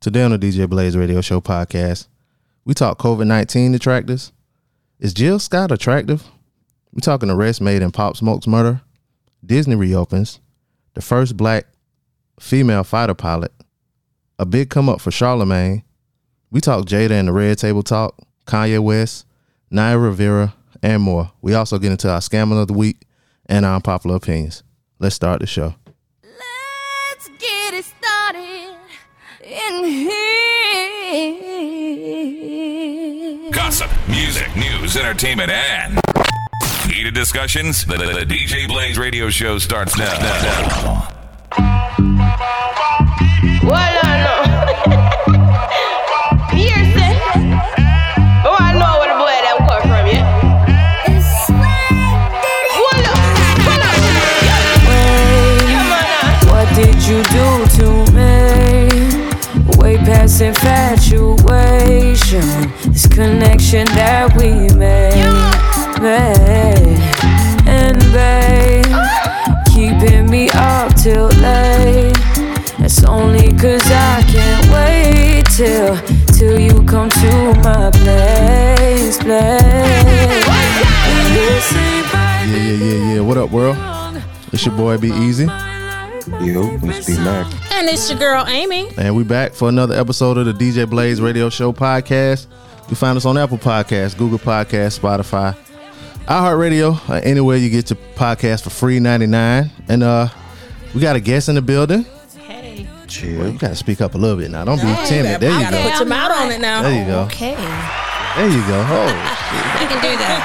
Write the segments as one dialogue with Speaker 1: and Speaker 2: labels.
Speaker 1: Today on the DJ Blaze Radio Show podcast, we talk COVID 19 detractors. Is Jill Scott attractive? We're talking arrest made in Pop Smoke's murder. Disney reopens. The first black female fighter pilot. A big come up for Charlemagne. We talk Jada and the Red Table Talk, Kanye West, Naya Rivera, and more. We also get into our scamming of the week and our unpopular opinions. Let's start the show.
Speaker 2: Let's get it started in here.
Speaker 3: Gossip, music, news, entertainment, and heated discussions. The, the- the DJ Blaze radio show starts now.
Speaker 4: Pearson. Oh, I know where the boy that come from, yeah. Pull up, pull up. Come on now.
Speaker 5: What did you do to me? Way past infatuation, this connection that we made, made. and babe, keeping me up till late. That's only cause I can't wait till till you come to my place, place. And this ain't right,
Speaker 1: Yeah, yeah, yeah, yeah. What up, world?
Speaker 5: wrong.
Speaker 1: It's your boy Be Easy,
Speaker 6: Yo, it's B Mac.
Speaker 7: And it's your girl Amy.
Speaker 1: and we back for another episode of the DJ Blaze Radio Show podcast. You can find us on Apple Podcasts, Google Podcasts, Spotify, iHeartRadio, uh, anywhere you get your podcast for free 99. And uh we got a guest in the building.
Speaker 7: Hey.
Speaker 1: You gotta speak up a little bit now. Don't be timid. There you
Speaker 7: Gotta
Speaker 1: go.
Speaker 7: put your mouth on it now.
Speaker 1: There you go.
Speaker 7: Okay. You
Speaker 1: There you go. Oh,
Speaker 7: can do that.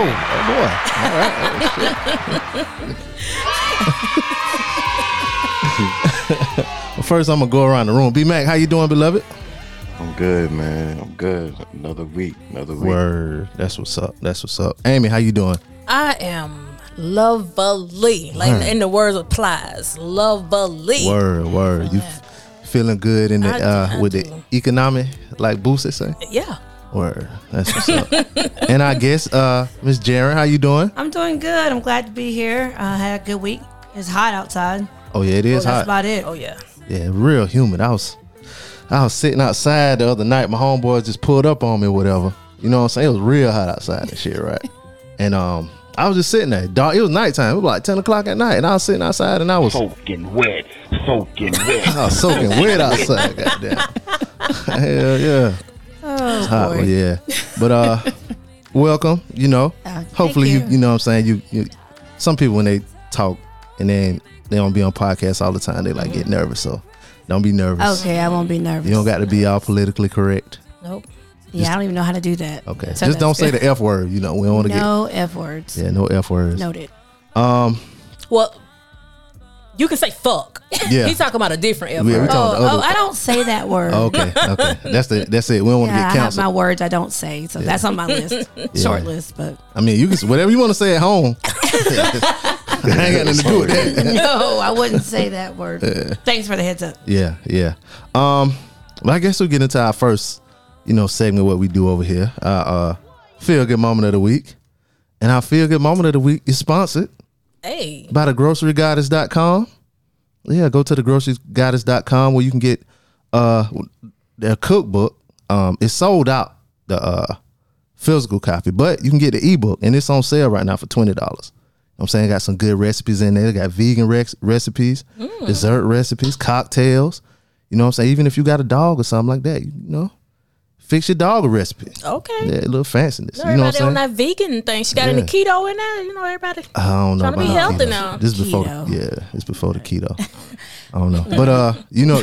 Speaker 1: okay. oh, oh boy. All right. Oh, Oh, shit. Well, First, I'm gonna go around the room. B Mac, how you doing, beloved?
Speaker 6: I'm good, man. I'm good. Another week. Another week.
Speaker 1: Word. That's what's up. That's what's up. Amy, how you doing?
Speaker 7: I am lovely. Like in the words of Plies. Lovely.
Speaker 1: Hmm. Word, word. You feeling good in the
Speaker 7: I do,
Speaker 1: uh
Speaker 7: I
Speaker 1: with the
Speaker 7: do.
Speaker 1: economic like boost it say?
Speaker 7: Yeah.
Speaker 1: Word. That's what's up. and I guess uh Miss Jaren, how you doing?
Speaker 8: I'm doing good. I'm glad to be here. I had a good week. It's hot outside.
Speaker 1: Oh yeah, it is
Speaker 8: That's
Speaker 1: hot.
Speaker 8: about it.
Speaker 7: Oh yeah.
Speaker 1: Yeah, real humid. I was I was sitting outside the other night. My homeboys just pulled up on me, whatever. You know what I'm saying? It was real hot outside and shit, right? and um, I was just sitting there. Dog, it was nighttime. It was like ten o'clock at night, and I was sitting outside, and I was
Speaker 9: soaking wet, soaking wet.
Speaker 1: I was soaking wet outside. Goddamn. Hell yeah. Oh, hot, but yeah. But uh, welcome. You know,
Speaker 8: Uh,
Speaker 1: hopefully you. you know what I'm saying you, you. Some people when they talk and then they don't be on podcasts all the time, they like get nervous. So don't be nervous.
Speaker 8: Mm-hmm. Okay, I won't be nervous.
Speaker 1: You don't got to be all politically correct.
Speaker 8: Nope. Yeah, I don't even know how to do that.
Speaker 1: Okay.
Speaker 8: So
Speaker 1: Just don't say the F word. You know, we don't want to
Speaker 8: no f words.
Speaker 1: get. Yeah, no F words.
Speaker 8: Noted.
Speaker 7: Well, you can say fuck.
Speaker 1: Yeah.
Speaker 7: He's talking about a different F
Speaker 1: Yeah, we
Speaker 7: word.
Speaker 1: talking
Speaker 8: Oh, oh,
Speaker 1: other.
Speaker 8: I don't say that word.
Speaker 1: okay, okay. That's the that's it. We don't want to
Speaker 8: Yeah,
Speaker 1: get
Speaker 8: I have my
Speaker 1: canceled.
Speaker 8: words I don't say, so that's on my list, short list. But
Speaker 1: I mean, you can s- whatever you want to say at home. I ain't got nothing to do with that.
Speaker 8: no, I wouldn't say that word. Thanks for the heads up.
Speaker 1: Yeah, yeah. Um, well, I guess we'll get into our first, you know, segment what we do over here. Uh, uh feel good moment of the week, and our feel good moment of the week is sponsored
Speaker 7: Hey.
Speaker 1: by the grocerygoddess.com. Yeah, go to the grocerygoddess.com where you can get uh their cookbook. Um, it's sold out the uh physical copy, but you can get the ebook and it's on sale right now for twenty dollars. I'm saying got some good recipes in there. They got vegan rex- recipes, dessert recipes, cocktails. You know what I'm saying? Even if you got a dog or something like that, you know, fix your dog a recipe.
Speaker 7: Okay.
Speaker 1: Yeah, a little fanciness. You know what I'm
Speaker 7: everybody
Speaker 1: saying?
Speaker 7: on that vegan thing. She got any
Speaker 1: Yeah.
Speaker 7: keto in there. You know, everybody.
Speaker 1: I don't know.
Speaker 7: Tryna be
Speaker 1: about
Speaker 7: healthy
Speaker 1: keto.
Speaker 7: now.
Speaker 1: This is before,
Speaker 8: Keto.
Speaker 1: yeah, it's before the keto. I don't know, but uh, you know,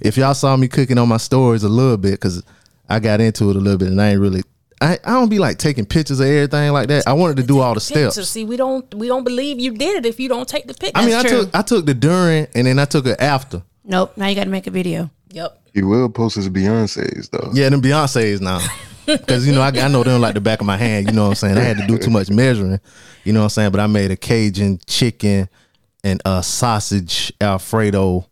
Speaker 1: if y'all saw me cooking on my stories a little bit, cause I got into it a little bit, and I ain't really, I, I don't be like taking pictures of everything like that. I wanted to do all the steps.
Speaker 7: Pictures. See, we don't we don't believe you did it if you don't take the picture.
Speaker 1: I mean, I
Speaker 7: That's true.
Speaker 1: took I took the during, and then I took it after.
Speaker 8: Nope. Now you got to make a video.
Speaker 7: Yep.
Speaker 6: He will post his Beyonce's though.
Speaker 1: Yeah, them Beyonce's now. Cause you know I, I know them like the back of my hand. You know what I'm saying. I had to do too much measuring. You know what I'm saying. But I made a Cajun chicken and uh sausage Alfredo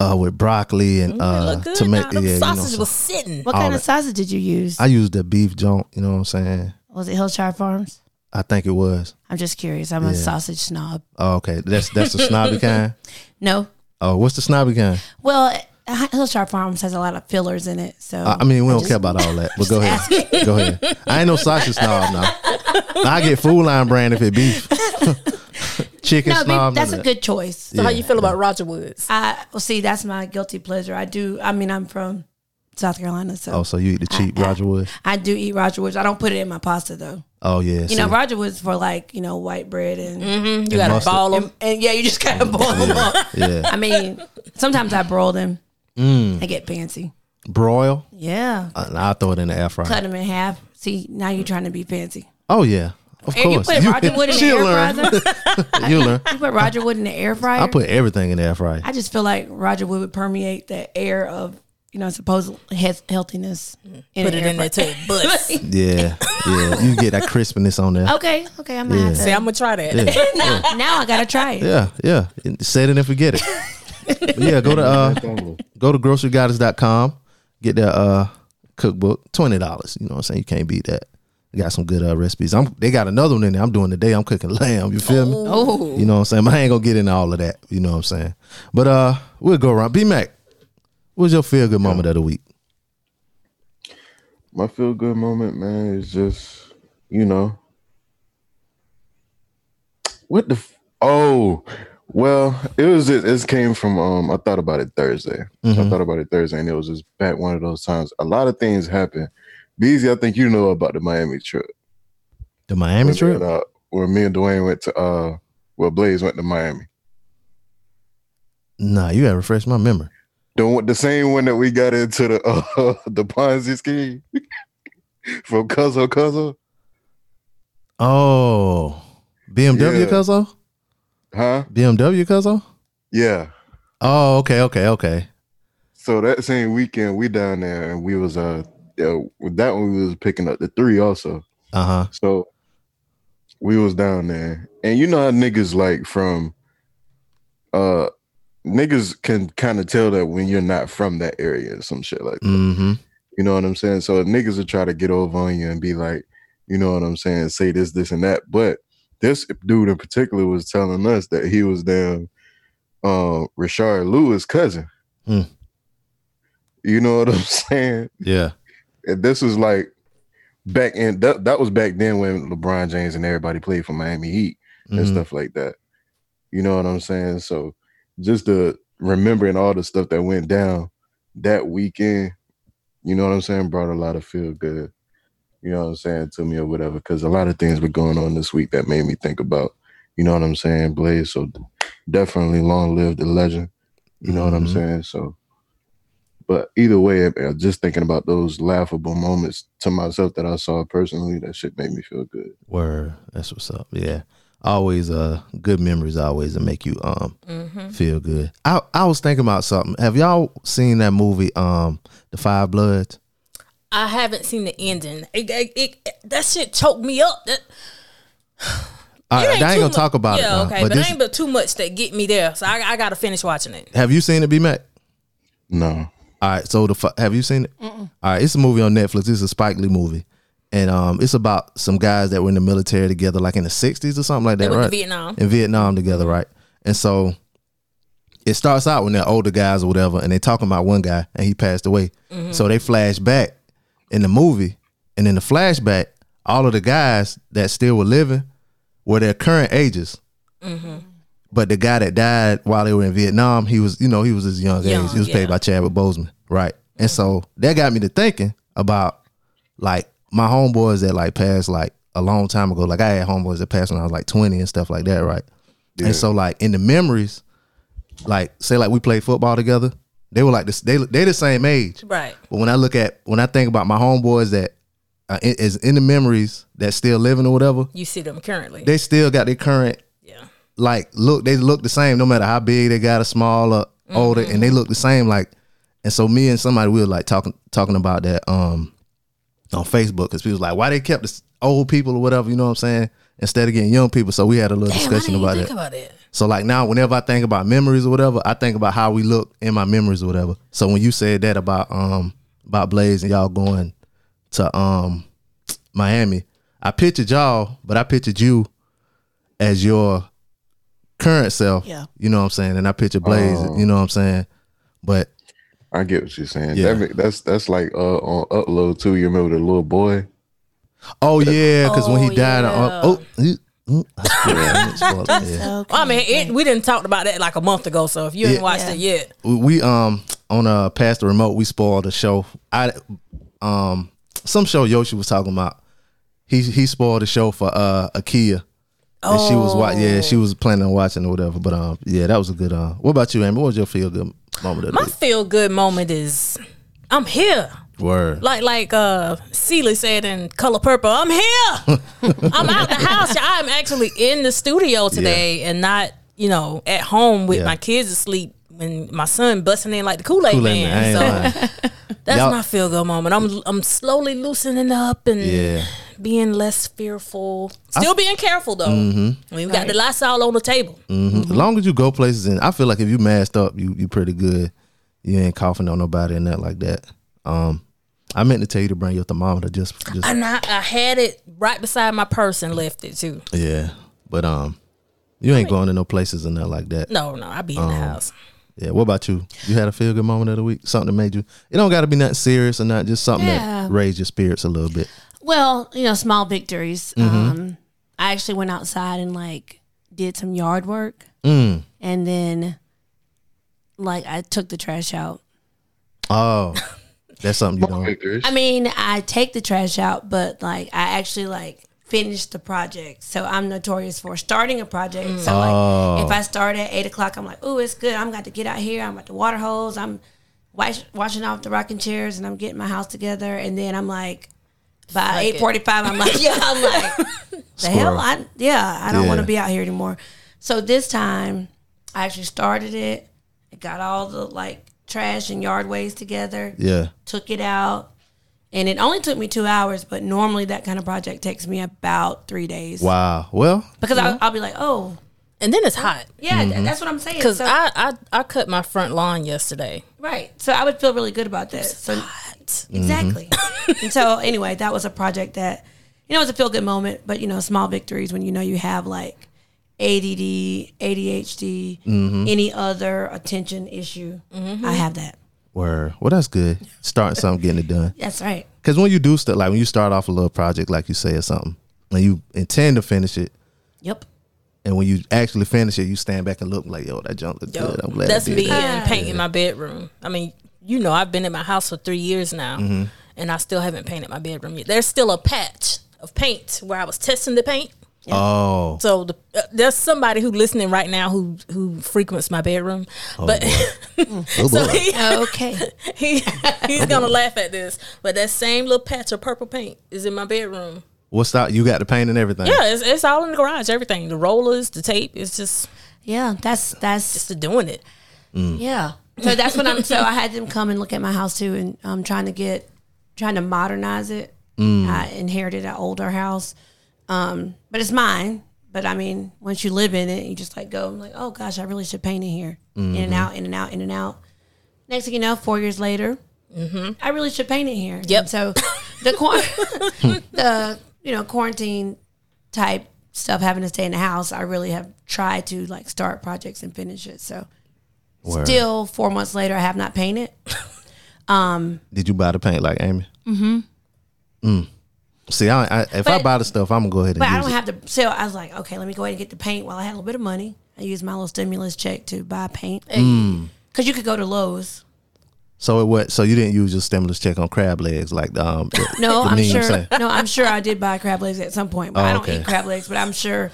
Speaker 1: uh with broccoli and uh
Speaker 7: Mm, Look good. now.
Speaker 1: tomato.
Speaker 7: Them
Speaker 1: Yeah, you know what I'm
Speaker 7: sausage
Speaker 1: saying.
Speaker 7: was sitting.
Speaker 8: What kind of sausage did you use?
Speaker 1: I used the beef joint. You know what I'm saying.
Speaker 8: was it Hillshire Farms?
Speaker 1: I think it was.
Speaker 8: I'm just curious. I'm a sausage snob.
Speaker 1: Oh, okay, that's that's the snobby kind.
Speaker 8: No.
Speaker 1: Oh, what's the snobby kind?
Speaker 8: Well, Hi- Hillshire Farms has a lot of fillers in it, so
Speaker 1: I I mean, we don't care about all that, but go ahead. Go ahead. I ain't no sausage snob now. I get food line brand if it beef. Chicken
Speaker 8: no, but
Speaker 1: snob.
Speaker 8: that's a
Speaker 1: none of that.
Speaker 8: good choice.
Speaker 7: So how you feel about Roger Woods?
Speaker 8: I well, see, that's my guilty pleasure. I do. I mean, I'm from South Carolina, so
Speaker 1: Oh, so you eat the cheap Roger Woods?
Speaker 8: I do eat Roger Woods. I don't put it in my pasta though.
Speaker 1: Oh, yeah.
Speaker 8: You know, Roger Woods for like you know white bread and
Speaker 7: You gotta
Speaker 1: mustard.
Speaker 7: ball them.
Speaker 8: and yeah, you just gotta boil them up.
Speaker 1: yeah.
Speaker 8: I mean, sometimes I broil them.
Speaker 1: Mm.
Speaker 8: I get fancy.
Speaker 1: Broil.
Speaker 8: Yeah,
Speaker 1: Uh, I'll throw it in the air
Speaker 8: cut
Speaker 1: fryer.
Speaker 8: them in half. See, now you're trying to be fancy.
Speaker 1: Oh, yeah. Of
Speaker 8: And you
Speaker 1: course.
Speaker 8: put Roger Wood in the
Speaker 1: she'll
Speaker 8: air
Speaker 1: learn.
Speaker 8: fryer.
Speaker 1: you learn.
Speaker 8: You put Roger Wood in the air fryer.
Speaker 1: I put everything in the air fryer.
Speaker 8: I just feel like Roger Wood would permeate the air of you know supposed health, healthiness. In
Speaker 7: Mm-hmm. Put
Speaker 8: the
Speaker 7: it
Speaker 8: air
Speaker 7: in there
Speaker 8: fryer.
Speaker 7: till it busts. See,
Speaker 1: Yeah. Yeah. You get that crispiness on there.
Speaker 8: Okay, okay, I'm gonna have to.
Speaker 7: I'm gonna try that.
Speaker 8: now, now I gotta try it.
Speaker 1: Yeah, yeah. And Set it and forget it. But yeah, go to uh go to grocerygoddess.com, get that uh cookbook, twenty dollars. You know what I'm saying? You can't beat that. They got some good uh recipes. I'm they got another one in there. I'm doing today. I'm cooking lamb. You feel me?
Speaker 8: Oh,
Speaker 1: You know what I'm saying? But I ain't gonna get into all of that. You know what I'm saying? But uh we'll go around. B Mac, what's your feel good moment of the week?
Speaker 6: My feel good moment, man, is just you know what the f- oh well it was just it came from um I thought about it Thursday.
Speaker 1: Mm-hmm.
Speaker 6: I thought about it Thursday and it was just back one of those times. A lot of things happen. Beezy, I think you know about the Miami trip.
Speaker 1: The Miami
Speaker 6: When me and,
Speaker 1: trip?
Speaker 6: uh, where me and Dwayne went to uh well Blaze went to Miami.
Speaker 1: Nah, you gotta refresh my memory.
Speaker 6: The one, the same one that we got into the uh, the Ponzi scheme from Cuzzo Cuzzo,
Speaker 1: Oh. BMW
Speaker 6: Yeah.
Speaker 1: Cuzzo?
Speaker 6: huh?
Speaker 1: BMW Cuzzo?
Speaker 6: Yeah.
Speaker 1: Oh, okay, okay, okay.
Speaker 6: So that same weekend we down there and we was uh yeah, with that one we was picking up the three also.
Speaker 1: Uh-huh.
Speaker 6: So we was down there and you know how niggas like from uh niggas can kind of tell that when you're not from that area or some shit like that.
Speaker 1: Mm-hmm.
Speaker 6: You know what I'm saying? So if niggas will try to get over on you and be like, you know what I'm saying, say this, this, and that. But this dude in particular was telling us that he was damn uh Richard Lewis cousin.
Speaker 1: Hmm.
Speaker 6: You know what I'm saying?
Speaker 1: Yeah.
Speaker 6: And this was like back in that, that was back then when LeBron James and everybody played for Miami Heat and
Speaker 1: Mhm.
Speaker 6: stuff like that. You know what I'm saying? So just the remembering all the stuff that went down that weekend, you know what I'm saying, brought a lot of feel good, you know what I'm saying, to me or whatever. Cause a lot of things were going on this week that made me think about, you know what I'm saying, Blaze. So definitely long live the legend. You know what I'm
Speaker 1: Mhm.
Speaker 6: saying? So but either way, I- I just thinking about those laughable moments to myself that I saw personally, that shit made me feel good.
Speaker 1: Word. That's what's up. Yeah. Always uh good memories always that make you um
Speaker 7: Mm-hmm.
Speaker 1: feel good. I I was thinking about something. Have y'all seen that movie um The Five Bloods?
Speaker 7: I haven't seen the ending. It, it, it- that shit choked me up. That,
Speaker 1: I,
Speaker 7: it
Speaker 1: I ain't
Speaker 7: too
Speaker 1: gonna
Speaker 7: mu-
Speaker 1: talk about it.
Speaker 7: Yeah,
Speaker 1: now,
Speaker 7: okay,
Speaker 1: but
Speaker 7: but,
Speaker 1: this-
Speaker 7: it ain't but too much that get me there. So I, I gotta finish watching it.
Speaker 1: have you seen it, B Mac?
Speaker 6: No.
Speaker 1: All right, so the fi- have you seen it? All right, it's a movie on Netflix. It's a Spike Lee movie, and um, it's about some guys that were in the military together, like in the '60s or something like that,
Speaker 7: went to
Speaker 1: right?
Speaker 7: Vietnam.
Speaker 1: in Vietnam together, right? And so it starts out when they're older guys or whatever, and they talking about one guy and he passed away.
Speaker 7: Mm-hmm.
Speaker 1: So they flash back in the movie, and in the flashback, all of the guys that still were living were their current ages. But the guy that died while they were in Vietnam, he was, you know, he was his young,
Speaker 7: Young,
Speaker 1: age. He was
Speaker 7: yeah.
Speaker 1: played by Chadwick Boseman, right? And so that got me to thinking about like my homeboys that like passed like a long time ago. Like I had homeboys that passed when I was like twenty and stuff like that, right? And so like in the memories, like say like we played football together, they were like this. They they the same age,
Speaker 7: Right.
Speaker 1: but when I look at when I think about my homeboys that uh, is in the memories that still living or whatever,
Speaker 7: You see them currently.
Speaker 1: they still got their current
Speaker 7: yeah.
Speaker 1: like look they look the same no matter how big they got a small or older and
Speaker 7: Mm-hmm.
Speaker 1: they look the same like and so me and somebody we were like talking talking about that um on Facebook because people was like why they kept the s- old people or whatever you know what I'm saying instead of getting young people so we had a little
Speaker 7: Damn, I
Speaker 1: discussion
Speaker 7: didn't
Speaker 1: about
Speaker 7: think
Speaker 1: it
Speaker 7: about it.
Speaker 1: so like now whenever I think about memories or whatever I think about how we look in my memories or whatever so when you said that about um about Blaze and y'all going to um Miami I pictured y'all but I pictured you as your current self.
Speaker 8: Yeah.
Speaker 1: You know what I'm saying? And I picture Blaze,
Speaker 6: Oh.
Speaker 1: you know what I'm saying? But
Speaker 6: I get what you're saying.
Speaker 1: Yeah.
Speaker 6: That ma- that's that's like uh on upload too. You remember the little boy?
Speaker 1: Oh yeah, because when he
Speaker 7: Oh,
Speaker 1: died, I,
Speaker 7: yeah.
Speaker 1: oh, mm, mm, I swear, I didn't spoil it, yeah.
Speaker 7: Well, I mean, it, we didn't talk about that like a month ago. So if you
Speaker 1: Yeah.
Speaker 7: haven't watched it yet,
Speaker 1: we- we um on uh past the remote we spoiled the show. I um some show Yoshi was talking about. He he spoiled the show for uh Akia. And she was wa- yeah, she was planning on watching or whatever. But um yeah, that was a good uh what about you, Amber? What was your feel good moment of the
Speaker 7: my
Speaker 1: day?
Speaker 7: feel good moment is I'm here.
Speaker 1: Word.
Speaker 7: Like like uh Seeley said in Color Purple, I'm here. I'm out the house. I'm actually in the studio today and not, you know, at home with
Speaker 1: Yeah.
Speaker 7: my kids asleep and my son busting in like the Kool-Aid,
Speaker 1: Kool-Aid
Speaker 7: man.
Speaker 1: Man, I ain't
Speaker 7: So that's
Speaker 1: Y'all-
Speaker 7: my feel good moment. I'm I'm slowly loosening up and
Speaker 1: Yeah.
Speaker 7: being less fearful. Still being careful though.
Speaker 1: Mm-hmm.
Speaker 7: I mean, we got the Lysol on the table.
Speaker 1: As long as you go places and I feel like if you masked up, you you pretty good. You ain't coughing on nobody and that like that. Um I meant to tell you to bring your thermometer just just
Speaker 7: And I, I had it right beside my purse and left it too.
Speaker 1: Yeah. But um you ain't going to no places and that like that.
Speaker 7: No, no, I be in
Speaker 1: Oh.
Speaker 7: the house.
Speaker 1: Yeah. What about you? You had a feel good moment of the week? Something that made you? It don't got to be nothing serious or not. Just something
Speaker 10: Yeah.
Speaker 1: that raised your spirits a little bit.
Speaker 10: Well, you know, small victories. Um, I actually went outside and like did some yard work, and then like I took the trash out.
Speaker 1: Oh, that's something you don't.
Speaker 10: I mean, I take the trash out, but like I actually like finish the project. So I'm notorious for starting a project. So
Speaker 1: Oh.
Speaker 10: like if I start at eight o'clock, I'm like, oh, it's good. I'm got to get out here. I'm at the water hose. I'm wash, washing off the rocking chairs, and I'm getting my house together. And then I'm like, by
Speaker 7: it.
Speaker 10: eight forty five, I'm like, yeah, I'm like, the hell,
Speaker 1: Squirrel.
Speaker 10: I yeah, I don't want
Speaker 1: Yeah.
Speaker 10: to be out here anymore. So this time, I actually started it. I got all the like trash and yard waste together
Speaker 1: Yeah.
Speaker 10: took it out and it only took me two hours but normally that kind of project takes me about three days
Speaker 1: Wow. Well,
Speaker 10: because I'll, I'll be like oh
Speaker 7: And then it's hot.
Speaker 10: yeah th- that's what i'm saying
Speaker 7: Cause
Speaker 10: So-
Speaker 7: I, I I cut my front lawn yesterday.
Speaker 10: right so i would feel really good about that so
Speaker 7: Hot.
Speaker 10: exactly and so anyway that was a project that you know it was a feel good moment but you know small victories when you know you have like ADD, ADHD, any other attention issue,
Speaker 7: Mm-hmm.
Speaker 10: I have that.
Speaker 1: word. Well, that's good. Starting something, getting it done.
Speaker 10: That's right.
Speaker 1: Because when you do stuff, like when you start off a little project, like you say or something, and you intend to finish it,
Speaker 10: Yep.
Speaker 1: and when you actually finish it, you stand back and look like, yo, that junk looked good. I'm glad.
Speaker 7: That's
Speaker 1: I did
Speaker 7: me
Speaker 1: that.
Speaker 7: and painting my bedroom. I mean, you know, I've been in my house for three years now,
Speaker 1: Mm-hmm.
Speaker 7: and I still haven't painted my bedroom yet. There's still a patch of paint where I was testing the paint.
Speaker 1: Oh,
Speaker 7: So the, uh, there's somebody who listening right now who who frequents my bedroom, but
Speaker 1: oh
Speaker 7: so
Speaker 1: boy.
Speaker 7: he,
Speaker 10: Okay.
Speaker 7: he he's gonna laugh at this. But that same little patch of purple paint is in my bedroom.
Speaker 1: what's that? You got the paint and everything.
Speaker 7: Yeah, it's, it's all in the garage. Everything, the rollers, the tape. It's just
Speaker 10: Yeah, that's that's
Speaker 7: just doing it.
Speaker 10: Yeah. So that's what I'm. So I had them come and look at my house too, and I'm trying to get, trying to modernize it. I inherited an older house, um, but it's mine. But I mean, once you live in it, you just like go. I'm like, oh gosh, I really should paint in here, in and out, in and out, in and out. Next thing you know, four years later, I really should paint in here.
Speaker 7: Yep.
Speaker 10: And so the quar- the you know quarantine type stuff, having to stay in the house, I really have tried to like start projects and finish it. So
Speaker 1: Word.
Speaker 10: still four months later i have not painted Um,
Speaker 1: Did you buy the paint like Amy? Mm-hmm. Mm. See, I, I if I
Speaker 10: But-
Speaker 1: buy the stuff, I'm gonna go ahead and
Speaker 10: but i
Speaker 1: use
Speaker 10: don't
Speaker 1: it.
Speaker 10: have to so i was like okay let me go ahead and get the paint while i had a little bit of money i used my little stimulus check to buy paint because
Speaker 1: Mm.
Speaker 10: you could go to lowes
Speaker 1: so it what? So you didn't use your stimulus check on crab legs like um. the-
Speaker 10: no
Speaker 1: the
Speaker 10: i'm
Speaker 1: meme
Speaker 10: sure
Speaker 1: say.
Speaker 10: no i'm sure i did buy crab legs at some point but
Speaker 1: Oh,
Speaker 10: i don't
Speaker 1: okay.
Speaker 10: eat crab legs but i'm sure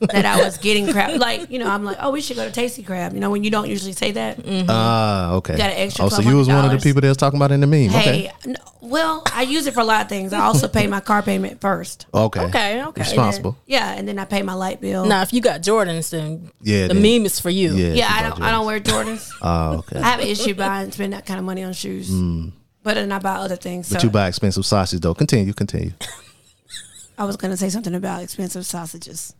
Speaker 10: that i was getting crab like you know i'm like oh we should go to tasty crab you know when you don't usually say that
Speaker 1: Ah, okay.
Speaker 10: Mm-hmm. Got an extra
Speaker 1: Oh, so you was one of the
Speaker 10: $1,200.
Speaker 1: people they was talking about in the meme.
Speaker 10: hey
Speaker 1: okay.
Speaker 10: n well i use it for a lot of things i also pay my car payment first
Speaker 1: Okay.
Speaker 7: Okay, okay.
Speaker 1: Responsible.
Speaker 10: yeah and then i pay my light
Speaker 1: Oh.
Speaker 10: bill
Speaker 7: Now, if you got Jordans, then
Speaker 1: Yeah,
Speaker 7: the
Speaker 1: then-
Speaker 7: meme is for you.
Speaker 1: yeah.
Speaker 10: yeah
Speaker 1: she
Speaker 10: i
Speaker 1: bought
Speaker 10: don't
Speaker 1: you.
Speaker 10: i don't wear jordans
Speaker 1: Oh, okay.
Speaker 10: I have an issue buying spending that kind of money on shoes. But then I buy other things. So
Speaker 1: Mm. But you buy expensive sausage though. Continue. Continue.
Speaker 10: I was gonna say something about expensive sausages.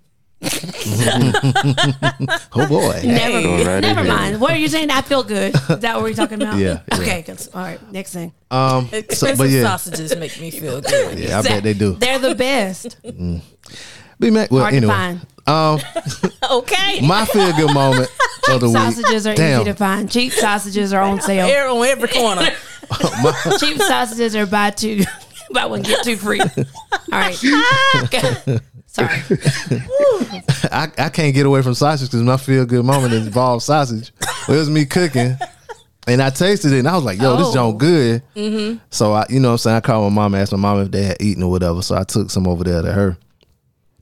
Speaker 1: Oh boy.
Speaker 10: Never,
Speaker 6: Go right
Speaker 10: never
Speaker 6: ahead.
Speaker 10: mind. What are you saying? I feel good. Is that what we're talking about?
Speaker 1: Yeah, yeah.
Speaker 10: Okay. 'cause- All right. Next thing.
Speaker 1: Um. So,
Speaker 7: Expensive
Speaker 1: but yeah.
Speaker 7: sausages make me feel good.
Speaker 1: Yeah, I bet they do.
Speaker 10: They're the best.
Speaker 1: Be Mac. Well,
Speaker 10: Hard to
Speaker 1: anyway,
Speaker 10: find.
Speaker 1: Um,
Speaker 7: okay.
Speaker 1: my feel good moment of the week.
Speaker 10: Sausages are
Speaker 1: Damn.
Speaker 10: easy to find. Cheap sausages are on sale.
Speaker 7: Air on every corner.
Speaker 10: Cheap sausages are buy two, buy one get two free. All right. Sorry.
Speaker 1: I, I can't get away from sausage because my feel good moment involves sausage. It was me cooking, and I tasted it, and I was like, "Yo, this
Speaker 10: Oh.
Speaker 1: don't
Speaker 10: Mm-hmm.
Speaker 1: good." So I, you know, what I'm saying I called my mom, asked my mom if they had eaten or whatever. So I took some over there to her,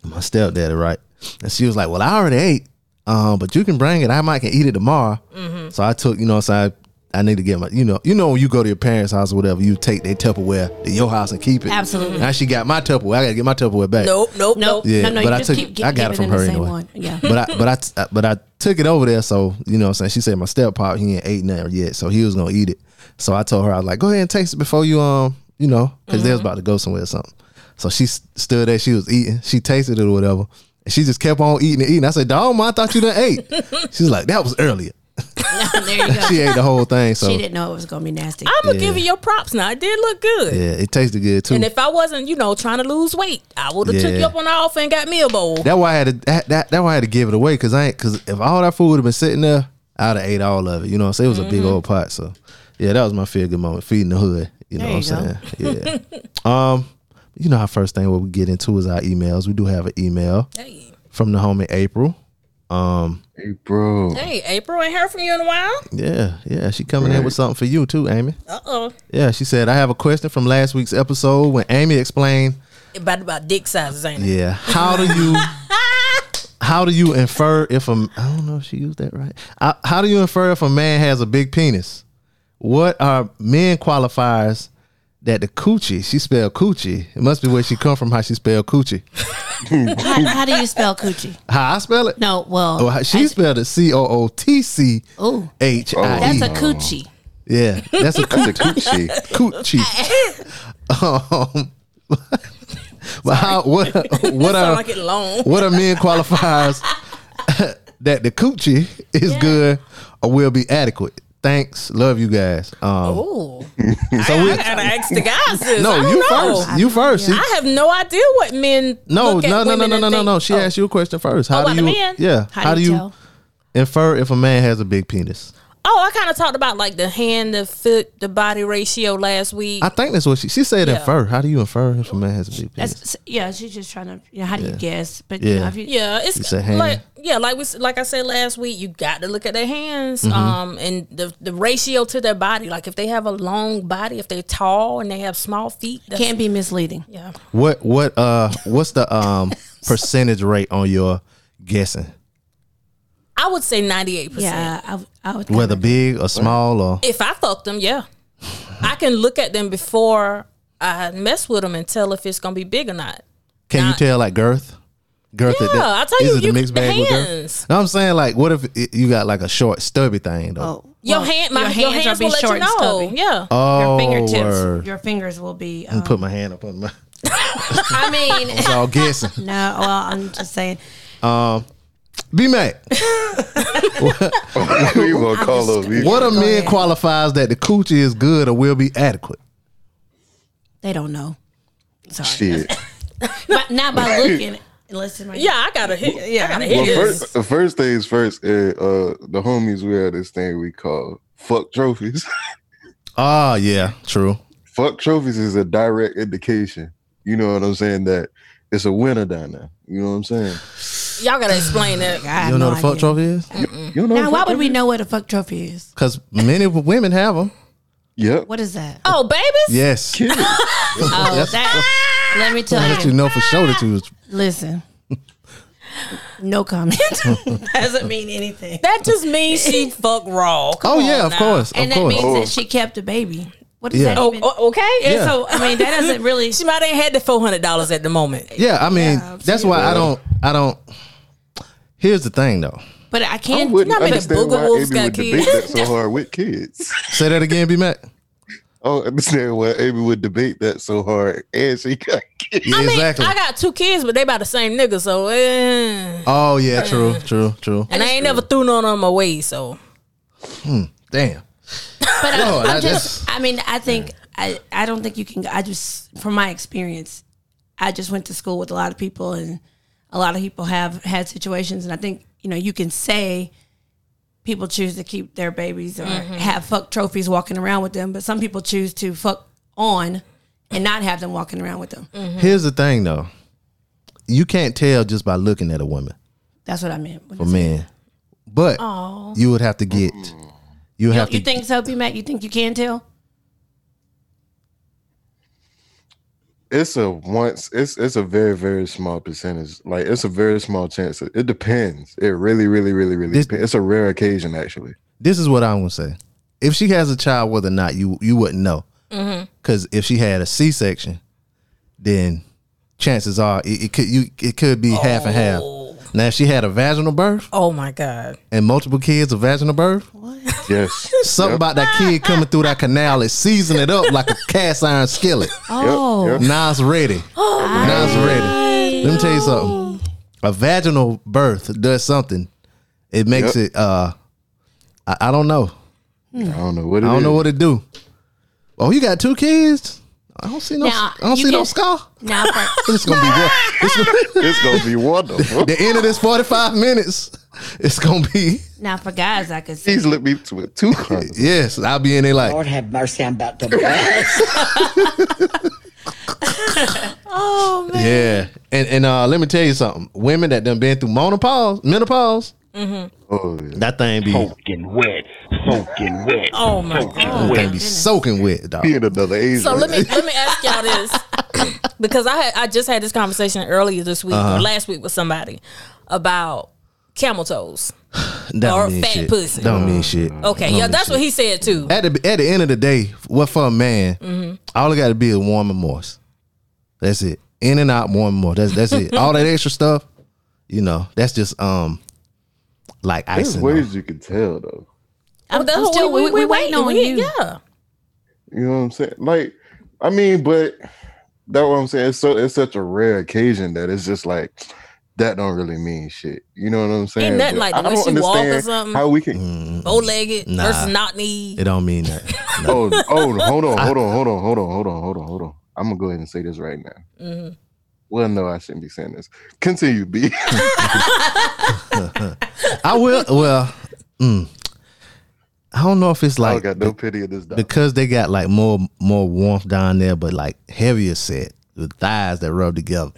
Speaker 1: my stepdaddy, right? And she was like, "Well, I already ate, um, but you can bring it. I might can eat it tomorrow."
Speaker 10: Mm-hmm.
Speaker 1: So I took, you know, what I'm saying. I need to get my, you know, you know when you go to your parents' house or whatever, you take their Tupperware to your house and keep it.
Speaker 10: Absolutely.
Speaker 1: Now she got my Tupperware. I gotta get my Tupperware back.
Speaker 7: Nope, nope, nope.
Speaker 1: Yeah,
Speaker 10: no, no,
Speaker 1: but
Speaker 10: you
Speaker 1: I
Speaker 10: just
Speaker 1: took
Speaker 10: keep gi-
Speaker 1: I got it from
Speaker 10: giving them
Speaker 1: her
Speaker 10: the same
Speaker 1: anyway.
Speaker 10: one. Yeah.
Speaker 1: But I but I but I took it over there, so you know what I'm saying. She said my step pop he ain't ate nothing yet, so he was gonna eat it. So I told her I was like, go ahead and taste it before you um you know because they was
Speaker 10: Mm-hmm.
Speaker 1: about to go somewhere or something. So she s- stood there, she was eating, she tasted it or whatever, and she just kept on eating and eating. I said, dog, I thought you done ate. She's like, that was earlier.
Speaker 10: there you go.
Speaker 1: She ate the whole thing, so
Speaker 10: She
Speaker 1: yeah,
Speaker 10: didn't know it was gonna be nasty.
Speaker 7: I'm gonna give you your props now. It did look good.
Speaker 1: it tasted good too.
Speaker 7: And if I wasn't, you know, trying to lose weight, I would have took
Speaker 1: Yeah.
Speaker 7: you up on the offer and got me a bowl.
Speaker 1: That why I had to that, that that why I had to give it away because I ain't because if all that food would have been sitting there, I'd have ate all of it. You know what I'm saying? It was a big old pot. So yeah, that was my feel good moment, feeding the hood. You know what I'm saying? Yeah. um, you know our first thing what we get into is our emails. We do have an email
Speaker 7: Hey,
Speaker 1: from the homie April. Um,
Speaker 6: Hey, bro.
Speaker 7: hey, April, ain't heard from you in a while.
Speaker 1: yeah, yeah, she coming in with something for you too, Amy.
Speaker 7: Uh oh,
Speaker 1: Yeah, she said I have a question from last week's episode when Amy explained
Speaker 7: about about dick sizes, ain't it?
Speaker 1: Yeah. How do you? how do you infer if a? I don't know if she used that right. I, how do you infer if a man has a big penis? What are men qualifiers that the coochie? She spelled coochie. It must be where she come from. How she spelled coochie?
Speaker 10: how, how do you spell coochie?
Speaker 1: How I spell it?
Speaker 10: No, well,
Speaker 1: Oh, how- she spelled it C O O T C
Speaker 10: ooh,
Speaker 1: H I
Speaker 10: Oh. that's
Speaker 1: E.
Speaker 10: a coochie.
Speaker 1: Yeah, that's a
Speaker 6: That's a coochie.
Speaker 1: coochie. um, but how? What? What
Speaker 7: Sound
Speaker 1: are?
Speaker 7: like it long.
Speaker 1: what are men qualifiers that the coochie is good or will be adequate? Thanks, love you guys. Um,
Speaker 7: Ooh,
Speaker 1: so
Speaker 7: Oh, I
Speaker 1: we,
Speaker 7: gotta ask the guys. This. I
Speaker 1: no,
Speaker 7: don't
Speaker 1: you
Speaker 7: know.
Speaker 1: first. You first. See?
Speaker 7: I have no idea what men.
Speaker 1: No,
Speaker 7: look at
Speaker 1: no, no, no,
Speaker 7: women
Speaker 1: no,
Speaker 7: and
Speaker 1: no, no,
Speaker 7: think-
Speaker 1: no. She
Speaker 7: Oh,
Speaker 1: asked you a question first. How
Speaker 7: Oh,
Speaker 1: do
Speaker 7: about the
Speaker 1: you?
Speaker 7: man?
Speaker 1: Yeah.
Speaker 10: How, do you, tell?
Speaker 1: infer if a man has a big penis?
Speaker 7: Oh, I kind of talked about like the hand, the foot, the body ratio last week.
Speaker 1: I think that's what she she said.
Speaker 7: Yeah.
Speaker 1: Infer. How do you infer if a man has a big penis?
Speaker 10: That's, yeah, she's just trying to. Yeah, how do you guess? But
Speaker 1: Yeah.
Speaker 10: you know, if you,
Speaker 7: yeah, it's
Speaker 1: You said hand.
Speaker 7: like yeah, like we s- like I said last week, you got to look at their hands,
Speaker 1: Mm-hmm.
Speaker 7: um, and the the ratio to their body. Like if they have a long body, if they're tall and they have small feet, that's,
Speaker 10: can't be misleading.
Speaker 7: yeah.
Speaker 1: What what uh what's the um percentage rate on your guessing?
Speaker 7: I would say ninety eight percent.
Speaker 10: Yeah, I, w- I would.
Speaker 1: Whether big or small or
Speaker 7: If I fucked them, yeah, I can look at them before I mess with them and tell if it's gonna be big or not.
Speaker 1: Can you tell like girth? Girth.
Speaker 7: Yeah, I'll tell you,
Speaker 1: it a
Speaker 7: you-
Speaker 1: mixed
Speaker 7: the
Speaker 1: bag with girth?
Speaker 7: hands.
Speaker 1: No, I'm saying like, what if it, you got like a short, stubby thing though?
Speaker 10: Oh,
Speaker 7: Your
Speaker 10: well,
Speaker 7: hand, my your hands,
Speaker 10: will
Speaker 7: will let you
Speaker 10: and
Speaker 7: know.
Speaker 10: stubby.
Speaker 7: Yeah,
Speaker 1: Oh,
Speaker 10: Your fingertips,
Speaker 1: word.
Speaker 10: your fingers will be.
Speaker 1: I'm
Speaker 10: Um,
Speaker 1: put my hand up on my.
Speaker 10: I mean,
Speaker 1: It's all guessing.
Speaker 10: no. Well, I'm just saying.
Speaker 1: B Mac,
Speaker 6: we will call up. you.
Speaker 1: what a man qualifies that the coochie is good or will be adequate?
Speaker 10: They don't know. Sorry,
Speaker 6: Shit.
Speaker 10: but not by looking. Unless it might-
Speaker 7: yeah, I gotta hit. Yeah, I gotta
Speaker 6: Well,
Speaker 7: hit this.
Speaker 6: first, the first things first, uh, uh, the homies, we had this thing we call fuck trophies.
Speaker 1: Oh yeah, true.
Speaker 6: fuck trophies is a direct indication. You know what I'm saying? That it's a winner down there. You know what I'm saying?
Speaker 7: Y'all gotta explain that.
Speaker 10: I have
Speaker 1: You don't know
Speaker 10: no
Speaker 1: what the fuck
Speaker 10: idea.
Speaker 1: trophy is?
Speaker 6: You know
Speaker 10: Now, why would we know what a fuck trophy is?
Speaker 1: Because many w- women have them.
Speaker 6: Yep.
Speaker 10: What is that?
Speaker 7: Oh, babies.
Speaker 1: Yes,
Speaker 6: Kid.
Speaker 10: Oh, that. Let me tell
Speaker 1: that you
Speaker 10: you.
Speaker 1: know for sure that you was.
Speaker 10: Listen. No comment. Doesn't mean anything.
Speaker 7: That just means she fuck raw. Come
Speaker 1: Oh
Speaker 7: on
Speaker 1: yeah, of
Speaker 7: now.
Speaker 1: course, of
Speaker 10: and that
Speaker 1: course.
Speaker 10: means
Speaker 6: Oh.
Speaker 10: that she kept a baby. What is
Speaker 1: Yeah.
Speaker 10: that?
Speaker 7: Oh,
Speaker 10: even-
Speaker 7: o- okay.
Speaker 1: Yeah.
Speaker 10: So I mean, that doesn't really.
Speaker 7: She might ain't had the four hundred dollars at the moment.
Speaker 1: Yeah, I mean that's why I don't. I don't. Here's the thing though.
Speaker 10: But I
Speaker 6: I
Speaker 10: can't.
Speaker 6: wouldn't
Speaker 7: Not many
Speaker 6: understand
Speaker 7: booger
Speaker 6: why Amy
Speaker 7: wolves got
Speaker 6: would debate that
Speaker 7: kids.
Speaker 6: so hard with kids.
Speaker 1: Say that again, B Mac.
Speaker 6: I don't understand why Amy would debate that so hard and she got kids.
Speaker 1: Yeah,
Speaker 7: I mean,
Speaker 1: exactly.
Speaker 7: I got two kids, but they by the same nigga. So, eh.
Speaker 1: oh yeah, true, true, true.
Speaker 7: and I ain't never threw none of them away. So,
Speaker 1: Damn.
Speaker 10: But I,
Speaker 1: Lord,
Speaker 10: am
Speaker 1: I
Speaker 10: just.
Speaker 1: just-
Speaker 10: I mean, I think I. I don't think you can. I just, from my experience, I just went to school with a lot of people, and a lot of people have had situations, and I think you know you can say people choose to keep their babies or
Speaker 8: Mhm.
Speaker 10: have fuck trophies walking around with them, but some people choose to fuck on and not have them walking around with them.
Speaker 1: Here's the thing, though. You can't tell just by looking at a woman
Speaker 10: That's what I meant. when
Speaker 1: for
Speaker 10: I said-
Speaker 1: men, but
Speaker 10: Aw.
Speaker 1: you would have to get. You would
Speaker 10: You,
Speaker 1: have
Speaker 10: you
Speaker 1: to.
Speaker 10: think so, B Mac? You think you can tell?
Speaker 6: it's a once it's it's a very very small percentage like it's a very small chance it depends it really really really really depends. it's a rare occasion actually
Speaker 1: this is what I'm gonna say. If she has a child, whether or not you you wouldn't know,
Speaker 7: Mhm.
Speaker 1: because if she had a C-section, then chances are it, it could you it could be half and half. Now, if she had a vaginal birth
Speaker 7: Oh my god.
Speaker 1: and multiple kids, a vaginal birth,
Speaker 6: yes,
Speaker 1: something
Speaker 7: Yep.
Speaker 1: about that kid coming through that canal is season it up like a cast iron skillet.
Speaker 10: Oh. yep.
Speaker 1: now it's ready. now it's ready. Let me tell you something. A vaginal birth does something. It makes
Speaker 6: Yep.
Speaker 1: it. uh I, I don't know.
Speaker 6: i don't know what it
Speaker 1: I don't know
Speaker 6: is.
Speaker 1: what it do. Oh, you got two kids? I don't see no.
Speaker 10: Now,
Speaker 1: I don't
Speaker 10: you
Speaker 1: see no
Speaker 10: can-
Speaker 1: scar.
Speaker 10: Now, for-
Speaker 1: It's gonna be one. It's gonna,
Speaker 6: it's gonna be wonderful
Speaker 1: the end of this forty five minutes. It's gonna be
Speaker 10: now for guys, I could see.
Speaker 6: Please let me to it too Carlos.
Speaker 1: yes. I'll be in there like
Speaker 11: Lord have mercy, I'm about to blast.
Speaker 7: Oh man.
Speaker 1: yeah. And and uh, let me tell you something. Women that done been through menopause, menopause,
Speaker 6: oh yeah.
Speaker 1: that thing be
Speaker 9: Soaking wet. Soaking wet.
Speaker 7: Oh my
Speaker 9: soaking
Speaker 7: God.
Speaker 1: that thing
Speaker 9: wet.
Speaker 1: be soaking wet, dog.
Speaker 6: He in another age
Speaker 7: So let
Speaker 6: range.
Speaker 7: me let me ask y'all this because I had, I just had this conversation earlier this week
Speaker 6: Uh-huh.
Speaker 7: or last week with somebody about camel toes.
Speaker 1: That
Speaker 7: Or
Speaker 1: don't mean
Speaker 7: fat
Speaker 1: shit.
Speaker 7: pussy.
Speaker 1: Don't mean shit.
Speaker 7: Okay,
Speaker 6: Oh,
Speaker 7: yeah, that's what he said too.
Speaker 1: At the at the end of the day, what for a man? All it got to be is warm and moist. That's it. In and out, warm and moist. That's that's it. All that extra stuff, you know, that's just um like
Speaker 6: there's
Speaker 1: icing. on-
Speaker 6: ways you can tell though
Speaker 10: I'm,
Speaker 7: That's
Speaker 10: I'm
Speaker 7: what
Speaker 10: still,
Speaker 7: we,
Speaker 10: we, we, waiting on
Speaker 7: we-
Speaker 10: you.
Speaker 7: Yeah,
Speaker 6: You know what I'm saying? Like, I mean, but that's what I'm saying. It's so it's such a rare occasion that it's just like that don't really mean shit. You know what I'm saying?
Speaker 7: nothing
Speaker 6: But
Speaker 7: like the
Speaker 6: I
Speaker 7: way
Speaker 6: don't
Speaker 7: she walk or
Speaker 6: understand
Speaker 7: something.
Speaker 6: How we can?
Speaker 7: bow legged
Speaker 1: Nah.
Speaker 7: versus not knee.
Speaker 1: It don't mean that.
Speaker 6: Oh, oh, hold on, hold on, hold on, hold on, hold on, hold on, hold on. I'm gonna go ahead and say this right now.
Speaker 1: Mm-hmm.
Speaker 6: Well, no, I shouldn't be saying this. Continue, B.
Speaker 1: I will. Well, mm, I don't know if it's
Speaker 6: I
Speaker 1: like
Speaker 6: got no pity of this dog.
Speaker 1: because they got like more more warmth down there, but like heavier set with thighs that rub together.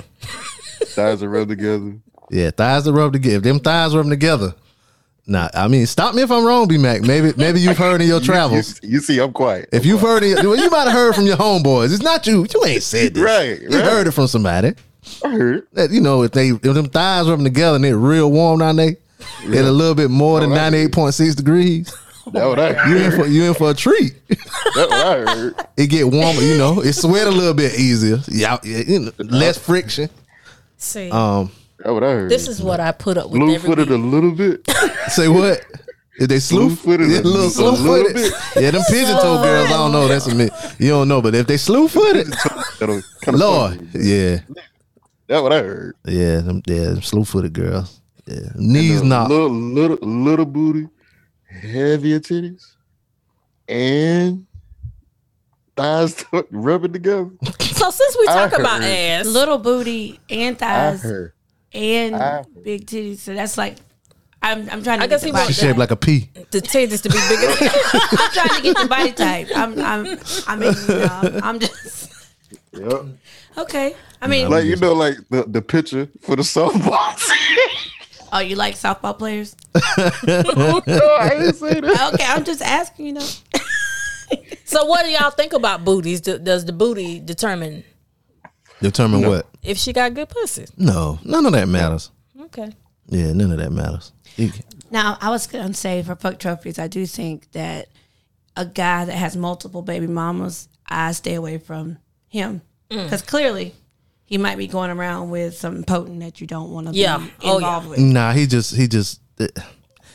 Speaker 6: Thighs are rubbed together.
Speaker 1: Yeah, thighs that rub together. If them thighs rub together. Nah, I mean, stop me if I'm wrong, B Mac. Maybe maybe you've heard in your
Speaker 6: You,
Speaker 1: travels.
Speaker 6: you see, I'm quiet.
Speaker 1: If you've heard it, well, you might have heard from your homeboys. It's not you. You ain't said this.
Speaker 6: Right,
Speaker 1: You
Speaker 6: right.
Speaker 1: heard it from somebody.
Speaker 6: I heard.
Speaker 1: That you know, if they if them thighs rubbing together and they're real warm down there, at a little bit more than
Speaker 6: Oh, I
Speaker 1: ninety
Speaker 6: hear you.
Speaker 1: eight point six degrees,
Speaker 6: That's what I
Speaker 1: you
Speaker 6: heard.
Speaker 1: in for you in for a treat.
Speaker 6: That's what I heard.
Speaker 1: It get warmer, you know. It sweat a little bit easier. Yeah, you know, less friction.
Speaker 7: See,
Speaker 1: Um,
Speaker 6: That's what I heard.
Speaker 7: this is what I put up with.
Speaker 6: blue
Speaker 7: Every
Speaker 6: footed a
Speaker 7: week.
Speaker 6: little bit.
Speaker 1: say what? Is they slew
Speaker 6: Slew-footed
Speaker 1: Yeah,
Speaker 6: a
Speaker 1: little
Speaker 6: little-
Speaker 1: slew
Speaker 6: a little
Speaker 1: footed.
Speaker 6: bit.
Speaker 1: Yeah, them pigeon toe girls. I don't know. That's a mi- you don't know, but if they slew footed,
Speaker 6: That'll kinda
Speaker 1: Lord,
Speaker 6: fuck me.
Speaker 1: yeah.
Speaker 6: That's what I heard.
Speaker 1: Yeah, them, yeah, them slew footed girls. Yeah, knees
Speaker 6: The
Speaker 1: knocked.
Speaker 6: Little, little, little booty, heavier titties, and thighs to- rubbing together.
Speaker 7: So since we
Speaker 6: I
Speaker 7: talk about
Speaker 6: heard.
Speaker 7: ass,
Speaker 10: Little booty and thighs and
Speaker 6: I-
Speaker 10: big titties. So that's like, I'm, I'm trying to
Speaker 7: I
Speaker 10: get
Speaker 7: guess
Speaker 10: the
Speaker 7: he
Speaker 10: body
Speaker 1: She
Speaker 7: wants
Speaker 10: type.
Speaker 1: shaped like a pea.
Speaker 7: the titties to be bigger.
Speaker 10: I'm trying to get the body type. I'm, I'm, I mean, you know, I'm just,
Speaker 6: Yep.
Speaker 10: okay. I mean,
Speaker 6: Like you know, like the, the picture for the softbox.
Speaker 10: oh, you like softball players?
Speaker 6: no, I didn't say that.
Speaker 10: Okay, I'm just asking, you know.
Speaker 7: so what do y'all think about booties? Do, does the booty determine
Speaker 1: Determine what?
Speaker 7: if she got good pussy?
Speaker 1: No, none of that matters.
Speaker 7: Okay.
Speaker 1: Yeah, none of that matters. You-
Speaker 10: Now, I was going to say for fuck trophies, I do think that a guy that has multiple baby mamas, I stay away from him because clearly he might be going around with something potent that you don't want to
Speaker 7: Yeah.
Speaker 10: be
Speaker 7: Oh, yeah.
Speaker 10: involved with.
Speaker 1: Nah, he just he just it,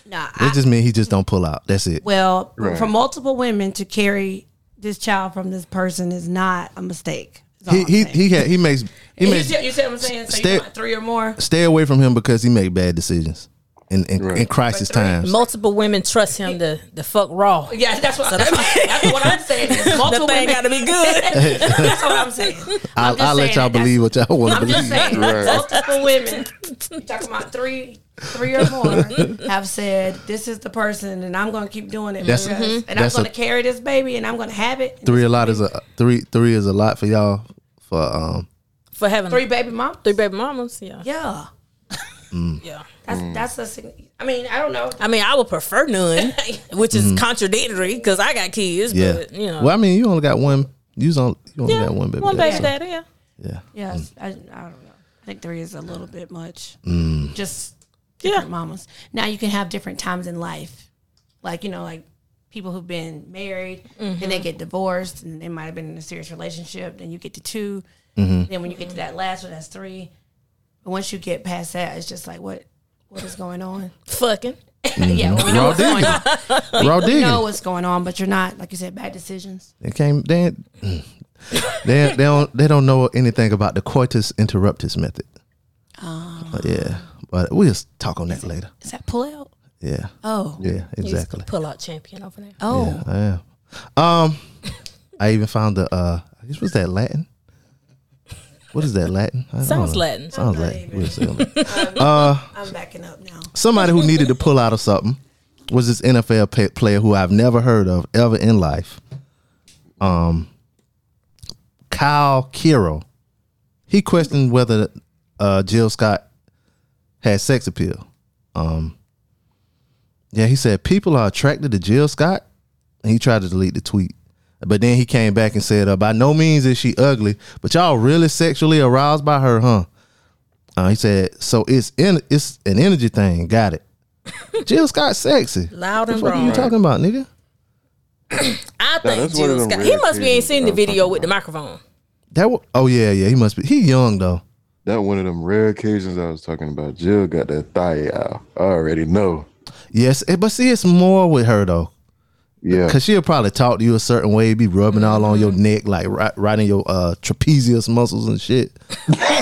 Speaker 10: Nah,
Speaker 1: Mm. it
Speaker 10: I,
Speaker 1: just mean he just don't pull out. That's it.
Speaker 10: well,
Speaker 6: Right.
Speaker 10: for multiple women to carry this child from this person is not a mistake. is all
Speaker 1: He
Speaker 10: I'm
Speaker 1: he
Speaker 10: saying.
Speaker 1: he had, he makes he
Speaker 10: You
Speaker 1: makes
Speaker 10: see, you see what I'm saying? So
Speaker 1: Stay-
Speaker 10: you want three or more?
Speaker 1: stay away from him because he make bad decisions. in in, in crisis times.
Speaker 7: Multiple women trust him to, to fuck raw.
Speaker 10: Yeah, that's what,
Speaker 7: that's,
Speaker 10: what I'm saying. is multiple
Speaker 7: the thing got
Speaker 10: women-
Speaker 7: to be good.
Speaker 10: That's what I'm saying. I'm
Speaker 1: I'll,
Speaker 10: just
Speaker 1: I'll let y'all
Speaker 10: saying that that's-
Speaker 1: believe what y'all want to
Speaker 10: I'm just
Speaker 1: believe.
Speaker 10: saying, multiple women. You talking about three, three or more have said, "This is the person, and I'm going to keep doing it,
Speaker 1: That's-
Speaker 10: because-
Speaker 1: Mhm.
Speaker 7: Mm-hmm.
Speaker 10: and I'm
Speaker 1: that's
Speaker 10: going
Speaker 1: a-
Speaker 10: to carry this baby, and I'm going to have it."
Speaker 1: Three a lot is a three three is a lot for y'all for um
Speaker 7: For having
Speaker 10: three baby moms,
Speaker 7: three baby mamas. Yeah,
Speaker 10: yeah,
Speaker 1: mm.
Speaker 7: yeah.
Speaker 10: That's that's a. sign- I mean, I don't know.
Speaker 7: I mean, I would prefer none, which is
Speaker 1: Mhm.
Speaker 7: contradictory because I got kids.
Speaker 1: yeah.
Speaker 7: But you know,
Speaker 1: Well, I mean, you only got one. You only you only got one baby.
Speaker 7: one
Speaker 1: daddy,
Speaker 7: baby
Speaker 1: so-
Speaker 7: daddy. Yeah.
Speaker 1: Yeah.
Speaker 10: Yes, I, I don't know. I think three is a little bit much.
Speaker 1: Mm.
Speaker 10: Just different mamas. Now you can have different times in life, like you know, like people who've been married and they get divorced and they might have been in a serious relationship. Then you get to 2
Speaker 1: Mhm.
Speaker 10: Then when you get to that last one, that's three. But once you get past that, it's just like what what is going on?
Speaker 7: Fucking.
Speaker 10: yeah, well, we know
Speaker 1: Raw
Speaker 10: what's going on.
Speaker 1: digging. Raw
Speaker 10: we, we know
Speaker 1: digging.
Speaker 10: what's going on, but you're not like you said bad decisions.
Speaker 1: They came. They ain't- they they don't they don't know anything about the coitus interruptus method.
Speaker 10: Um,
Speaker 1: But yeah, but we'll talk on that later.
Speaker 10: is that pull out?
Speaker 1: Yeah.
Speaker 10: Oh.
Speaker 1: Yeah. Exactly.
Speaker 7: Pull out champion over there.
Speaker 10: Oh,
Speaker 1: Yeah, I am. Um, I even found the. Uh, I guess was that Latin. What is that Latin? I don't
Speaker 10: Sounds
Speaker 1: know.
Speaker 10: Latin.
Speaker 1: Sounds
Speaker 10: I'm not
Speaker 1: Latin.
Speaker 10: even-
Speaker 1: We'll see on that.
Speaker 10: I'm-
Speaker 1: uh,
Speaker 10: I'm backing up now.
Speaker 1: Somebody who needed to pull out of something was this NFL pa- player who I've never heard of ever in life. Um, Kyle Kiro. He questioned whether uh, Jill Scott had sex appeal. Um, yeah, he said people are attracted to Jill Scott. And he tried to delete the tweet, but then he came back and said, uh, "By no means is she ugly, but y'all really sexually aroused by her, huh?" Uh, he said, "So it's in it's an energy thing. Got it." Jill Scott sexy.
Speaker 7: Loud
Speaker 1: the
Speaker 7: and
Speaker 1: fuck are you
Speaker 7: wrong.
Speaker 1: talking about, nigga?
Speaker 7: I
Speaker 1: Nah,
Speaker 7: think
Speaker 1: that's one of
Speaker 7: Jill
Speaker 1: them
Speaker 7: Scott. He
Speaker 1: rare
Speaker 7: must be ain't
Speaker 1: kids
Speaker 7: seen
Speaker 1: I
Speaker 7: the
Speaker 1: was
Speaker 7: video with the microphone.
Speaker 1: That w- oh yeah yeah he must be he young though.
Speaker 6: That one of them rare occasions I was talking about. Jill got that thigh out. I already know.
Speaker 1: Yes, eh, but see, it's more with her though.
Speaker 6: Yeah,
Speaker 1: because she'll probably talk to you a certain way, be rubbing all on your neck, like right, right in your uh, trapezius muscles and shit.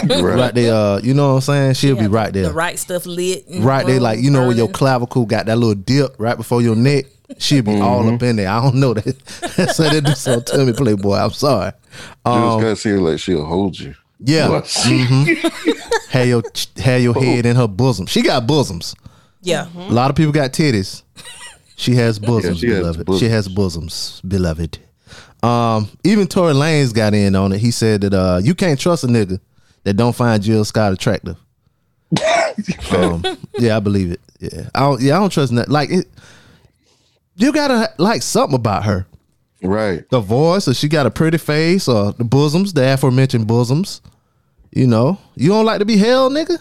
Speaker 1: right. there, uh, you know what I'm saying? She'll be right there,
Speaker 7: The right stuff lit. and
Speaker 1: right there, like you know, where your
Speaker 7: burning.
Speaker 1: clavicle got that little dip right before your neck. She'll be
Speaker 6: Mm-hmm.
Speaker 1: all up in there. I don't know that. so that do something to me, playboy. I'm sorry.
Speaker 6: Jill
Speaker 1: Um,
Speaker 6: Scott seemed like she'll hold you.
Speaker 1: yeah,
Speaker 6: What?
Speaker 1: mhm. had your ch- had your head in her bosom. She got bosoms.
Speaker 7: Yeah.
Speaker 1: A lot of people got titties. She has bosoms,
Speaker 6: she has
Speaker 1: beloved.
Speaker 6: bosoms.
Speaker 1: She has bosoms, beloved. Um, even Tory Lanez got in on it. He said that uh, you can't trust a nigga that don't find Jill Scott attractive. um, yeah, I believe it. Yeah, I don't, yeah, I don't trust that. Like it, you gotta like something about her,
Speaker 6: right?
Speaker 1: The voice, or she got a pretty face, or the bosoms, the aforementioned bosoms. You know, you don't like to be held, nigga.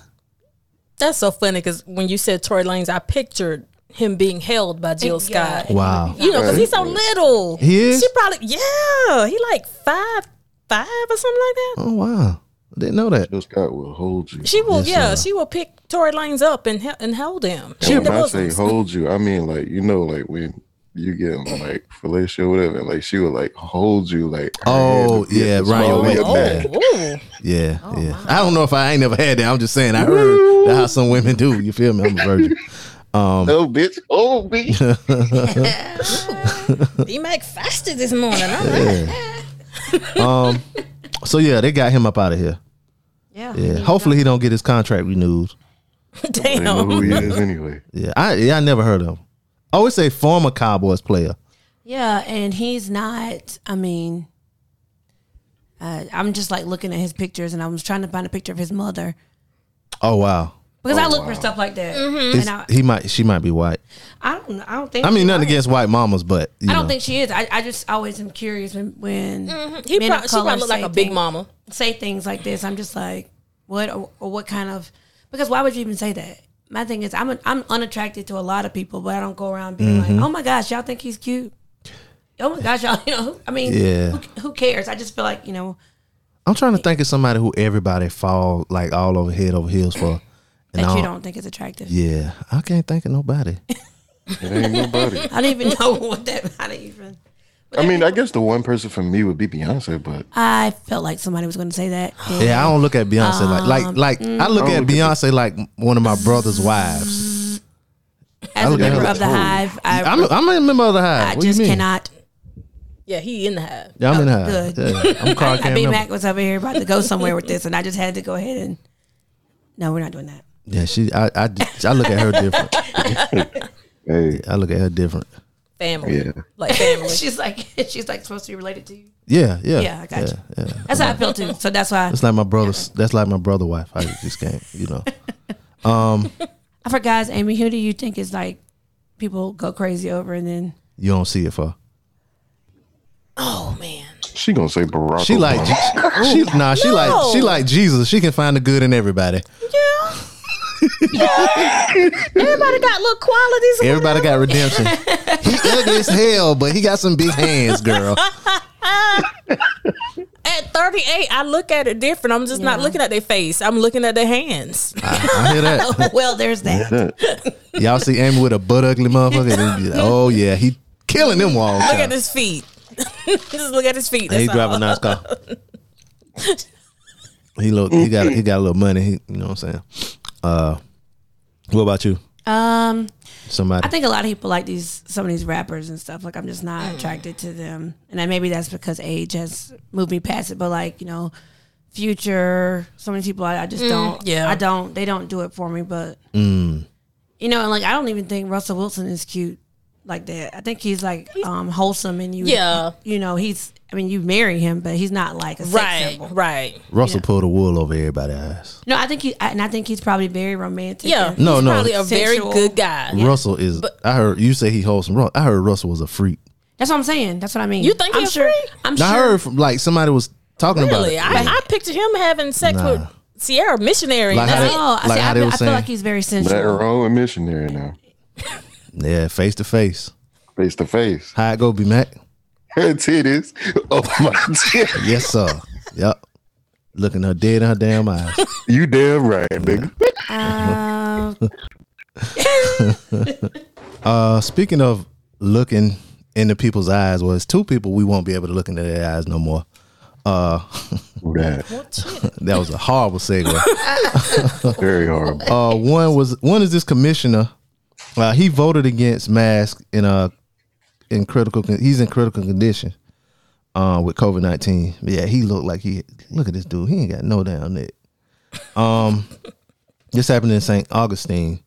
Speaker 7: That's so funny because when you said Tory Lanez, I pictured him being held by Jill Scott.
Speaker 1: Wow,
Speaker 7: You know, because he's so little.
Speaker 1: He is?
Speaker 7: She probably, yeah, he like five, five or something like that.
Speaker 1: Oh wow, didn't know that.
Speaker 6: Jill Scott will hold you.
Speaker 7: She will, yeah, she will pick Tory Lanez up and he- and hold him. She
Speaker 6: And when I
Speaker 7: does
Speaker 6: say
Speaker 7: it.
Speaker 6: hold you, I mean like you know, like when you get like fellatio or whatever, like she would like hold you, like her
Speaker 1: Oh,
Speaker 6: hand would be at
Speaker 1: yeah,
Speaker 6: the
Speaker 1: right,
Speaker 6: small of
Speaker 1: right,
Speaker 6: your
Speaker 1: yeah.
Speaker 6: back.
Speaker 1: Yeah,
Speaker 10: Oh,
Speaker 1: yeah. I don't know if I ain't never had that. I'm just saying I heard that how some women do. You feel me? I'm a virgin. Um,
Speaker 6: no, bitch. Oh, bitch.
Speaker 7: He make faster this morning. All right.
Speaker 1: yeah. Um. So yeah, they got him up out of here.
Speaker 7: Yeah.
Speaker 1: Yeah. Hopefully he don't get his contract renewed.
Speaker 7: Damn.
Speaker 6: anyway.
Speaker 1: Yeah. I yeah I never heard of him. I always say former Cowboys player.
Speaker 10: Yeah, and he's not. I mean, uh, I'm just like looking at his pictures, and I was trying to find a picture of his mother
Speaker 1: Oh wow.
Speaker 10: because I look for stuff like that.
Speaker 7: Mm-hmm.
Speaker 1: His-
Speaker 10: Mm-hmm. And I,
Speaker 1: he might she might be white.
Speaker 10: I don't. I don't think.
Speaker 1: I mean
Speaker 10: she
Speaker 1: nothing
Speaker 10: is.
Speaker 1: against white mamas, but you
Speaker 10: I don't
Speaker 1: know.
Speaker 10: think she is. I, I just always am curious when when
Speaker 7: Mm-hmm. He
Speaker 10: men
Speaker 7: prob-
Speaker 10: of
Speaker 7: she probably
Speaker 10: color
Speaker 7: look like
Speaker 10: say
Speaker 7: a big
Speaker 10: thing-
Speaker 7: mama.
Speaker 10: say things like this. I'm just like, what or, or what kind of? Because why would you even say that? My thing is, I'm i I'm unattracted to a lot of people, but I don't go around being
Speaker 1: Mhm.
Speaker 10: like, oh my gosh, y'all think he's cute. Oh my gosh, y'all, you know, I mean,
Speaker 1: Yeah.
Speaker 10: who, who cares? I just feel like, you know,
Speaker 1: I'm trying to think of somebody who everybody fall like all over head over heels for. And
Speaker 10: that
Speaker 1: I
Speaker 10: you
Speaker 1: don't-
Speaker 10: don't think is attractive.
Speaker 1: Yeah. I can't think of nobody.
Speaker 6: It ain't nobody.
Speaker 10: I don't even know what that. I don't even.
Speaker 6: I mean, I guess the one person for me would be Beyonce, but
Speaker 10: I felt like somebody was going to say that.
Speaker 1: Yeah, I don't look at Beyonce like like
Speaker 10: Um,
Speaker 1: like I look
Speaker 10: mm.
Speaker 1: at Beyonce like one of my brother's wives.
Speaker 10: as a
Speaker 1: look at
Speaker 10: member
Speaker 1: her
Speaker 10: of the
Speaker 1: like, oh.
Speaker 10: hive, I,
Speaker 1: I'm, a- I'm a member of the hive.
Speaker 10: I
Speaker 1: What do you
Speaker 10: just
Speaker 1: mean?
Speaker 10: cannot. Oh,
Speaker 7: Yeah, he in the hive.
Speaker 1: Yeah, I'm in the hive.
Speaker 10: Good.
Speaker 1: Yeah, I'm a
Speaker 10: I,
Speaker 1: card
Speaker 10: I,
Speaker 1: cam
Speaker 10: B
Speaker 1: member.
Speaker 10: Mac was over here about to go somewhere with this, and I just had to go ahead and. No, we're not doing that.
Speaker 1: Yeah, she. I, I. just- I look at her different.
Speaker 6: hey,
Speaker 1: I look at her different.
Speaker 7: Family.
Speaker 1: Yeah.
Speaker 7: Like family.
Speaker 10: she's like she's like supposed to be related to you.
Speaker 1: Yeah, yeah,
Speaker 10: Yeah, I got you.
Speaker 1: yeah, yeah.
Speaker 10: That's how I feel too. So that's why
Speaker 1: It's like my brother's. That's like my brother wife. I just can't. You know. Um,
Speaker 10: I forgot. Amy, who do you think is like people go crazy over, and then
Speaker 1: you don't see it for.
Speaker 7: Oh man.
Speaker 6: She gonna say Barack.
Speaker 1: She like.
Speaker 6: Obama.
Speaker 1: She,
Speaker 10: Oh,
Speaker 1: nah. She like. She
Speaker 7: No.
Speaker 1: like Jesus. She can find the good in everybody.
Speaker 7: Everybody got little qualities.
Speaker 1: Everybody got redemption. he ugly as hell, but he got some big hands, girl.
Speaker 7: At 38, I look at it different. I'm just not looking at their face. I'm looking at their hands.
Speaker 1: I, I hear that.
Speaker 10: well, there's that.
Speaker 1: Y'all see Amy with a butt ugly motherfucker. and you be like, oh yeah, he killing them walls.
Speaker 7: Look
Speaker 1: child.
Speaker 7: at his feet. just look at his feet.
Speaker 1: He
Speaker 7: That's
Speaker 1: drive a
Speaker 7: all.
Speaker 1: nice car. He look. He got. He got a little money. He, you know what I'm saying. Uh, what about you?
Speaker 10: Um,
Speaker 1: Somebody.
Speaker 10: I think a lot of people like these some of these rappers and stuff. Like I'm just
Speaker 7: Mm.
Speaker 10: not attracted to them, and I, maybe that's because age has moved me past it. But like you know, future, so many people I, I just
Speaker 7: Mm,
Speaker 10: don't.
Speaker 7: yeah.
Speaker 10: I don't. They don't do it for me. But
Speaker 1: Mm.
Speaker 10: you know, and like I don't even think Russell Wilson is cute like that. I think he's like um wholesome, and you
Speaker 7: Yeah.
Speaker 10: you know he's. I mean, you marry him, but he's not like a sex
Speaker 7: Right,
Speaker 10: symbol.
Speaker 7: right.
Speaker 1: Russell pulled the wool over everybody's eyes.
Speaker 10: No, I think he I- and I think he's probably very romantic.
Speaker 7: Yeah.
Speaker 10: and
Speaker 1: No,
Speaker 7: he's
Speaker 1: no.
Speaker 7: probably a very
Speaker 10: Sensual.
Speaker 7: good guy.
Speaker 1: Russell is. I heard you say he wholesome. Ru- I heard Russell was a freak.
Speaker 10: That's what I'm saying. That's what I mean.
Speaker 7: You think
Speaker 10: I'm
Speaker 7: he's
Speaker 10: sure?
Speaker 7: free?
Speaker 10: I'm
Speaker 1: Now, I
Speaker 10: sure.
Speaker 1: heard from, like somebody was talking about it.
Speaker 7: Really? I, I picture him having sex
Speaker 1: Nah.
Speaker 7: with Sierra Missionary.
Speaker 1: Like how
Speaker 7: That's
Speaker 1: they-
Speaker 7: it.
Speaker 10: Oh, I,
Speaker 1: Like
Speaker 10: see,
Speaker 1: how
Speaker 10: I,
Speaker 1: they were
Speaker 10: feel- I feel
Speaker 1: saying.
Speaker 10: like he's very
Speaker 6: Black
Speaker 10: sensual.
Speaker 6: wrong and missionary now,
Speaker 1: yeah, face to face.
Speaker 6: face to face.
Speaker 1: How it go, be Mac?
Speaker 6: Her titties. Oh my titties.
Speaker 1: Yes, sir. yep. Looking her dead in her damn eyes.
Speaker 6: You damn right, nigga.
Speaker 10: Um,
Speaker 1: Uh, speaking of looking into people's eyes, well, it's two people we won't be able to look into their eyes no more. Uh,
Speaker 6: That
Speaker 1: that was a horrible segue.
Speaker 6: very horrible.
Speaker 1: Uh, one was one is this commissioner. Uh, he voted against mask in a in critical. con- He's in critical condition uh, with COVID nineteen. Yeah, he looked like he. Look at this dude. He ain't got no damn neck. Um, this happened in St. Augustine.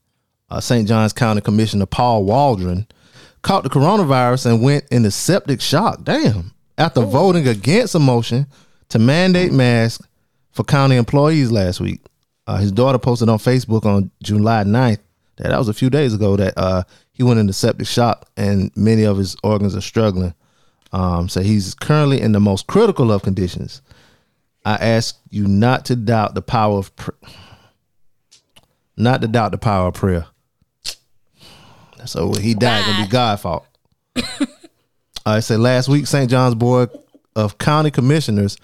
Speaker 1: Uh, St. John's County Commissioner Paul Waldron caught the coronavirus and went into septic shock. Damn! After voting against a motion to mandate masks for county employees last week. Uh, his daughter posted on Facebook on July 9th, that, that was a few days ago, that uh, he went into septic shock and many of his organs are struggling. Um, so he's currently in the most critical of conditions. I ask you not to doubt the power of pr- not to doubt the power of prayer. So when he died, it's gonna be God's fault. I said last week, St. John's Board of County Commissioners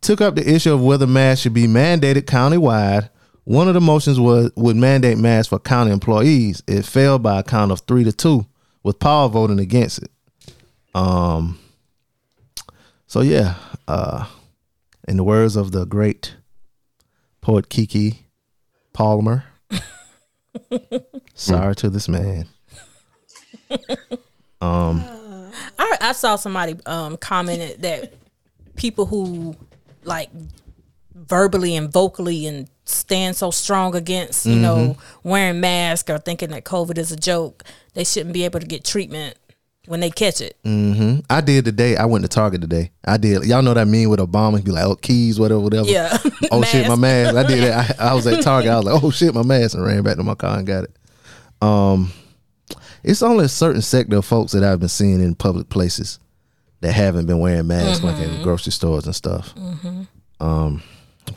Speaker 1: took up the issue of whether masks should be mandated countywide. One of the motions was would mandate masks for county employees. It fell by a count of three to two, with Paul voting against it. Um. So yeah, uh, in the words of the great poet Kiki Palmer, sorry to this man. Um.
Speaker 7: I, I saw somebody um, commented that people who like verbally and vocally and stand so strong against you know wearing masks or thinking that COVID is a joke, they shouldn't be able to get treatment when they catch it.
Speaker 1: hmm I did today. I went to Target today. I did. Y'all know that meme with Obama? He'd be like, "Oh, keys, whatever, whatever."
Speaker 7: Yeah.
Speaker 1: oh shit, my mask. I did that. I, I was at Target. I was like, "Oh shit, my mask," and ran back to my car and got it. Um, it's only a certain sector of folks that I've been seeing in public places that haven't been wearing masks, like at grocery stores and stuff. Um,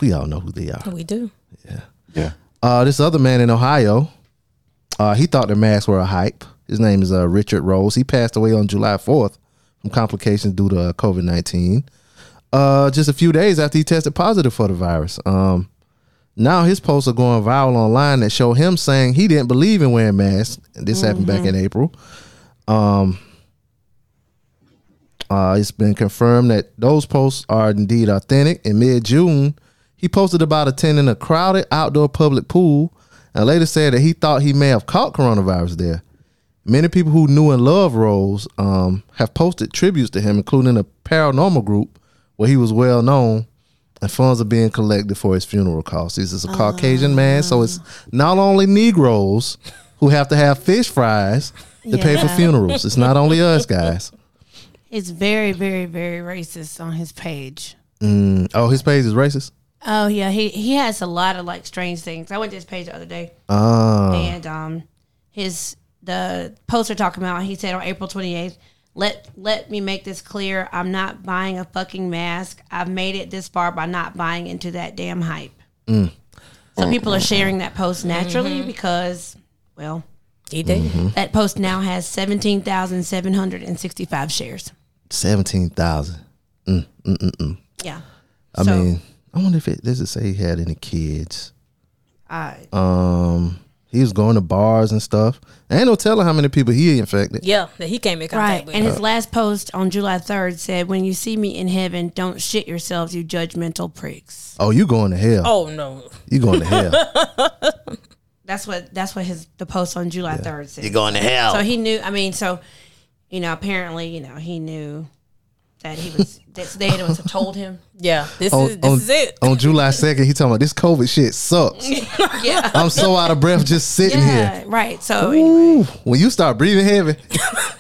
Speaker 1: we all know who they are.
Speaker 7: We do.
Speaker 6: Yeah.
Speaker 1: Uh, this other man in Ohio, uh, he thought the masks were a hype. His name is uh, Richard Rose. He passed away on July 4th from complications due to uh, COVID 19, uh, just a few days after he tested positive for the virus. Um, now his posts are going viral online that show him saying he didn't believe in wearing masks. This happened back in April. Um, uh, it's been confirmed that those posts are indeed authentic. In mid June, he posted about attending a crowded outdoor public pool and later said that he thought he may have caught coronavirus there. Many people who knew and loved Rose um, have posted tributes to him, including a paranormal group where he was well known, and funds are being collected for his funeral costs. This is a Caucasian man, so it's not only Negroes who have to have fish fries to pay for
Speaker 10: Yeah.
Speaker 1: funerals. It's not only us, guys.
Speaker 10: It's very, very, very racist on his page.
Speaker 1: Mm, oh, his page is racist.
Speaker 10: Oh yeah, he he has a lot of like strange things. I went to his page the other day,
Speaker 1: Ah.
Speaker 10: and um, his the poster talking about he said on April twenty eighth, let let me make this clear. I'm not buying a fucking mask. I've made it this far by not buying into that damn hype.
Speaker 1: Mm.
Speaker 10: So people are sharing that post naturally because, well,
Speaker 7: he did.
Speaker 10: That post now has seventeen thousand seven hundred and sixty five shares.
Speaker 1: Seventeen thousand. Mm, mm, mm, mm.
Speaker 10: Yeah.
Speaker 1: I
Speaker 10: So-
Speaker 1: mean, I wonder if it does it say he had any kids.
Speaker 10: I-
Speaker 1: Um, he was going to bars and stuff. Ain't no telling how many people he infected.
Speaker 7: Yeah, that he came in
Speaker 10: Right.
Speaker 7: contact with.
Speaker 10: And his last post on July 3rd said, When you see me in heaven, don't shit yourselves, you judgmental pricks.
Speaker 1: Oh, you going to hell?
Speaker 10: Oh, no.
Speaker 1: you going to hell?
Speaker 10: That's what that's what his the post on July 3rd said.
Speaker 1: You're going to hell.
Speaker 10: So he knew, I mean, so, you know, apparently, you know, he knew that he was, that they had was told him.
Speaker 7: Yeah. This
Speaker 1: on,
Speaker 7: is this
Speaker 1: on-
Speaker 7: is it.
Speaker 1: on July second, he talking about this COVID shit sucks.
Speaker 10: yeah.
Speaker 1: I'm so out of breath just sitting
Speaker 10: yeah.
Speaker 1: here.
Speaker 10: Right. So,
Speaker 1: Ooh, when you start breathing heavy,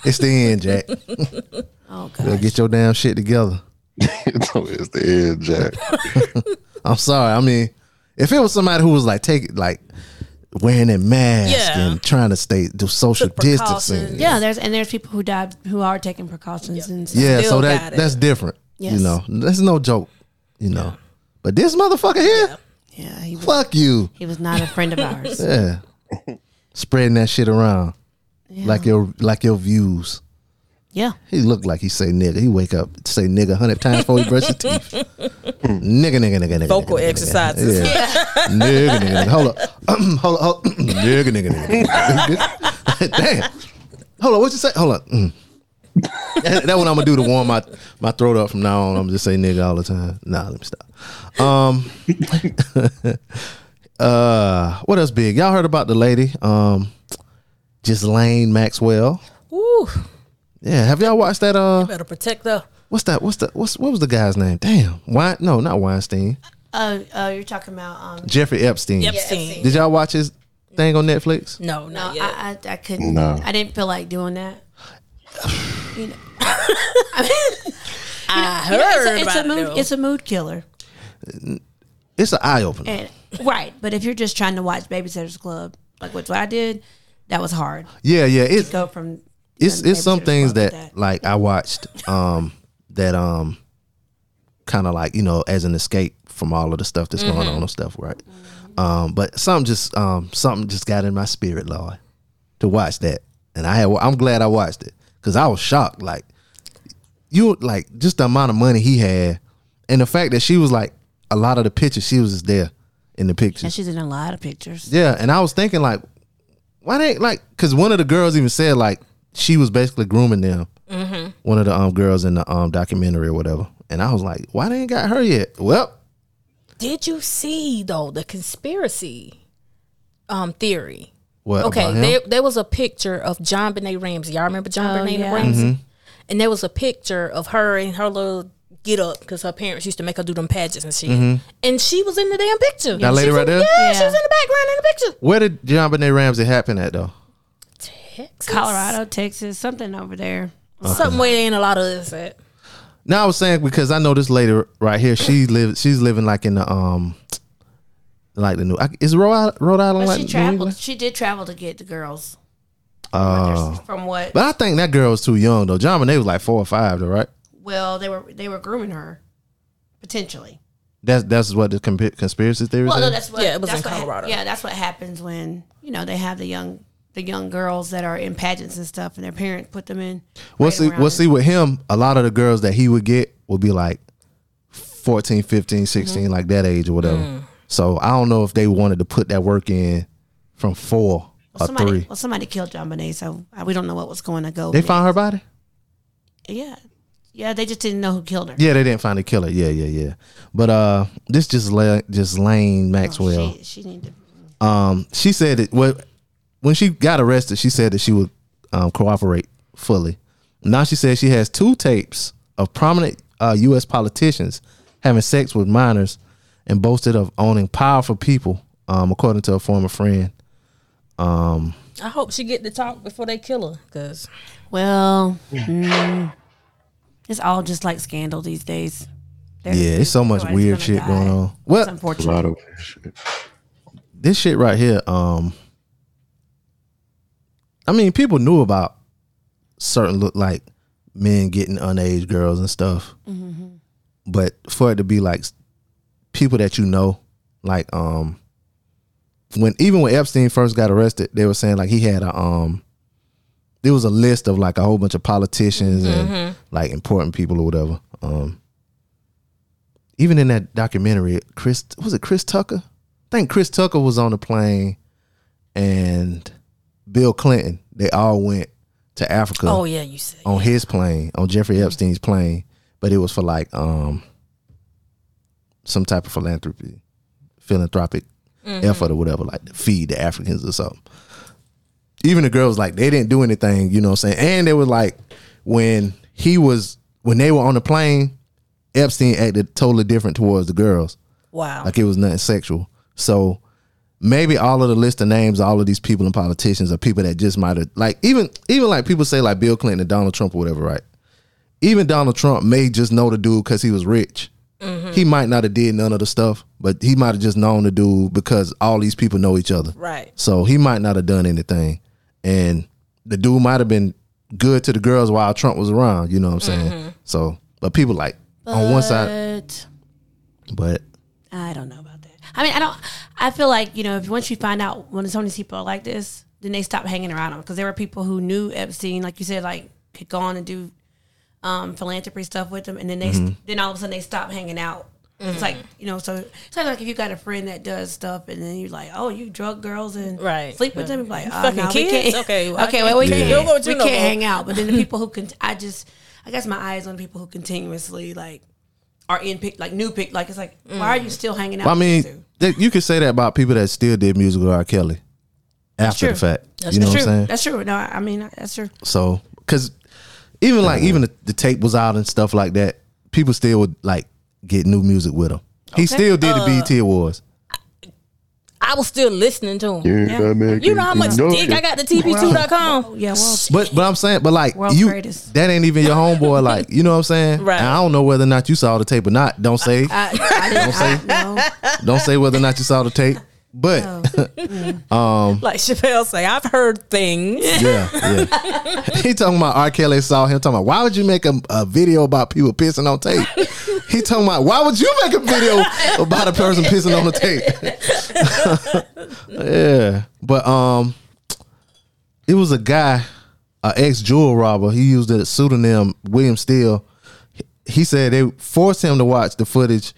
Speaker 1: it's the end, Jack.
Speaker 10: Oh, God.
Speaker 1: Well, get your damn shit together.
Speaker 6: it's the end, Jack.
Speaker 1: I'm sorry. I mean, if it was somebody who was like taking like wearing a mask
Speaker 10: Yeah.
Speaker 1: and trying to stay do social distancing,
Speaker 10: Yeah, there's and there's people who died who are taking precautions and stuff.
Speaker 1: yeah, so that that's different. You
Speaker 10: Yes.
Speaker 1: know, that's no joke. You know, but this motherfucker here,
Speaker 10: yeah, he was,
Speaker 1: fuck you.
Speaker 10: He was not a friend of ours.
Speaker 1: Yeah, spreading that shit around like your like your views.
Speaker 10: Yeah.
Speaker 1: He looked like he say nigga. He wake up say nigga hundred times before he brush his teeth. nigga, nigga, nigga, nigga.
Speaker 7: Vocal
Speaker 1: nigga, nigga, nigga.
Speaker 7: exercises.
Speaker 1: Yeah. nigga, nigga, nigga. Hold up. hold up. Hold up. nigga, nigga, nigga, nigga. Damn. Hold on. What you say? Hold up. Mm. that, that one I'm gonna do to warm my my throat up from now on. I'm just say nigga all the time. Nah, let me stop. Um, uh, what else big? Y'all heard about the lady, um, Ghislaine Maxwell.
Speaker 7: Ooh.
Speaker 1: Yeah, have y'all watched that? Uh,
Speaker 7: Better protect the
Speaker 1: what's that? What's the what's what was the guy's name? Damn, Wein, no, not Weinstein.
Speaker 10: Oh, oh, you're talking about um.
Speaker 1: Jeffrey Epstein.
Speaker 10: Yeah, Epstein.
Speaker 1: Did y'all watch his thing on Netflix?
Speaker 7: No, no,
Speaker 10: I, I, I couldn't.
Speaker 1: No.
Speaker 10: I didn't feel like doing that. You know,
Speaker 7: I
Speaker 10: You know, it's a-
Speaker 7: heard
Speaker 10: it's a,
Speaker 7: about it,
Speaker 10: mood.
Speaker 7: though.
Speaker 10: It's a mood killer,
Speaker 1: It's an eye opener.
Speaker 10: and, right? But if you're just trying to watch Babysitters Club, like what's what I did, that was hard.
Speaker 1: Yeah, yeah.
Speaker 10: To
Speaker 1: It's
Speaker 10: go from
Speaker 1: it's
Speaker 10: from
Speaker 1: it's some
Speaker 10: Babysitter's
Speaker 1: things
Speaker 10: Club
Speaker 1: that,
Speaker 10: to
Speaker 1: like I watched um that um kind of like you know as an escape from all of the stuff that's going
Speaker 12: Mhm.
Speaker 1: on and stuff, right? Um, but something just um something just got in my spirit, Lord, to watch that, and I had I'm glad I watched it because I was shocked, like you like just the amount of money he had, and the fact that she was like a lot of the pictures she was just there in the pictures.
Speaker 10: And she's in a lot of pictures.
Speaker 1: Yeah, and I was thinking like, why they like? Because one of the girls even said like she was basically grooming them.
Speaker 10: Mhm.
Speaker 1: One of the um girls in the um documentary or whatever, and I was like, why they ain't got her yet? Well,
Speaker 7: Did you see though the conspiracy um theory?
Speaker 1: What,
Speaker 7: Okay,
Speaker 1: about him?
Speaker 7: there there was a picture of John Benet Ramsey. Y'all remember John
Speaker 10: Oh,
Speaker 7: Benet
Speaker 10: yeah.
Speaker 7: Ramsey?
Speaker 1: Mhm.
Speaker 7: And there was a picture of her in her little get up because her parents used to make her do them pageants and shit.
Speaker 1: Mhm.
Speaker 7: And she was in the damn picture.
Speaker 1: That lady
Speaker 7: She was
Speaker 1: right
Speaker 7: in-
Speaker 1: there?
Speaker 7: Yeah, she was in the background in the picture.
Speaker 1: where did John Benet Ramsey happen at though?
Speaker 10: Colorado, Texas, something over there.
Speaker 1: Okay.
Speaker 7: Somewhere in a lot of this at.
Speaker 1: Now I was saying because I know this lady right here, she lives, she's living like in the um, like the new I- is Rhode Island, Rhode Island like
Speaker 10: But she
Speaker 1: New England?
Speaker 10: traveled. She did travel to get the girls.
Speaker 1: Oh.
Speaker 10: from what-
Speaker 1: But I think that girl was too young though. John Bonet was like four or five though, right?
Speaker 10: Well, they were they were grooming her, potentially.
Speaker 1: That's that's what the comp- conspiracy theory.
Speaker 10: Well, no,
Speaker 1: said?
Speaker 10: that's what.
Speaker 7: Yeah, it was
Speaker 10: that's
Speaker 7: in
Speaker 10: what hap-
Speaker 7: Colorado.
Speaker 10: yeah, that's what happens when you know they have the young the young girls that are in pageants and stuff, and their parents put them in.
Speaker 1: We'll
Speaker 10: right
Speaker 1: see.
Speaker 10: around
Speaker 1: We'll
Speaker 10: it.
Speaker 1: see with him. A lot of the girls that he would get would be like 14, 15, 16, like that age or whatever.
Speaker 10: Mm.
Speaker 1: So I don't know if they wanted to put that work in from four
Speaker 10: Well,
Speaker 1: or
Speaker 10: somebody,
Speaker 1: Uh, three.
Speaker 10: Well, somebody killed John Bonet, so uh, we don't know what was going to go.
Speaker 1: They found her body.
Speaker 10: Yeah, yeah, they just didn't know who killed her.
Speaker 1: Yeah, they didn't find the killer. Yeah, yeah, yeah. But uh, this just La- just Lane Maxwell.
Speaker 10: She, she needed.
Speaker 1: um, she said that well, when she got arrested, she said that she would um, cooperate fully. Now she says she has two tapes of prominent uh, U.S. politicians having sex with minors and boasted of owning powerful people, um, according to a former friend. Um,
Speaker 7: I hope she get to talk before they kill her. Cause
Speaker 10: well, mm, it's all just like scandal these days. There's-
Speaker 1: yeah, it's so much
Speaker 10: everybody's
Speaker 1: weird
Speaker 10: gonna
Speaker 1: shit
Speaker 10: die.
Speaker 1: going on. Well,
Speaker 10: It's unfortunate. A lot of
Speaker 1: this shit right here. Um, I mean, people knew about certain look like men getting underage girls and stuff,
Speaker 2: Mhm.
Speaker 1: but for it to be like s- people that you know, like um, when even when Epstein first got arrested, they were saying like he had a um, there was a list of like a whole bunch of politicians
Speaker 2: Mhm.
Speaker 1: and like important people or whatever. Um, even in that documentary, Chris was it Chris Tucker? I think Chris Tucker was on the plane, and Bill Clinton. They all went to Africa.
Speaker 7: Oh, yeah, you said,
Speaker 1: on his plane, on Jeffrey Epstein's plane, but it was for like um some type of philanthropy, philanthropic
Speaker 2: Mhm.
Speaker 1: effort or whatever, like to feed the Africans or something. Even the girls like they didn't do anything, you know what I'm saying? And they were like when he was when they were on the plane, Epstein acted totally different towards the girls.
Speaker 7: Wow.
Speaker 1: Like it was nothing sexual. So maybe all of the list of names, all of these people and politicians are people that just might have like even even like people say like Bill Clinton and Donald Trump or whatever, right? Even Donald Trump may just know the dude because he was rich.
Speaker 2: Mhm.
Speaker 1: He might not have did none of the stuff, but he might have just known the dude because all these people know each other.
Speaker 2: Right.
Speaker 1: So he might not have done anything. And the dude might have been good to the girls while Trump was around, you know what I'm saying?
Speaker 10: Mhm.
Speaker 1: So but people like on one side but
Speaker 10: I don't know about that. I mean, I don't. I feel like you know, if once you find out when so many people are like this, then they stop hanging around him because there were people who knew Epstein, like you said, like could go on and do um, philanthropy stuff with him, and then they
Speaker 2: Mhm.
Speaker 10: then all of a sudden they stop hanging out.
Speaker 2: Mhm.
Speaker 10: It's like
Speaker 7: Mm-hmm.
Speaker 10: you know, so it's like, like if you got a friend that does stuff, and then you're like, oh, you drug girls and
Speaker 7: Right.
Speaker 10: sleep with them, you're like
Speaker 7: You
Speaker 10: oh,
Speaker 7: fucking
Speaker 10: no, we
Speaker 7: kids?
Speaker 10: can't.
Speaker 7: Okay, well, I
Speaker 10: okay,
Speaker 7: can't-
Speaker 10: well we
Speaker 7: Yeah.
Speaker 10: can't,
Speaker 7: Don't go to
Speaker 10: we
Speaker 7: no
Speaker 10: can't
Speaker 7: more.
Speaker 10: hang out. But then the people who can, I just, I guess my eyes on people who continuously like are in pic like new pic like it's like why are you still hanging out
Speaker 1: I mean,
Speaker 10: with these two?
Speaker 1: that you could say that about people that still did musical R. Kelly after the fact.
Speaker 10: that's
Speaker 1: you know
Speaker 10: true.
Speaker 1: what I'm saying?
Speaker 10: that's true no i I mean that's true
Speaker 1: So, because even like even the, the tape was out and stuff like that, people still would like get new music with him.
Speaker 7: Okay.
Speaker 1: He still did
Speaker 7: Uh,
Speaker 1: the BET Awards.
Speaker 7: I was still listening to him.
Speaker 1: Yeah, that man
Speaker 7: You know how
Speaker 1: can
Speaker 7: much
Speaker 1: do
Speaker 7: dick
Speaker 1: it.
Speaker 7: I got to tp2.com.
Speaker 10: Oh, Yeah, well,
Speaker 1: But but I'm saying, but like
Speaker 7: World's
Speaker 1: you,
Speaker 7: greatest.
Speaker 1: that ain't even your homeboy. Like you know what I'm saying?
Speaker 7: Right.
Speaker 1: And I don't know whether or not you saw the tape or not. Don't say don't say don't say whether or not you saw the tape. But um,
Speaker 7: like Chappelle say, I've heard things.
Speaker 1: Yeah, yeah. he talking about R. Kelly saw him talking about why would you make a, a video about people pissing on tape? he talking about why would you make a video about a person pissing on the tape? yeah, but um, it was a guy, a ex jewel robber. He used a pseudonym William Steele. He- He said they forced him to watch the footage.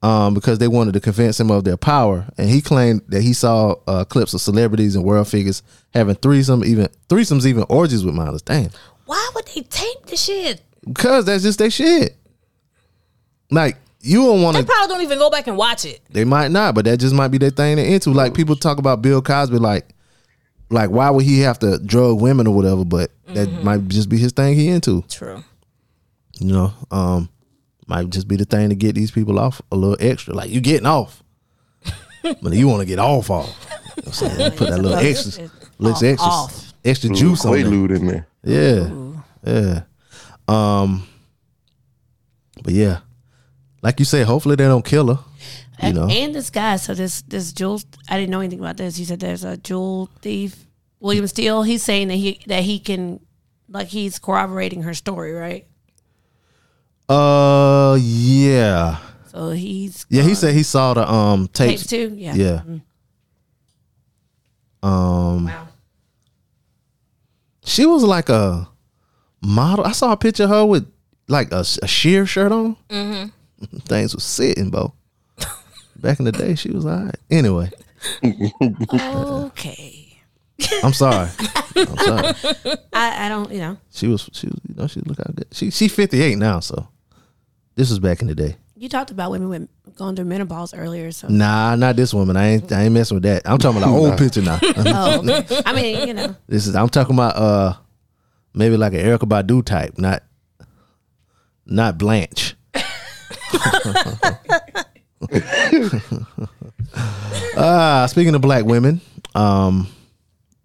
Speaker 1: Um, because they wanted to convince him of their power, and he claimed that he saw uh, clips of celebrities and world figures having threesome, even threesomes, even orgies with minors. Damn,
Speaker 7: Why would they tape the shit?
Speaker 1: because that's just their shit. Like you don't want
Speaker 7: They
Speaker 1: to
Speaker 7: probably don't even go back and watch it.
Speaker 1: They might not, but that just might be their thing they're into. Like people talk about Bill Cosby, like like why would he have to drug women or whatever, but that might just be his thing he into.
Speaker 7: True.
Speaker 1: You know, um, might just be the thing to get these people off a little extra. Like you getting off. but you want to get off off. You know what I'm saying? Put that little extra little extra,
Speaker 6: Off.
Speaker 1: extra
Speaker 6: Little
Speaker 1: juice on it.
Speaker 6: Quaalude in there.
Speaker 1: Yeah. Yeah. Um but yeah. Like you said, hopefully they don't kill her. You know.
Speaker 10: and this guy so this this jewel i didn't know anything about this you said there's a jewel thief william steele he's saying that he that he can like he's corroborating her story right
Speaker 1: Uh, yeah.
Speaker 10: So he's
Speaker 1: yeah. He said he saw the um tapes,
Speaker 10: Tapes too? Yeah.
Speaker 1: Yeah. Um. She was like a model. I saw a picture of her with like a, a sheer shirt on.
Speaker 7: Mm-hmm.
Speaker 1: Things was sitting, bo. Back in the day, she was all right. Anyway.
Speaker 10: okay
Speaker 1: I'm sorry. I'm sorry.
Speaker 10: I, I don't you know
Speaker 1: She was. She was. You know. She look out good. She she 58 now. So this was back in the day.
Speaker 10: you talked about women with going through menopause earlier so
Speaker 1: Nah, not this woman. I ain't. I ain't messing with that. I'm talking about the old
Speaker 10: Nah.
Speaker 1: picture now.
Speaker 10: oh, okay. i mean you know
Speaker 1: This is I'm talking about uh maybe like an Erica Badu type, not not Blanche. Ah, speaking of black women, um,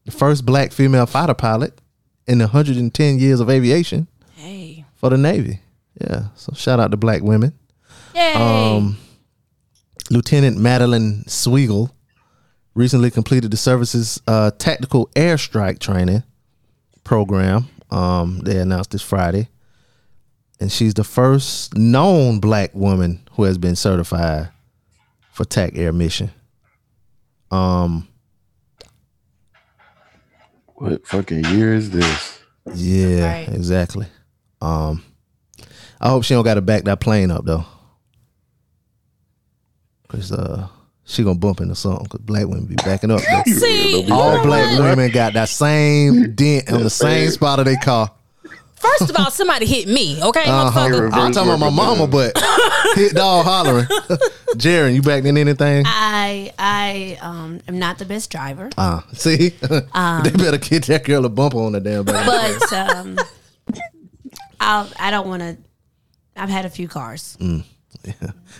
Speaker 1: the first black female fighter pilot in 110 years of aviation
Speaker 7: Hey.
Speaker 1: for the Navy. Yeah, so shout out to black women.
Speaker 7: Yay.
Speaker 1: Um, Lieutenant Madeline Swiegel recently completed the service's uh, tactical airstrike training program. Um, they announced this Friday, and she's the first known black woman who has been certified for TAC air mission. Um,
Speaker 6: What fucking year is this?
Speaker 1: yeah,
Speaker 7: Right.
Speaker 1: exactly. Um, I hope she don't got to back that plane up though, cause uh, she gonna bump into something. Cause black women be backing up. though.
Speaker 7: See,
Speaker 1: All black women got that same dent on the same spot of their car. Uh-huh.
Speaker 7: first of all, somebody hit me, okay, motherfucker?
Speaker 1: I'm talking about my mama, but hit dog hollering. Jaron, you backed in anything?
Speaker 10: I I um am not the best driver,
Speaker 1: Uh, see, they better get that girl a bumper on the damn back.
Speaker 10: but um, I I don't want to. I've had a few cars.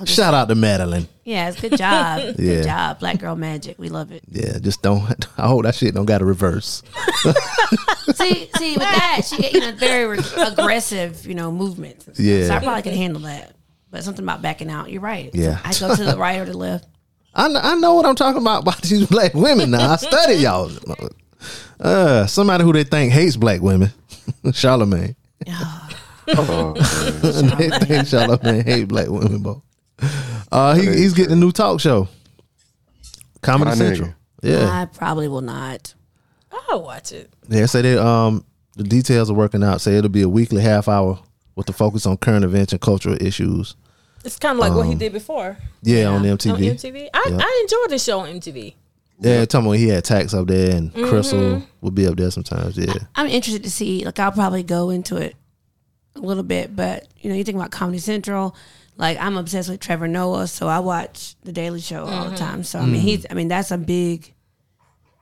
Speaker 1: Shout out to Madeline.
Speaker 10: Yeah, it's good job.
Speaker 1: Yeah.
Speaker 10: Good job, black girl magic. We love it.
Speaker 1: Yeah, just don't. I hope that shit don't got a reverse.
Speaker 10: See, see, with that, she get you know very re- aggressive, you know, movements. and stuff.
Speaker 1: Yeah.
Speaker 10: so I probably could handle that. But something about backing out. You're right.
Speaker 1: Yeah.
Speaker 10: I go to the right or the left.
Speaker 1: I know, I know what I'm talking about about these black women. Now I study y'all. Uh, somebody who they think hates black women, Charlemagne.
Speaker 6: Oh,
Speaker 1: they think Charlemagne hate black women, bro. Uh, he, he's getting a new talk show, Comedy
Speaker 6: My nigga.
Speaker 1: Central. Yeah,
Speaker 10: I probably will not.
Speaker 7: I'll watch it.
Speaker 1: yeah. Say they um the details are working out. Say it'll be a weekly half hour with the focus on current events and cultural issues.
Speaker 7: It's kind of like what he did before
Speaker 1: Yeah, on MTV.
Speaker 7: on MTV. I,
Speaker 1: Yeah.
Speaker 7: I enjoyed the show on MTV.
Speaker 1: Yeah, talking about he had Tax up there and Crystal will be up there sometimes. Yeah,
Speaker 10: I'm interested to see. Like I'll probably go into it a little bit, but you know, you think about Comedy Central. Like I'm obsessed with Trevor Noah, so I watch The Daily Show all the time. So I mean, he's. I mean, that's a big.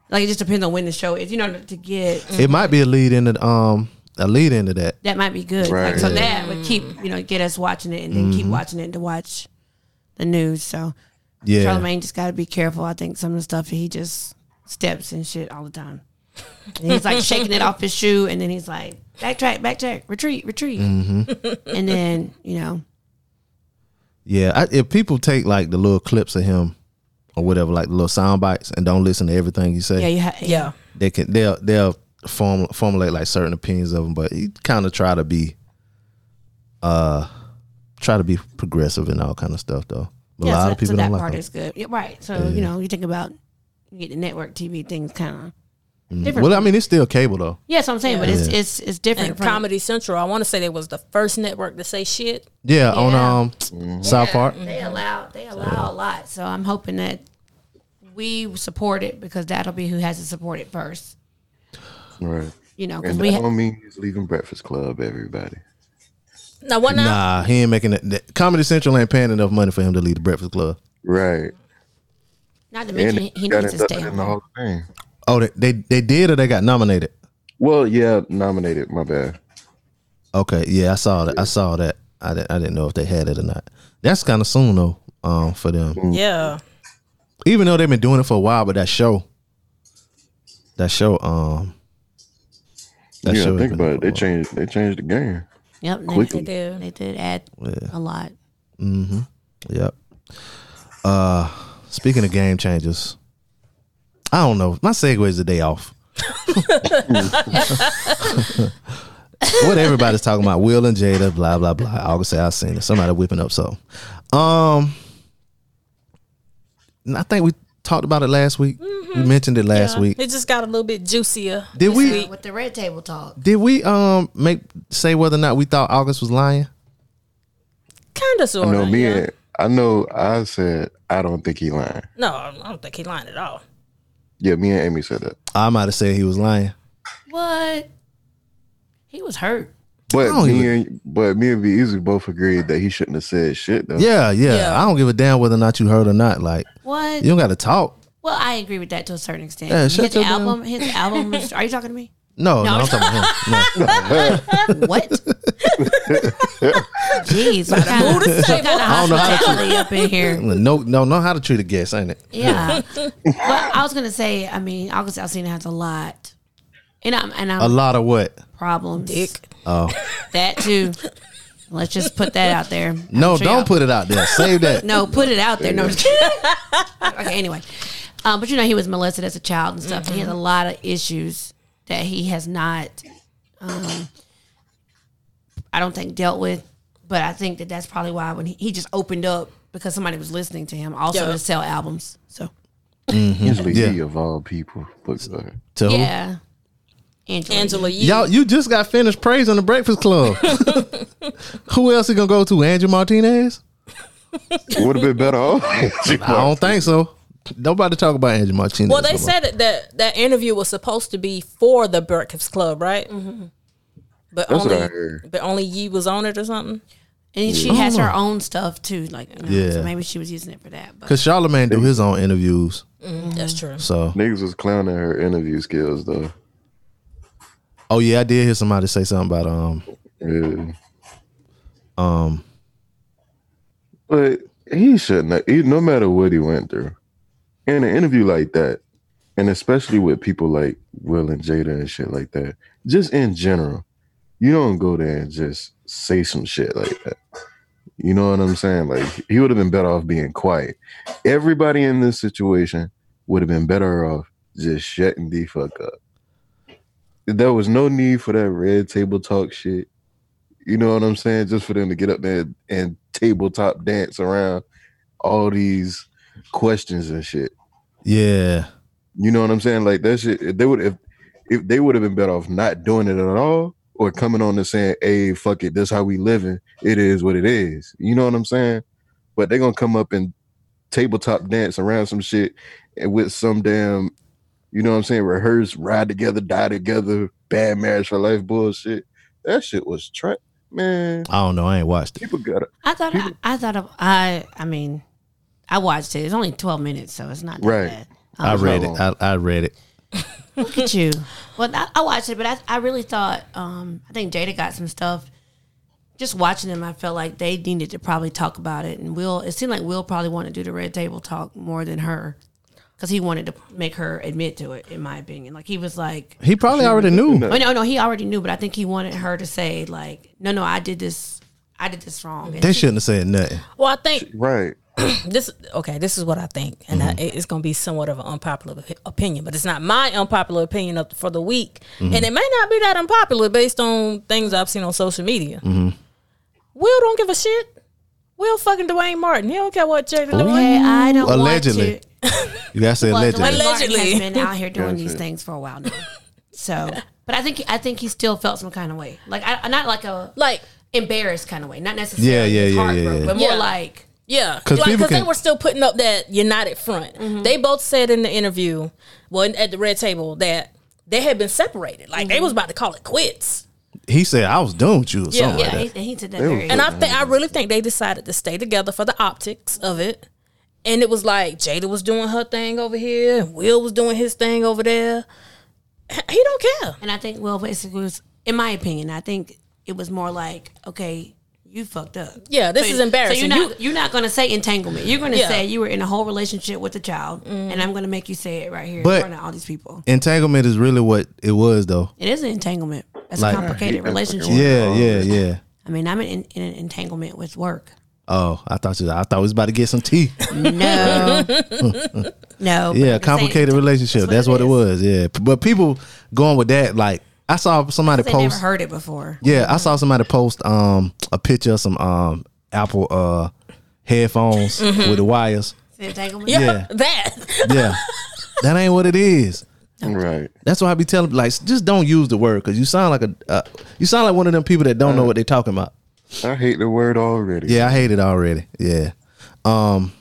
Speaker 10: Like it just depends on when the show is. You know, to get
Speaker 1: it might be a lead into um a lead into that.
Speaker 10: that might be good.
Speaker 6: Right.
Speaker 10: Like, so that would keep you know get us watching it and then keep watching it to watch the news. So
Speaker 1: Yeah,
Speaker 10: Charlemagne just got to be careful. I think some of the stuff he just steps and shit all the time. And he's like shaking it off his shoe, and then he's like backtrack, backtrack, retreat, retreat,
Speaker 1: Mm-hmm.
Speaker 10: and then you know
Speaker 1: yeah. I, if people take like the little clips of him or whatever, like the little sound bites, and don't listen to everything he say,
Speaker 10: yeah you ha-
Speaker 7: Yeah.
Speaker 1: they can they'll they'll form, formulate like certain opinions of him. But he kind of try to be uh try to be progressive and all kind of stuff though. But
Speaker 10: yeah,
Speaker 1: a lot
Speaker 10: so,
Speaker 1: of people
Speaker 10: so that
Speaker 1: don't like
Speaker 10: part
Speaker 1: him.
Speaker 10: is good yeah, right. So you know you think about you get the network TV things kind of different.
Speaker 1: Mm. Well, I mean, it's still cable though.
Speaker 10: yeah, so I'm saying, but it's
Speaker 1: Yeah.
Speaker 10: it's it's different.
Speaker 7: And
Speaker 10: from-
Speaker 7: Comedy Central, I want to say they was the first network to say shit.
Speaker 1: Yeah, on um South Park.
Speaker 10: they allow they allow a lot. So I'm hoping that we support it because that'll be who has to support it first.
Speaker 6: Right.
Speaker 10: You know, because
Speaker 6: And
Speaker 10: we
Speaker 6: that
Speaker 10: ha-
Speaker 6: don't mean he's leaving Breakfast Club, everybody.
Speaker 7: Now, what now?
Speaker 1: Nah, he ain't making it. that- Comedy Central ain't paying enough money for him to lead the Breakfast Club.
Speaker 6: Right.
Speaker 10: not to
Speaker 6: And
Speaker 10: mention
Speaker 6: he,
Speaker 10: he
Speaker 6: got
Speaker 10: needs to
Speaker 6: inducted
Speaker 10: stay
Speaker 6: in the
Speaker 10: home.
Speaker 6: Hall of Fame.
Speaker 1: Oh, they they, they did or they got nominated.
Speaker 6: Well, yeah, nominated. My bad.
Speaker 1: Okay, yeah, I saw that. I saw that. I didn't, I didn't know if they had it or not. That's kind of soon though, um, for them.
Speaker 7: Yeah.
Speaker 1: Even though they've been doing it for a while, but that show, that show, um, that
Speaker 6: yeah,
Speaker 1: show
Speaker 6: think
Speaker 1: has been
Speaker 6: about it. They
Speaker 1: doing
Speaker 6: changed. They changed the game.
Speaker 10: Yep, they,
Speaker 6: Quickly.
Speaker 10: they did. They did add a lot.
Speaker 1: Yep. Uh, speaking of game changers, I don't know. My segue is a day off. what everybody's talking about, Will and Jada, blah blah blah. August I seen it. Somebody whipping up so. Um, and I think we talked about it last week. We mentioned it last week.
Speaker 7: It just got a little bit juicier.
Speaker 1: Did we?
Speaker 10: With the red table talk,
Speaker 1: Did we um make say whether or not we thought August was lying?
Speaker 7: Kind of, sort
Speaker 6: I
Speaker 7: of.
Speaker 6: know me.
Speaker 7: yeah.
Speaker 6: And, I know. I said I don't think he lying.
Speaker 7: No, I don't think he lying at all.
Speaker 6: Yeah, me and Amy said that.
Speaker 1: I might have said he was lying.
Speaker 10: what? He was hurt.
Speaker 6: But
Speaker 1: don't
Speaker 6: me
Speaker 1: even-
Speaker 6: and but me and B Easy both agreed that he shouldn't have said shit though.
Speaker 1: Yeah, yeah.
Speaker 7: Yeah.
Speaker 1: I don't give a damn whether or not you heard or not. Like
Speaker 10: What?
Speaker 1: you don't got to talk.
Speaker 10: Well, I agree with that to a certain extent.
Speaker 1: Yeah, shut
Speaker 10: his
Speaker 1: your damn-
Speaker 10: album, his album. Was, are you talking to me?
Speaker 1: No, no, I'm talking about him. No.
Speaker 10: what? Jeez, what kind
Speaker 1: Move the
Speaker 10: of, what
Speaker 1: table.
Speaker 10: kind of
Speaker 1: I don't know how to-
Speaker 10: hospitality up in here?
Speaker 1: No, no, know how to treat a guest, ain't it?
Speaker 10: Yeah. well, I was gonna say. I mean, August Alsina has a lot, and I'm and
Speaker 7: Uh-huh.
Speaker 10: I'm
Speaker 1: A lot of what?
Speaker 10: problems.
Speaker 1: Oh.
Speaker 10: That too. Let's just put that out there. I'm
Speaker 1: No,
Speaker 10: sure y'all-
Speaker 1: don't put it out there. Save that.
Speaker 10: No, put it out there. No, I'm just kidding. okay. Anyway, um, but you know he was molested as a child and stuff. He
Speaker 7: Mm-hmm.
Speaker 10: has a lot of issues that he has not, um, I don't think, dealt with. But I think that that's probably why when he, he just opened up because somebody was listening to him, also
Speaker 7: Yeah.
Speaker 10: to sell albums. So
Speaker 6: Usually
Speaker 1: Yeah.
Speaker 6: he of all people. But uh,
Speaker 1: To who?
Speaker 10: yeah, Angela,
Speaker 7: Angela Yee.
Speaker 1: Y'all, you just got finished praising the Breakfast Club. Who else he gonna go to? Andrew Martinez?
Speaker 6: would have been better off. I
Speaker 1: I don't think so. Nobody talk about Andrew Martinez.
Speaker 7: Well, they
Speaker 1: no more.
Speaker 7: said that, that that interview was supposed to be for the Breakfast Club, right? But
Speaker 6: That's what
Speaker 7: only,
Speaker 6: I heard.
Speaker 7: but only Yee was on it or something.
Speaker 10: and she
Speaker 1: I
Speaker 10: has
Speaker 1: don't
Speaker 10: her
Speaker 1: know.
Speaker 10: own stuff too. Like you know,
Speaker 1: Yeah.
Speaker 10: so maybe she was using it for that. But
Speaker 1: Cause Charlemagne do his own interviews,
Speaker 7: That's true.
Speaker 1: so
Speaker 6: Niggas was clowning her interview skills though.
Speaker 1: oh yeah, I did hear somebody say something about um
Speaker 6: Yeah.
Speaker 1: um
Speaker 6: But he shouldn't. He, no matter what he went through, in an interview like that, and especially with people like Will and Jada and shit like that, just in general, you don't go there and just say some shit like that. You know what I'm saying? Like he would have been better off being quiet. Everybody in this situation would have been better off just shutting the fuck up. There was no need for that red table talk shit. You know what I'm saying? Just for them to get up there and tabletop dance around all these questions and shit.
Speaker 1: yeah
Speaker 6: You know what I'm saying? Like that shit. If they would if if they would have been better off not doing it at all or coming on and saying, "Hey, fuck it, this how we living. It is what it is." You know what I'm saying? But they gonna come up and tabletop dance around some shit and with some damn, you know what I'm saying? Rehearse, ride together, die together, bad marriage for life bullshit. That shit was trash, man.
Speaker 1: I don't know, I ain't watched it.
Speaker 6: People gotta
Speaker 10: I thought I, I thought of, I I mean I watched it. It's only twelve minutes, so it's not that
Speaker 6: Right.
Speaker 10: bad.
Speaker 1: I
Speaker 10: Um,
Speaker 1: read it. I, I read it.
Speaker 10: Look at you. Well, I, I watched it, but I, I really thought um, I think Jada got some stuff. Just watching them, I felt like they needed to probably talk about it, and Will. It seemed like Will probably wanted to do the red table talk more than her, because he wanted to make her admit to it. In my opinion, like he was like,
Speaker 1: He probably already knew.
Speaker 10: oh, no, no, he already knew, but I think he wanted her to say like, no, no, I did this, I did this wrong. And
Speaker 1: They
Speaker 10: she-
Speaker 1: shouldn't have said nothing.
Speaker 7: Well, I think
Speaker 6: right.
Speaker 7: this. Okay, this is what I think, and
Speaker 6: Mm-hmm.
Speaker 7: I, it's going to be somewhat of an unpopular op- opinion, but it's not my unpopular opinion of, for the week,
Speaker 6: Mm-hmm.
Speaker 7: and it may not be that unpopular based on things I've seen on social media.
Speaker 6: Mm-hmm.
Speaker 7: Will don't give a shit. Will fucking Dwayne Martin. He don't care what Jada. Lynn-
Speaker 10: Hey, I don't
Speaker 1: Allegedly.
Speaker 10: allegedly.
Speaker 1: You gotta say
Speaker 10: Well,
Speaker 1: allegedly.
Speaker 10: Dwayne Martin
Speaker 7: Allegedly.
Speaker 10: has been out here doing these
Speaker 6: Gotcha.
Speaker 10: things for a while now. So, but I think I think he still felt some kind of way, like I, not like a
Speaker 7: Like
Speaker 10: embarrassed kind of way, not necessarily
Speaker 1: Yeah, yeah,
Speaker 10: his
Speaker 1: yeah,
Speaker 10: heart
Speaker 1: yeah,
Speaker 10: broke,
Speaker 1: yeah.
Speaker 10: but more
Speaker 7: Yeah.
Speaker 10: like
Speaker 7: Yeah,
Speaker 1: Because
Speaker 7: because
Speaker 1: people
Speaker 7: they
Speaker 1: can-
Speaker 7: were still putting up that united front.
Speaker 10: Mm-hmm.
Speaker 7: They both said in the interview, well, in- at the red table, that they had been separated. Like
Speaker 10: Mm-hmm.
Speaker 7: they was about to call it quits.
Speaker 1: he said I was done with you or
Speaker 7: Yeah,
Speaker 1: something
Speaker 10: yeah,
Speaker 1: like
Speaker 10: he,
Speaker 1: that.
Speaker 10: he did that
Speaker 6: They
Speaker 10: very.
Speaker 6: were-
Speaker 7: And
Speaker 1: Mm-hmm.
Speaker 7: I think I really think they decided to stay together for the optics of it. And it was like Jada was doing her thing over here, and Will was doing his thing over there. He don't care.
Speaker 10: and I think well, basically, was, in my opinion, I think it was more like okay. You fucked up.
Speaker 7: Yeah, this is embarrassing.
Speaker 10: So you're
Speaker 7: You-
Speaker 10: not, you, are not going to say entanglement. You're going to
Speaker 7: Yeah.
Speaker 10: say you were in a whole relationship with a child, and I'm going to make you say it right here
Speaker 1: But-
Speaker 10: in front of all these people.
Speaker 1: Entanglement is really what it was though.
Speaker 10: It is an entanglement. That's
Speaker 1: Like-
Speaker 10: a complicated relationship.
Speaker 1: Yeah, Oh, yeah, yeah.
Speaker 10: I mean, I'm in, in an entanglement with work.
Speaker 1: Oh, I thought you. I thought we was about to get some tea.
Speaker 10: No. no.
Speaker 1: Yeah,
Speaker 10: but I'm just saying,
Speaker 1: complicated relationship. That's what, it, was. Yeah, P- but people going with that. Like I saw somebody
Speaker 10: They never
Speaker 1: post.
Speaker 10: heard it before.
Speaker 1: Yeah, I saw somebody post um a picture of some um Apple uh headphones with the wires.
Speaker 10: Entanglement?
Speaker 7: Yeah,
Speaker 1: Yeah.
Speaker 7: that.
Speaker 1: Yeah, that ain't what it is.
Speaker 6: Right.
Speaker 1: That's why I be telling like just don't use the word because you sound like a uh, you sound like one of them people that don't know what they talking about.
Speaker 6: I hate the word already.
Speaker 1: Uh, Yeah, I hate it already. Yeah, um,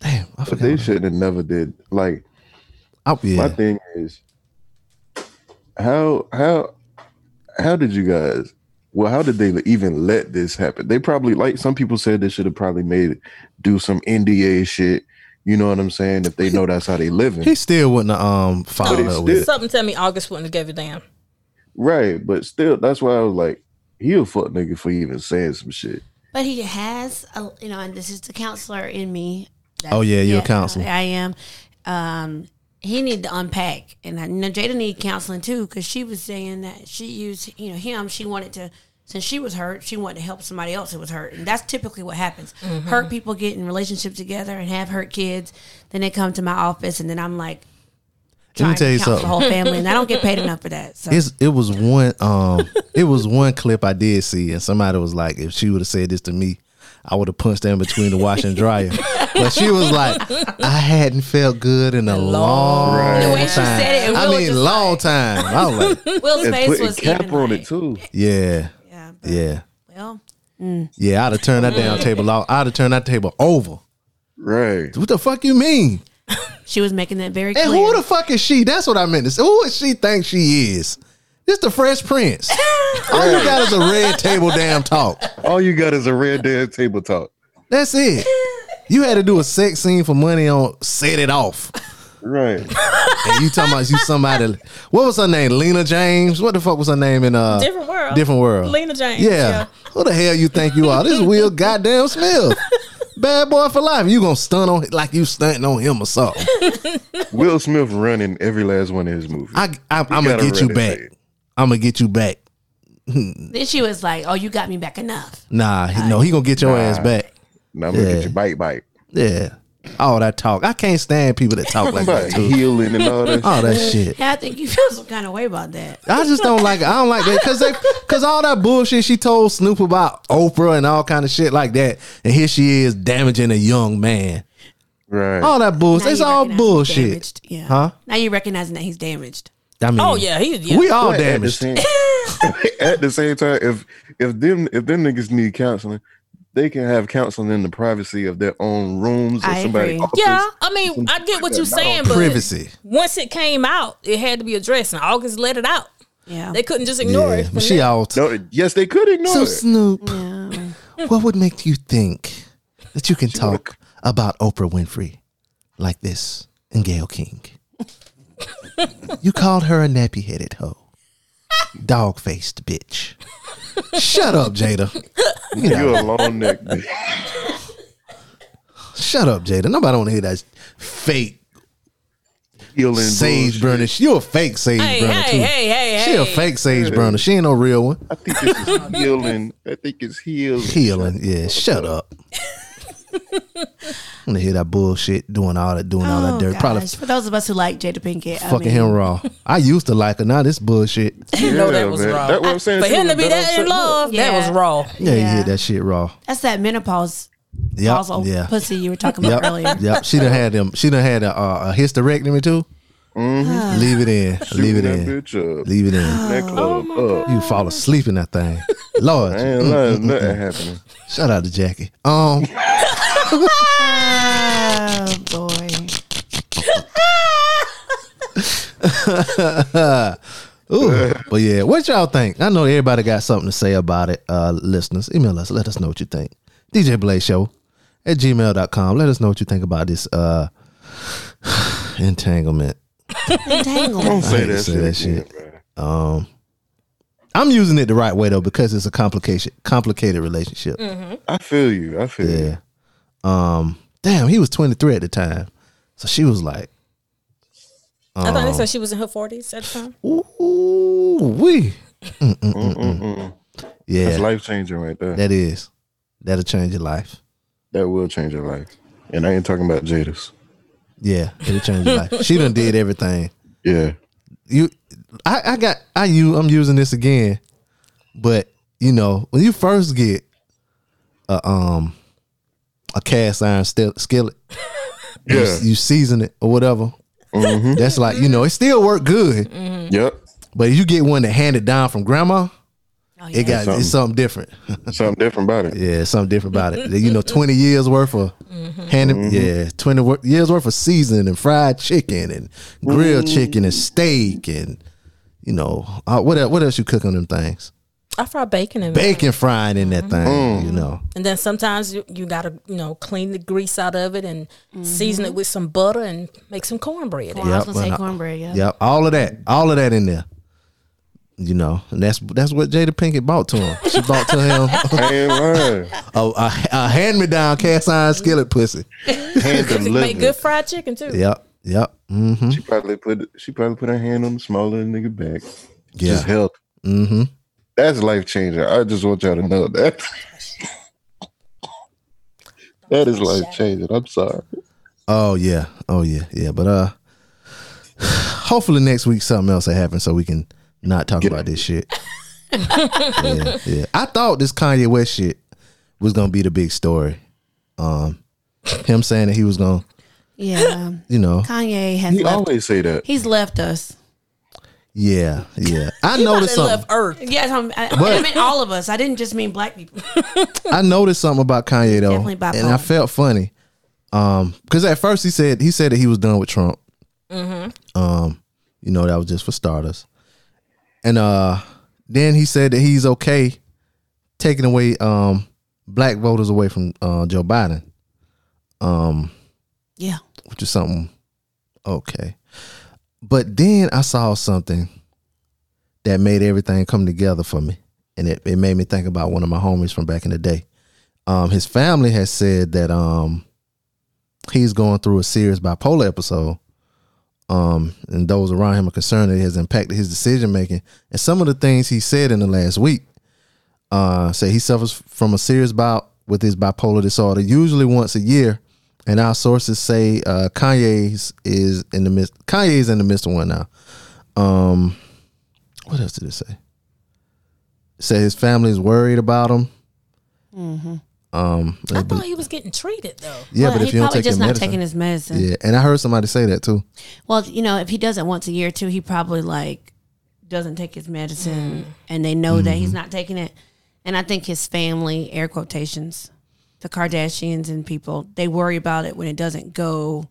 Speaker 1: damn, I
Speaker 6: But
Speaker 1: forgot.
Speaker 6: they shouldn't have never did. Like
Speaker 1: I, yeah.
Speaker 6: my thing is, how how how did you guys? Well, how did they even let this happen? They probably like some people said they should have probably made it do some NDA shit. You know what I'm saying? If they know that's how they living,
Speaker 1: He still wouldn't have um followed
Speaker 6: But he
Speaker 1: up with it.
Speaker 6: still-
Speaker 7: Something tell me August wouldn't have gave a damn.
Speaker 6: Right, but still, that's why I was like, he a fuck nigga for even saying some shit.
Speaker 10: But he has, a, you know, and this is the counselor in me.
Speaker 1: Oh, yeah, you're a counselor.
Speaker 10: I am. Um, he need to unpack, and I, you know, Jada need counseling too because she was saying that she used, you know, him. She wanted to since she was hurt, she wanted to help somebody else who was hurt, and that's typically what happens.
Speaker 7: Mhm.
Speaker 10: Hurt people get in relationships together and have hurt kids. Then they come to my office, and then I'm like,
Speaker 1: Let me
Speaker 10: trying
Speaker 1: tell
Speaker 10: to
Speaker 1: you
Speaker 10: counsel
Speaker 1: something.
Speaker 10: the whole family, and I don't get paid enough for that. So
Speaker 1: It's, it was one um it was one clip I did see and somebody was like if she would have said this to me I would have punched her in between the wash and dryer but she was like I hadn't felt good in a long,
Speaker 6: The
Speaker 1: time
Speaker 6: way she said it, and
Speaker 1: I
Speaker 6: Will
Speaker 1: mean
Speaker 6: just
Speaker 1: long time I was like
Speaker 10: Will's
Speaker 6: and
Speaker 10: face
Speaker 6: putting
Speaker 10: was
Speaker 6: cap
Speaker 10: even
Speaker 6: on it too.
Speaker 1: yeah yeah yeah,
Speaker 10: well, mm.
Speaker 1: I'd have turned that down table off I'd have turned that table over
Speaker 6: right
Speaker 1: what the fuck you mean
Speaker 10: she was making that very
Speaker 1: and
Speaker 10: clear.
Speaker 1: who the fuck is she that's what I meant to say who is she think she is this the Fresh Prince all you got is a red table damn talk
Speaker 6: All you got is a red damn table talk.
Speaker 1: That's it. You had to do a sex scene for money on set it off.
Speaker 6: Right.
Speaker 1: And you talking about you somebody what was her name? Lena James? What the fuck was her name in uh
Speaker 7: Different World.
Speaker 1: Different world.
Speaker 7: Lena James,
Speaker 1: Yeah.
Speaker 7: yeah.
Speaker 1: Who the hell you think you are? This is Will Goddamn Smith. Bad boy for life. You gonna stun on like you stunting on him or something.
Speaker 6: Will Smith running every last one of his movies.
Speaker 1: I, I, I'm gonna
Speaker 6: gotta
Speaker 1: get you
Speaker 6: run it,
Speaker 1: back.
Speaker 6: man.
Speaker 1: I'm gonna get you back.
Speaker 10: Then she was like, "Oh, you got me back enough."
Speaker 1: Nah, he, no, he gonna get your ass back.
Speaker 6: Nah, I'm gonna
Speaker 1: Yeah.
Speaker 6: get you bite bite.
Speaker 1: Yeah. All that talk. I can't stand people that talk like that.
Speaker 6: About
Speaker 1: Too.
Speaker 6: healing and all that
Speaker 1: All that
Speaker 6: shit.
Speaker 1: shit.
Speaker 10: Yeah, I think you feel some kind of way about that.
Speaker 1: I just don't like it. I don't like that because they because all that bullshit she told Snoop about Oprah and all kind of shit like that, and here she is damaging a young man.
Speaker 6: Right.
Speaker 1: All that bullshit.
Speaker 10: Now
Speaker 1: It's
Speaker 10: you
Speaker 1: all
Speaker 10: recognize he's
Speaker 1: bullshit.
Speaker 10: damaged. Yeah.
Speaker 1: Huh?
Speaker 10: Now you're recognizing that he's damaged.
Speaker 1: I mean,
Speaker 7: Oh, yeah, he- yeah.
Speaker 1: we all
Speaker 6: But
Speaker 1: damaged.
Speaker 6: At the, same, at the same time, if if them if them niggas need counseling, they can have counseling in the privacy of their own rooms or
Speaker 10: I
Speaker 6: somebody.
Speaker 10: agree.
Speaker 6: Office.
Speaker 7: Yeah, I mean, I get what you're saying, but
Speaker 1: Privacy.
Speaker 7: once it came out, it had to be addressed, and August let it out.
Speaker 10: Yeah,
Speaker 7: They couldn't just ignore
Speaker 1: Yeah,
Speaker 7: it.
Speaker 1: but she all.
Speaker 6: No, yes, they could ignore
Speaker 1: so
Speaker 6: it.
Speaker 1: Snoop, what would make you think that you can talk about Oprah Winfrey like this and Gail King? you called her a nappy headed hoe, dog faced bitch. Shut up, Jada. You know.
Speaker 6: You a long neck. bitch.
Speaker 1: Shut up, Jada. Nobody want to hear that fake
Speaker 6: Healing
Speaker 1: sage
Speaker 6: bullshit.
Speaker 1: burner. You a fake sage
Speaker 7: Hey,
Speaker 1: burner
Speaker 7: hey,
Speaker 1: too.
Speaker 7: hey, hey,
Speaker 1: she a
Speaker 7: hey.
Speaker 1: fake sage burner. She ain't no real one.
Speaker 6: I think this is healing. I think it's healing.
Speaker 1: Healing. Yeah. Shut up. I'm gonna hear that bullshit doing all that, doing all that
Speaker 10: Oh,
Speaker 1: dirt. Probably
Speaker 10: gosh. For those of us who like Jada Pinkett, I
Speaker 1: fucking
Speaker 10: mean,
Speaker 1: him raw. I used to like her. Now this bullshit.
Speaker 6: You
Speaker 7: know that was raw.
Speaker 6: That's what I'm saying.
Speaker 7: For
Speaker 6: she
Speaker 7: him to
Speaker 6: was
Speaker 7: be that
Speaker 6: upset.
Speaker 7: in love, that was
Speaker 10: Yeah.
Speaker 7: raw.
Speaker 1: Yeah, you
Speaker 10: Yeah.
Speaker 1: hear that shit raw.
Speaker 10: that's that menopause
Speaker 1: Yep.
Speaker 10: causal
Speaker 1: yeah.
Speaker 10: pussy you were talking about
Speaker 1: Yep.
Speaker 10: earlier.
Speaker 1: Yep. She done had them. She done had a, uh, a hysterectomy too.
Speaker 10: Mm-hmm.
Speaker 1: Leave it in. Leave it
Speaker 6: Shooting
Speaker 1: in.
Speaker 6: that bitch up.
Speaker 1: Leave it in.
Speaker 6: That
Speaker 10: Oh,
Speaker 6: club up.
Speaker 1: You fall asleep in that thing. Lord.
Speaker 6: I ain't lying. Nothing happening.
Speaker 1: Shout out to Jackie. Um
Speaker 10: Oh boy.
Speaker 1: ooh. but yeah, what y'all think? I know everybody got something to say about it. Uh listeners. Email us. Let us know what you think. DJ Blaze Show at gmail.com. Let us know what you think about this uh entanglement.
Speaker 10: Entangled.
Speaker 6: Don't say
Speaker 1: hate to
Speaker 6: that
Speaker 1: say
Speaker 6: shit.
Speaker 1: that shit.
Speaker 6: again, bruh.
Speaker 1: Um I'm using it the right way though because it's a complication complicated relationship.
Speaker 6: I feel you. I feel you.
Speaker 1: Yeah. Um damn, he was 23 at the time. So she was like
Speaker 7: I
Speaker 1: Oh.
Speaker 7: thought they said she was in her forties at the time.
Speaker 1: Ooh, we.
Speaker 6: Mm-mm.
Speaker 1: Yeah,
Speaker 6: That's life changing right there. That,
Speaker 1: that is. That'll change your life.
Speaker 6: will change your life. And I ain't talking about Jada's.
Speaker 1: Yeah, it'll change your life. She done did everything.
Speaker 6: Yeah.
Speaker 1: You, I, I got, I you, I'm using this again, but you know when you first get a um a cast iron sti- skillet, you,
Speaker 6: Yeah. Mm-hmm.
Speaker 1: you season it or whatever. That's like you know it still work good,
Speaker 6: Yep.
Speaker 1: but if you get one that handed down from grandma,
Speaker 10: Oh,
Speaker 1: it got
Speaker 6: Something.
Speaker 1: it's something different.
Speaker 6: Something different about it.
Speaker 1: Yeah, something different about it. You know, twenty years worth of hand, yeah, twenty wor- years worth of seasoning and fried chicken and grilled chicken and steak and you know uh, what else, what else you cook on them things?
Speaker 7: I fry bacon in it,
Speaker 1: Bacon frying in that thing, you know.
Speaker 7: and then sometimes you, you gotta you know clean the grease out of it and season it with some butter and make some cornbread.
Speaker 10: I was
Speaker 1: Yep,
Speaker 10: gonna say
Speaker 1: and I-
Speaker 10: cornbread. Yeah.
Speaker 1: Yep, all of that, all of that in there. You know, and that's that's what Jada Pinkett bought to him. She bought to him a, a, a hand me down cast iron skillet pussy.
Speaker 6: Hand
Speaker 7: Make
Speaker 6: delivered.
Speaker 7: good fried chicken too.
Speaker 1: Yep, yep. Mm-hmm.
Speaker 6: She probably put she probably put her hand on the smaller nigga back.
Speaker 1: Yeah.
Speaker 6: Just help.
Speaker 1: Mm-hmm.
Speaker 6: That's life changing. I just want y'all to know that. that is life changing. I'm sorry.
Speaker 1: Oh yeah, oh yeah, yeah. But uh, hopefully next week something else will happen so we can not talk about this shit. yeah, yeah. I thought this Kanye West shit was gonna be the big story. Um, him saying that he was gonna,
Speaker 10: Yeah.
Speaker 1: you know,
Speaker 10: Kanye has
Speaker 6: He
Speaker 10: left.
Speaker 6: always say that.
Speaker 10: He's left us.
Speaker 1: yeah, yeah. I
Speaker 7: He about
Speaker 1: noticed
Speaker 7: to
Speaker 1: something.
Speaker 7: left Earth.
Speaker 10: Yes, I'm, I, I
Speaker 1: But-
Speaker 10: meant all of us. I didn't just mean black people.
Speaker 1: I noticed something about Kanye though,
Speaker 10: definitely bipolar.
Speaker 1: and I felt funny. Um, because at first he said he said that he was done with Trump. Um, you know that was just for starters, and uh, then he said that he's okay taking away um black voters away from uh Joe Biden, um,
Speaker 10: Yeah.
Speaker 1: which is something okay. But then I saw something that made everything come together for me, and it, it made me think about one of my homies from back in the day um, his family has said that um, he's going through a serious bipolar episode, um, and those around him are concerned that it has impacted his decision making. And some of the things he said in the last week uh, say he suffers from a serious bout with his bipolar disorder, usually once a year. And our sources say uh, Kanye's is in the midst. Kanye's in the midst of one now. Um, what else did it say? It said his family is worried about him. Um,
Speaker 7: I thought he was getting treated though.
Speaker 1: yeah,
Speaker 10: Well,
Speaker 1: but if
Speaker 10: he's
Speaker 1: you don't
Speaker 10: probably
Speaker 1: take
Speaker 10: just
Speaker 1: your
Speaker 10: not
Speaker 1: medicine,
Speaker 10: taking his medicine.
Speaker 1: yeah. And I heard somebody say that too.
Speaker 10: Well, you know, if he does it once a year too, he probably like doesn't take his medicine, and they know that
Speaker 1: Mm-hmm.
Speaker 10: he's not taking it. And I think his family, air quotations, the Kardashians and people, they worry about it when it doesn't go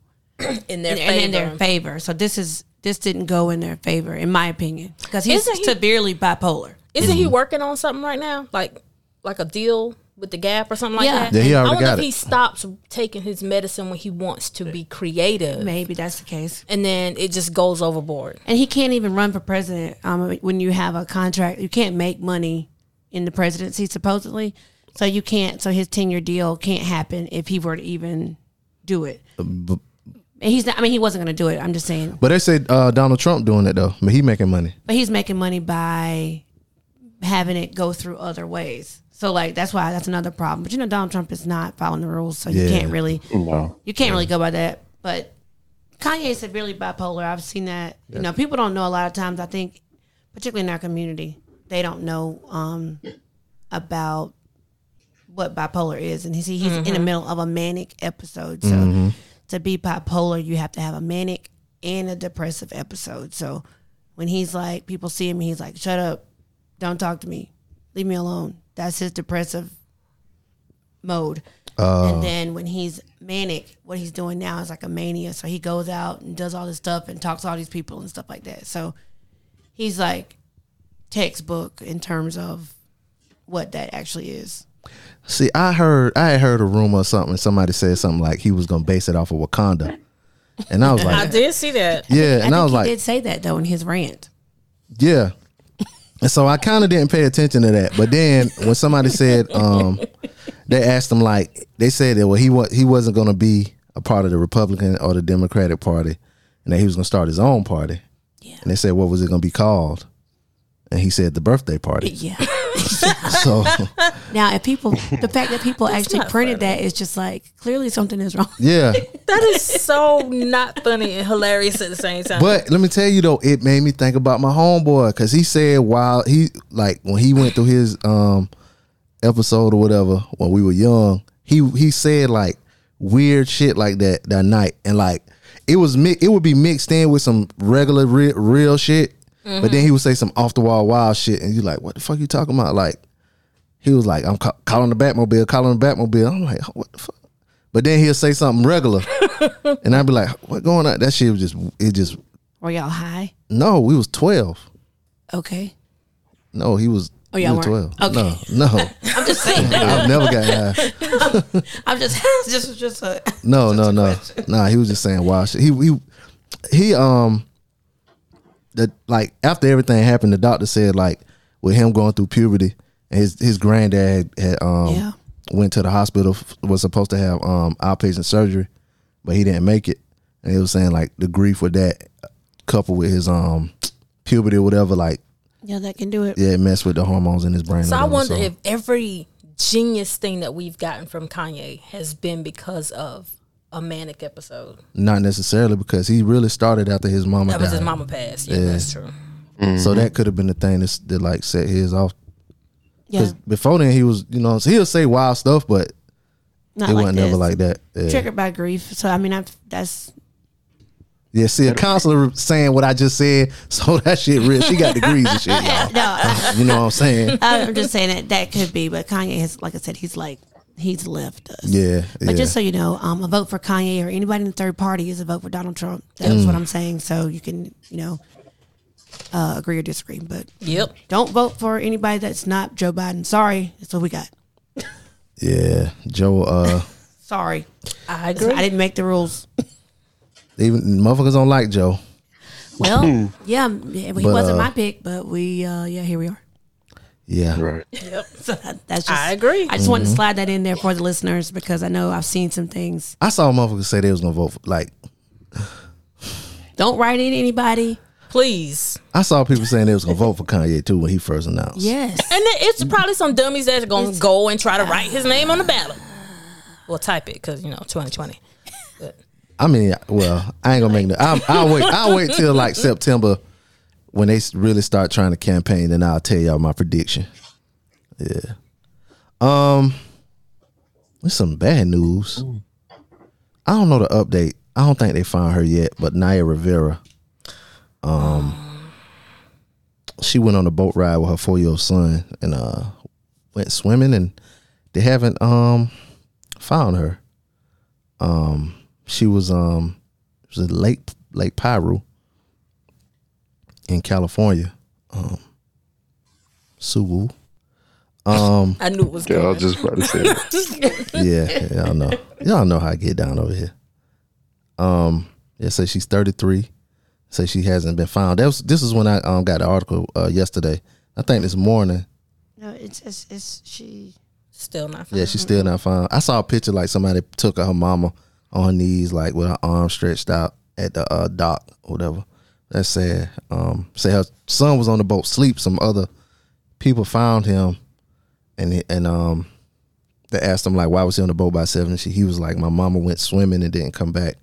Speaker 7: In their
Speaker 10: in, and in their favor. So this is this didn't go in their favor, in my opinion, because he's
Speaker 7: Isn't he-
Speaker 10: severely bipolar.
Speaker 7: Isn't he working on something right now? Like like a deal with the Gap or something like
Speaker 10: Yeah.
Speaker 7: that?
Speaker 1: Yeah, he
Speaker 7: I
Speaker 1: already
Speaker 7: wonder
Speaker 1: got
Speaker 7: if
Speaker 1: it.
Speaker 7: he stops taking his medicine when he wants to be creative.
Speaker 10: Maybe that's the case.
Speaker 7: And then it just goes overboard.
Speaker 10: And he can't even run for president um, when you have a contract. You can't make money in the presidency, supposedly. So you can't. So his ten-year deal can't happen if he were to even do it.
Speaker 1: Uh, But,
Speaker 10: And he's not. I mean, he wasn't going to do it. I'm just saying.
Speaker 1: but they say uh, Donald Trump doing it though, but he making money.
Speaker 10: But he's making money by having it go through other ways. So like that's why that's another problem. But you know, Donald Trump is not following the rules, so you
Speaker 1: Yeah.
Speaker 10: can't really
Speaker 6: No.
Speaker 10: you can't really go by that. But Kanye is severely bipolar. I've seen that. You know, people don't know a lot of times. I think, particularly in our community, they don't know um, about what bipolar is, and he's he's in the middle of a manic episode. So to be bipolar, you have to have a manic and a depressive episode. So when he's like, people see him, he's like, "Shut up, don't talk to me, leave me alone." That's his depressive mode.
Speaker 1: Oh.
Speaker 10: and then when he's manic, what he's doing now is like a mania. So he goes out and does all this stuff and talks to all these people and stuff like that. So he's like textbook in terms of what that actually is.
Speaker 1: See, I heard I had heard a rumor or something. Somebody said something like he was gonna base it off of Wakanda, and I was
Speaker 7: I
Speaker 1: like,
Speaker 7: did see that.
Speaker 1: yeah, and I,
Speaker 10: I
Speaker 1: was
Speaker 10: think he
Speaker 1: like,
Speaker 10: did say that though in his rant.
Speaker 1: yeah. And so I kind of didn't pay attention to that. But then when somebody said, um, they asked him like they said that well he was he wasn't gonna be a part of the Republican or the Democratic Party, and that he was gonna start his own party. Yeah. And they said what was it gonna be called? And he said the birthday party.
Speaker 10: Yeah.
Speaker 1: So
Speaker 10: Now, if people, the fact that people actually printed that is just like clearly something is wrong.
Speaker 1: yeah,
Speaker 7: That is so not funny and hilarious at the same time.
Speaker 1: but let me tell you though, it made me think about my homeboy because he said while he like when he went through his um episode or whatever when we were young, he he said like weird shit like that that night, and like it was mi- it would be mixed in with some regular real, real shit, but then he would say some off the wall wild shit, and you like, what the fuck you talking about? Like he was like, I'm ca- calling the Batmobile, calling the Batmobile. I'm like, what the fuck? But then he'll say something regular, and I'd be like, "What going on?" That shit was just it just
Speaker 10: Were y'all high?
Speaker 1: no, we was twelve.
Speaker 10: Okay.
Speaker 1: No, he was.
Speaker 10: Oh, y'all
Speaker 1: we were
Speaker 10: weren't?
Speaker 1: twelve.
Speaker 10: Okay.
Speaker 1: No, no,
Speaker 10: I'm just saying.
Speaker 1: I've never got high.
Speaker 10: I'm just, this was just a,
Speaker 1: No, no, no, nah. He was just saying wild shit. He he he. Um, the like after everything happened, the doctor said like with him going through puberty, his his granddad had um
Speaker 8: Yeah.
Speaker 1: went to the hospital f- was supposed to have um outpatient surgery, but he didn't make it, and he was saying like the grief with that, coupled with his um puberty or whatever, like
Speaker 8: Yeah, that can do it.
Speaker 1: yeah, it messed with the hormones in his brain.
Speaker 7: So
Speaker 1: or
Speaker 7: I
Speaker 1: whatever,
Speaker 7: wonder if every genius thing that we've gotten from Kanye has been because of a manic episode.
Speaker 1: not necessarily because he really started after his mama.
Speaker 7: That was his
Speaker 1: died.
Speaker 7: mama passed. Yeah, that's true.
Speaker 1: So
Speaker 7: Mhm.
Speaker 1: that could have been the thing that's, that like set his off.
Speaker 8: Yeah.
Speaker 1: before then he was, you know, he'll say wild stuff, but
Speaker 10: Not
Speaker 1: it
Speaker 10: like
Speaker 1: wasn't
Speaker 10: this.
Speaker 1: ever like that. Yeah.
Speaker 10: Triggered by grief. So I mean, I've, that's
Speaker 1: Yeah, see, a counselor saying what I just said, so that shit real. She got degrees and shit, y'all.
Speaker 10: no.
Speaker 1: You know what I'm saying?
Speaker 10: I'm just saying that that could be, but Kanye has, like I said, he's like he's left us.
Speaker 1: Yeah,
Speaker 10: But
Speaker 1: yeah.
Speaker 10: just so you know, um, a vote for Kanye or anybody in the third party is a vote for Donald Trump. That's
Speaker 1: Mm.
Speaker 10: what I'm saying. So you can, you know, uh, agree or disagree. But
Speaker 7: Yep.
Speaker 10: don't vote for anybody that's not Joe Biden. Sorry, that's what we got.
Speaker 1: Yeah, Joe. Uh,
Speaker 10: Sorry,
Speaker 7: I
Speaker 10: agree. I didn't make the rules.
Speaker 1: even motherfuckers don't like Joe.
Speaker 10: Well, yeah, he
Speaker 1: But,
Speaker 10: wasn't
Speaker 1: uh,
Speaker 10: my pick, but we, uh, yeah, here we are.
Speaker 1: yeah,
Speaker 6: right.
Speaker 10: Yep. So that- that's just.
Speaker 7: I agree.
Speaker 10: I just wanted to
Speaker 1: Mhm.
Speaker 10: slide that in there for the listeners because I know I've seen some things.
Speaker 1: I saw motherfuckers say they was gonna vote for. Like,
Speaker 10: Don't write in anybody.
Speaker 7: Please.
Speaker 1: I saw people saying they was gonna vote for Kanye too when he first announced.
Speaker 10: Yes.
Speaker 7: And then it's probably some dummies that are going to go and try to write his name on the ballot. Well, type it because, you know, 2020.
Speaker 1: I mean, well, I ain't gonna make no. I'll, I'll wait. I'll wait till like September when they s- really start trying to campaign, and I'll tell y'all my prediction. Yeah. Um, there's some bad news. I don't know the update. I don't think they found her yet, but Naya Rivera, um, she went on a boat ride with her four year old son and uh went swimming, and they haven't um found her. Um, she was um she was at Lake Lake Piru in California. Um Suwu. Um
Speaker 7: I knew it was
Speaker 6: Yeah, I was
Speaker 7: coming.
Speaker 6: just about to say
Speaker 1: Yeah, y'all know. Y'all know how I get down over here. Um yeah, so she's 33. Say she hasn't been found. That was this is when I um got the article uh yesterday. I think this morning.
Speaker 10: No, it's it's, it's she.
Speaker 7: Still not.
Speaker 1: Yeah, she's still not found. I saw a picture like somebody took her mama on her knees, like with her arms stretched out at the uh, dock or whatever. That's sad. Um, say her son was on the boat sleep. Some other people found him, and he- and um, they asked him like, why was he on the boat by seven? And she he was like, my mama went swimming and didn't come back.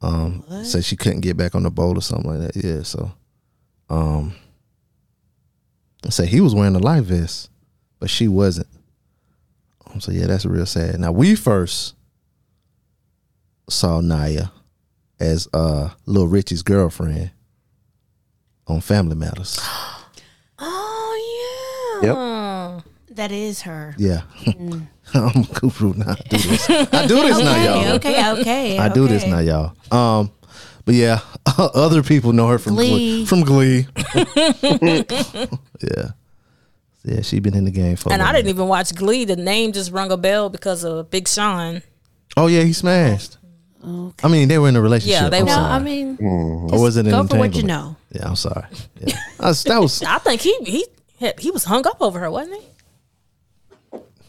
Speaker 1: Um, said she couldn't get back on the boat or something like that. Yeah, so, um, say he was wearing a life vest, but she wasn't. Um, So yeah, that's real sad. Now we first saw Naya as uh Lil Richie's girlfriend on Family Matters.
Speaker 10: Oh
Speaker 1: Yep.
Speaker 7: yeah.
Speaker 10: That is her.
Speaker 1: Yeah.
Speaker 10: Mm.
Speaker 1: I'm a guru now. I do this. I do this now,
Speaker 10: Okay,
Speaker 1: y'all.
Speaker 10: okay, okay,
Speaker 1: I do this
Speaker 10: okay.
Speaker 1: now, y'all. Um but yeah, other people know her from Glee.
Speaker 7: Glee.
Speaker 1: From Glee. yeah. Yeah, she been in the game for a
Speaker 7: And I
Speaker 1: while.
Speaker 7: didn't even watch Glee. The name just rung a bell because of Big Sean.
Speaker 1: Oh yeah, he smashed. I mean, they were in a relationship.
Speaker 7: Yeah, they
Speaker 1: I'm
Speaker 7: were. No,
Speaker 1: sorry.
Speaker 7: I mean,
Speaker 1: or was it an
Speaker 7: go for what you
Speaker 1: entanglement?
Speaker 7: know.
Speaker 1: Yeah, I'm sorry. Yeah. I was- that was
Speaker 7: I think he he had, he was hung up over her, wasn't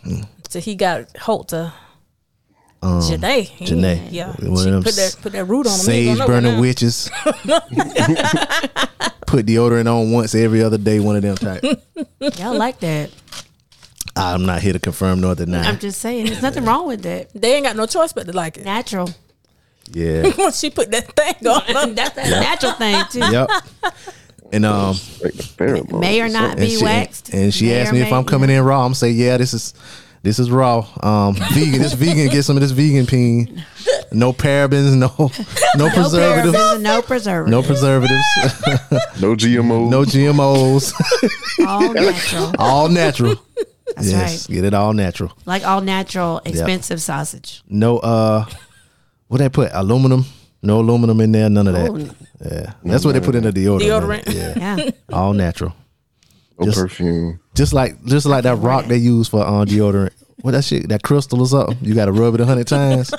Speaker 7: he? So he got Holt to
Speaker 1: Hmm. um,
Speaker 7: Janae. He-
Speaker 1: Janae.
Speaker 7: yeah.
Speaker 1: One of
Speaker 7: She
Speaker 1: them
Speaker 7: put that- put that root on 'em. He ain't
Speaker 1: Sage
Speaker 7: going nowhere
Speaker 1: burning
Speaker 7: now.
Speaker 1: witches. Put deodorant on once every other day. One of them type.
Speaker 10: Y'all like that?
Speaker 1: I'm not here to confirm nor deny.
Speaker 10: I'm just saying, there's nothing wrong with that.
Speaker 7: They ain't got no choice but to like it.
Speaker 10: Natural.
Speaker 1: yeah.
Speaker 7: Once she put that thing on,
Speaker 10: that's a
Speaker 1: Yeah.
Speaker 10: natural thing too.
Speaker 1: yep. And um,
Speaker 10: May or not
Speaker 1: and
Speaker 10: be
Speaker 1: she,
Speaker 10: waxed.
Speaker 1: And she
Speaker 10: May
Speaker 1: asked
Speaker 10: or
Speaker 1: me if
Speaker 10: may-
Speaker 1: I'm coming in raw. I'm say, yeah, this is this is raw. Um, vegan. This vegan. Get some of this vegan peen. No parabens. No no,
Speaker 10: No
Speaker 1: preservatives.
Speaker 10: preservatives and no preservatives.
Speaker 1: No preservatives.
Speaker 6: no GMOs.
Speaker 1: No GMOs.
Speaker 10: All natural.
Speaker 1: all natural.
Speaker 10: That's
Speaker 1: yes, get it all natural.
Speaker 10: Like all natural, expensive sausage.
Speaker 1: No, uh, what they put? Aluminum. No aluminum in there. None of that.
Speaker 10: Oh, no.
Speaker 1: Yeah, that's what they put in the deodorant.
Speaker 7: Deodorant.
Speaker 1: ain't it? Yeah.
Speaker 10: Yeah.
Speaker 1: all natural.
Speaker 6: No perfume.
Speaker 1: Just like just like that rock they use for um, deodorant. What that shit? That crystal or something? You got to rub it a hundred times.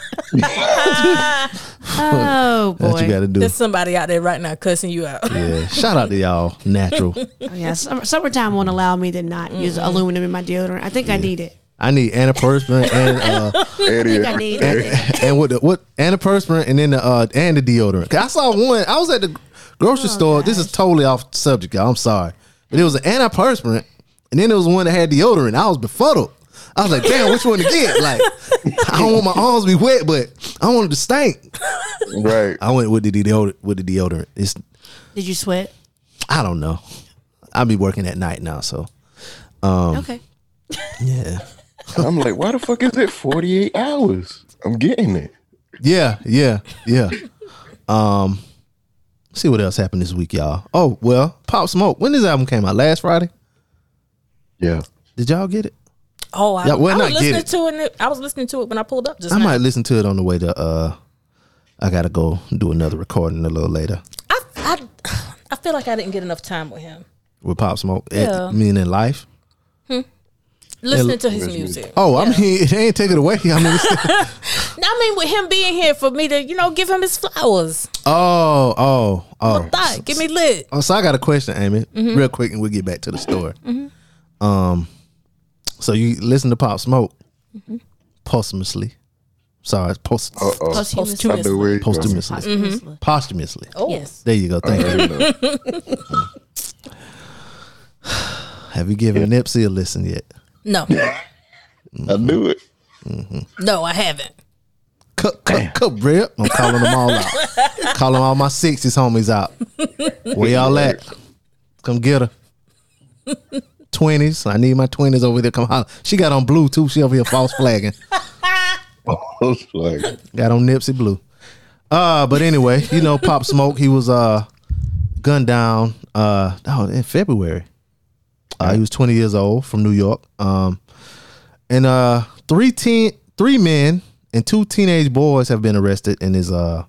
Speaker 10: Oh
Speaker 1: That's what you boy. gotta do.
Speaker 7: There's somebody out there right now cussing you out.
Speaker 1: Yeah. Shout out to y'all, natural.
Speaker 10: Oh, yeah, summer, summertime won't allow me to not use
Speaker 1: Mm-hmm.
Speaker 7: Mm-mm.
Speaker 10: aluminum in my deodorant. I think I need it.
Speaker 1: I need antiperspirant and uh,
Speaker 10: I think I need it.
Speaker 1: and, and what the, what antiperspirant and then the uh, and the deodorant. 'Cause I saw one. I was at the grocery store. This is totally off subject, y'all. I'm sorry, but it was an antiperspirant, and then there was one that had deodorant. I was befuddled. I was like, damn, which one to get? Like, I don't want my arms to be wet, but I want it to stink.
Speaker 6: Right.
Speaker 1: I went with the deodorant. With the deodorant, it's
Speaker 10: Did you sweat?
Speaker 1: I don't know. I'll be working at night now, so um,
Speaker 10: Okay.
Speaker 1: yeah. uh-huh.
Speaker 6: I'm like, why the fuck is it 48 hours? I'm getting it.
Speaker 1: Yeah, yeah, yeah. um, let's see what else happened this week, y'all. Oh well, Pop Smoke. When this album came out? Last Friday.
Speaker 6: Yeah.
Speaker 1: Did y'all get it?
Speaker 7: Oh, I,
Speaker 1: Yeah, well,
Speaker 7: I
Speaker 1: not
Speaker 7: was
Speaker 1: get
Speaker 7: listening
Speaker 1: it.
Speaker 7: to it. and it- I was listening to it when I pulled up. Just
Speaker 1: I
Speaker 7: now.
Speaker 1: might listen to it on the way to. uh I gotta go do another recording a little later
Speaker 7: I, I feel like I didn't get enough time with him.
Speaker 1: with Pop Smoke.
Speaker 7: Yeah.
Speaker 1: Yeah. meaning life.
Speaker 7: Listening
Speaker 1: Yeah,
Speaker 7: to his
Speaker 1: listen-
Speaker 7: music.
Speaker 1: Oh, I mean, it ain't take it away. I mean, it's still-
Speaker 7: I mean, with him being here for me to, you know, give him his flowers.
Speaker 1: oh, oh, oh.
Speaker 7: Thought, give me lit.
Speaker 1: Oh, so I got a question, Amy,
Speaker 7: Mhm.
Speaker 1: real quick, and we'll get back to the story.
Speaker 7: Mhm.
Speaker 1: Um, so you listen to Pop Smoke Mm-hmm. posthumously. Sorry, it's post-
Speaker 6: Uh-oh. Posthumously. I know where you're going.
Speaker 1: posthumously.
Speaker 10: Mm-hmm.
Speaker 6: Posthumously.
Speaker 1: Posthumously.
Speaker 6: Oh. Yes.
Speaker 1: There you go. Thank
Speaker 6: I
Speaker 1: you. Have you given Nipsey a listen yet?
Speaker 7: No,
Speaker 6: I knew it.
Speaker 7: no, I haven't.
Speaker 1: Cup, cup, cup, rip. I'm calling them all out. calling all my 60s homies out. Where y'all at? Come get her. 20s. I need my 20s over there. Come holler. She got on blue too. She over here false flagging.
Speaker 6: False flagging.
Speaker 1: Got on Nipsey Blue. Uh, but anyway, you know, Pop Smoke, he was uh gunned down uh oh, in February. Uh, he was 20 years old from New York. Um and uh three teen three men and two teenage boys have been arrested in his uh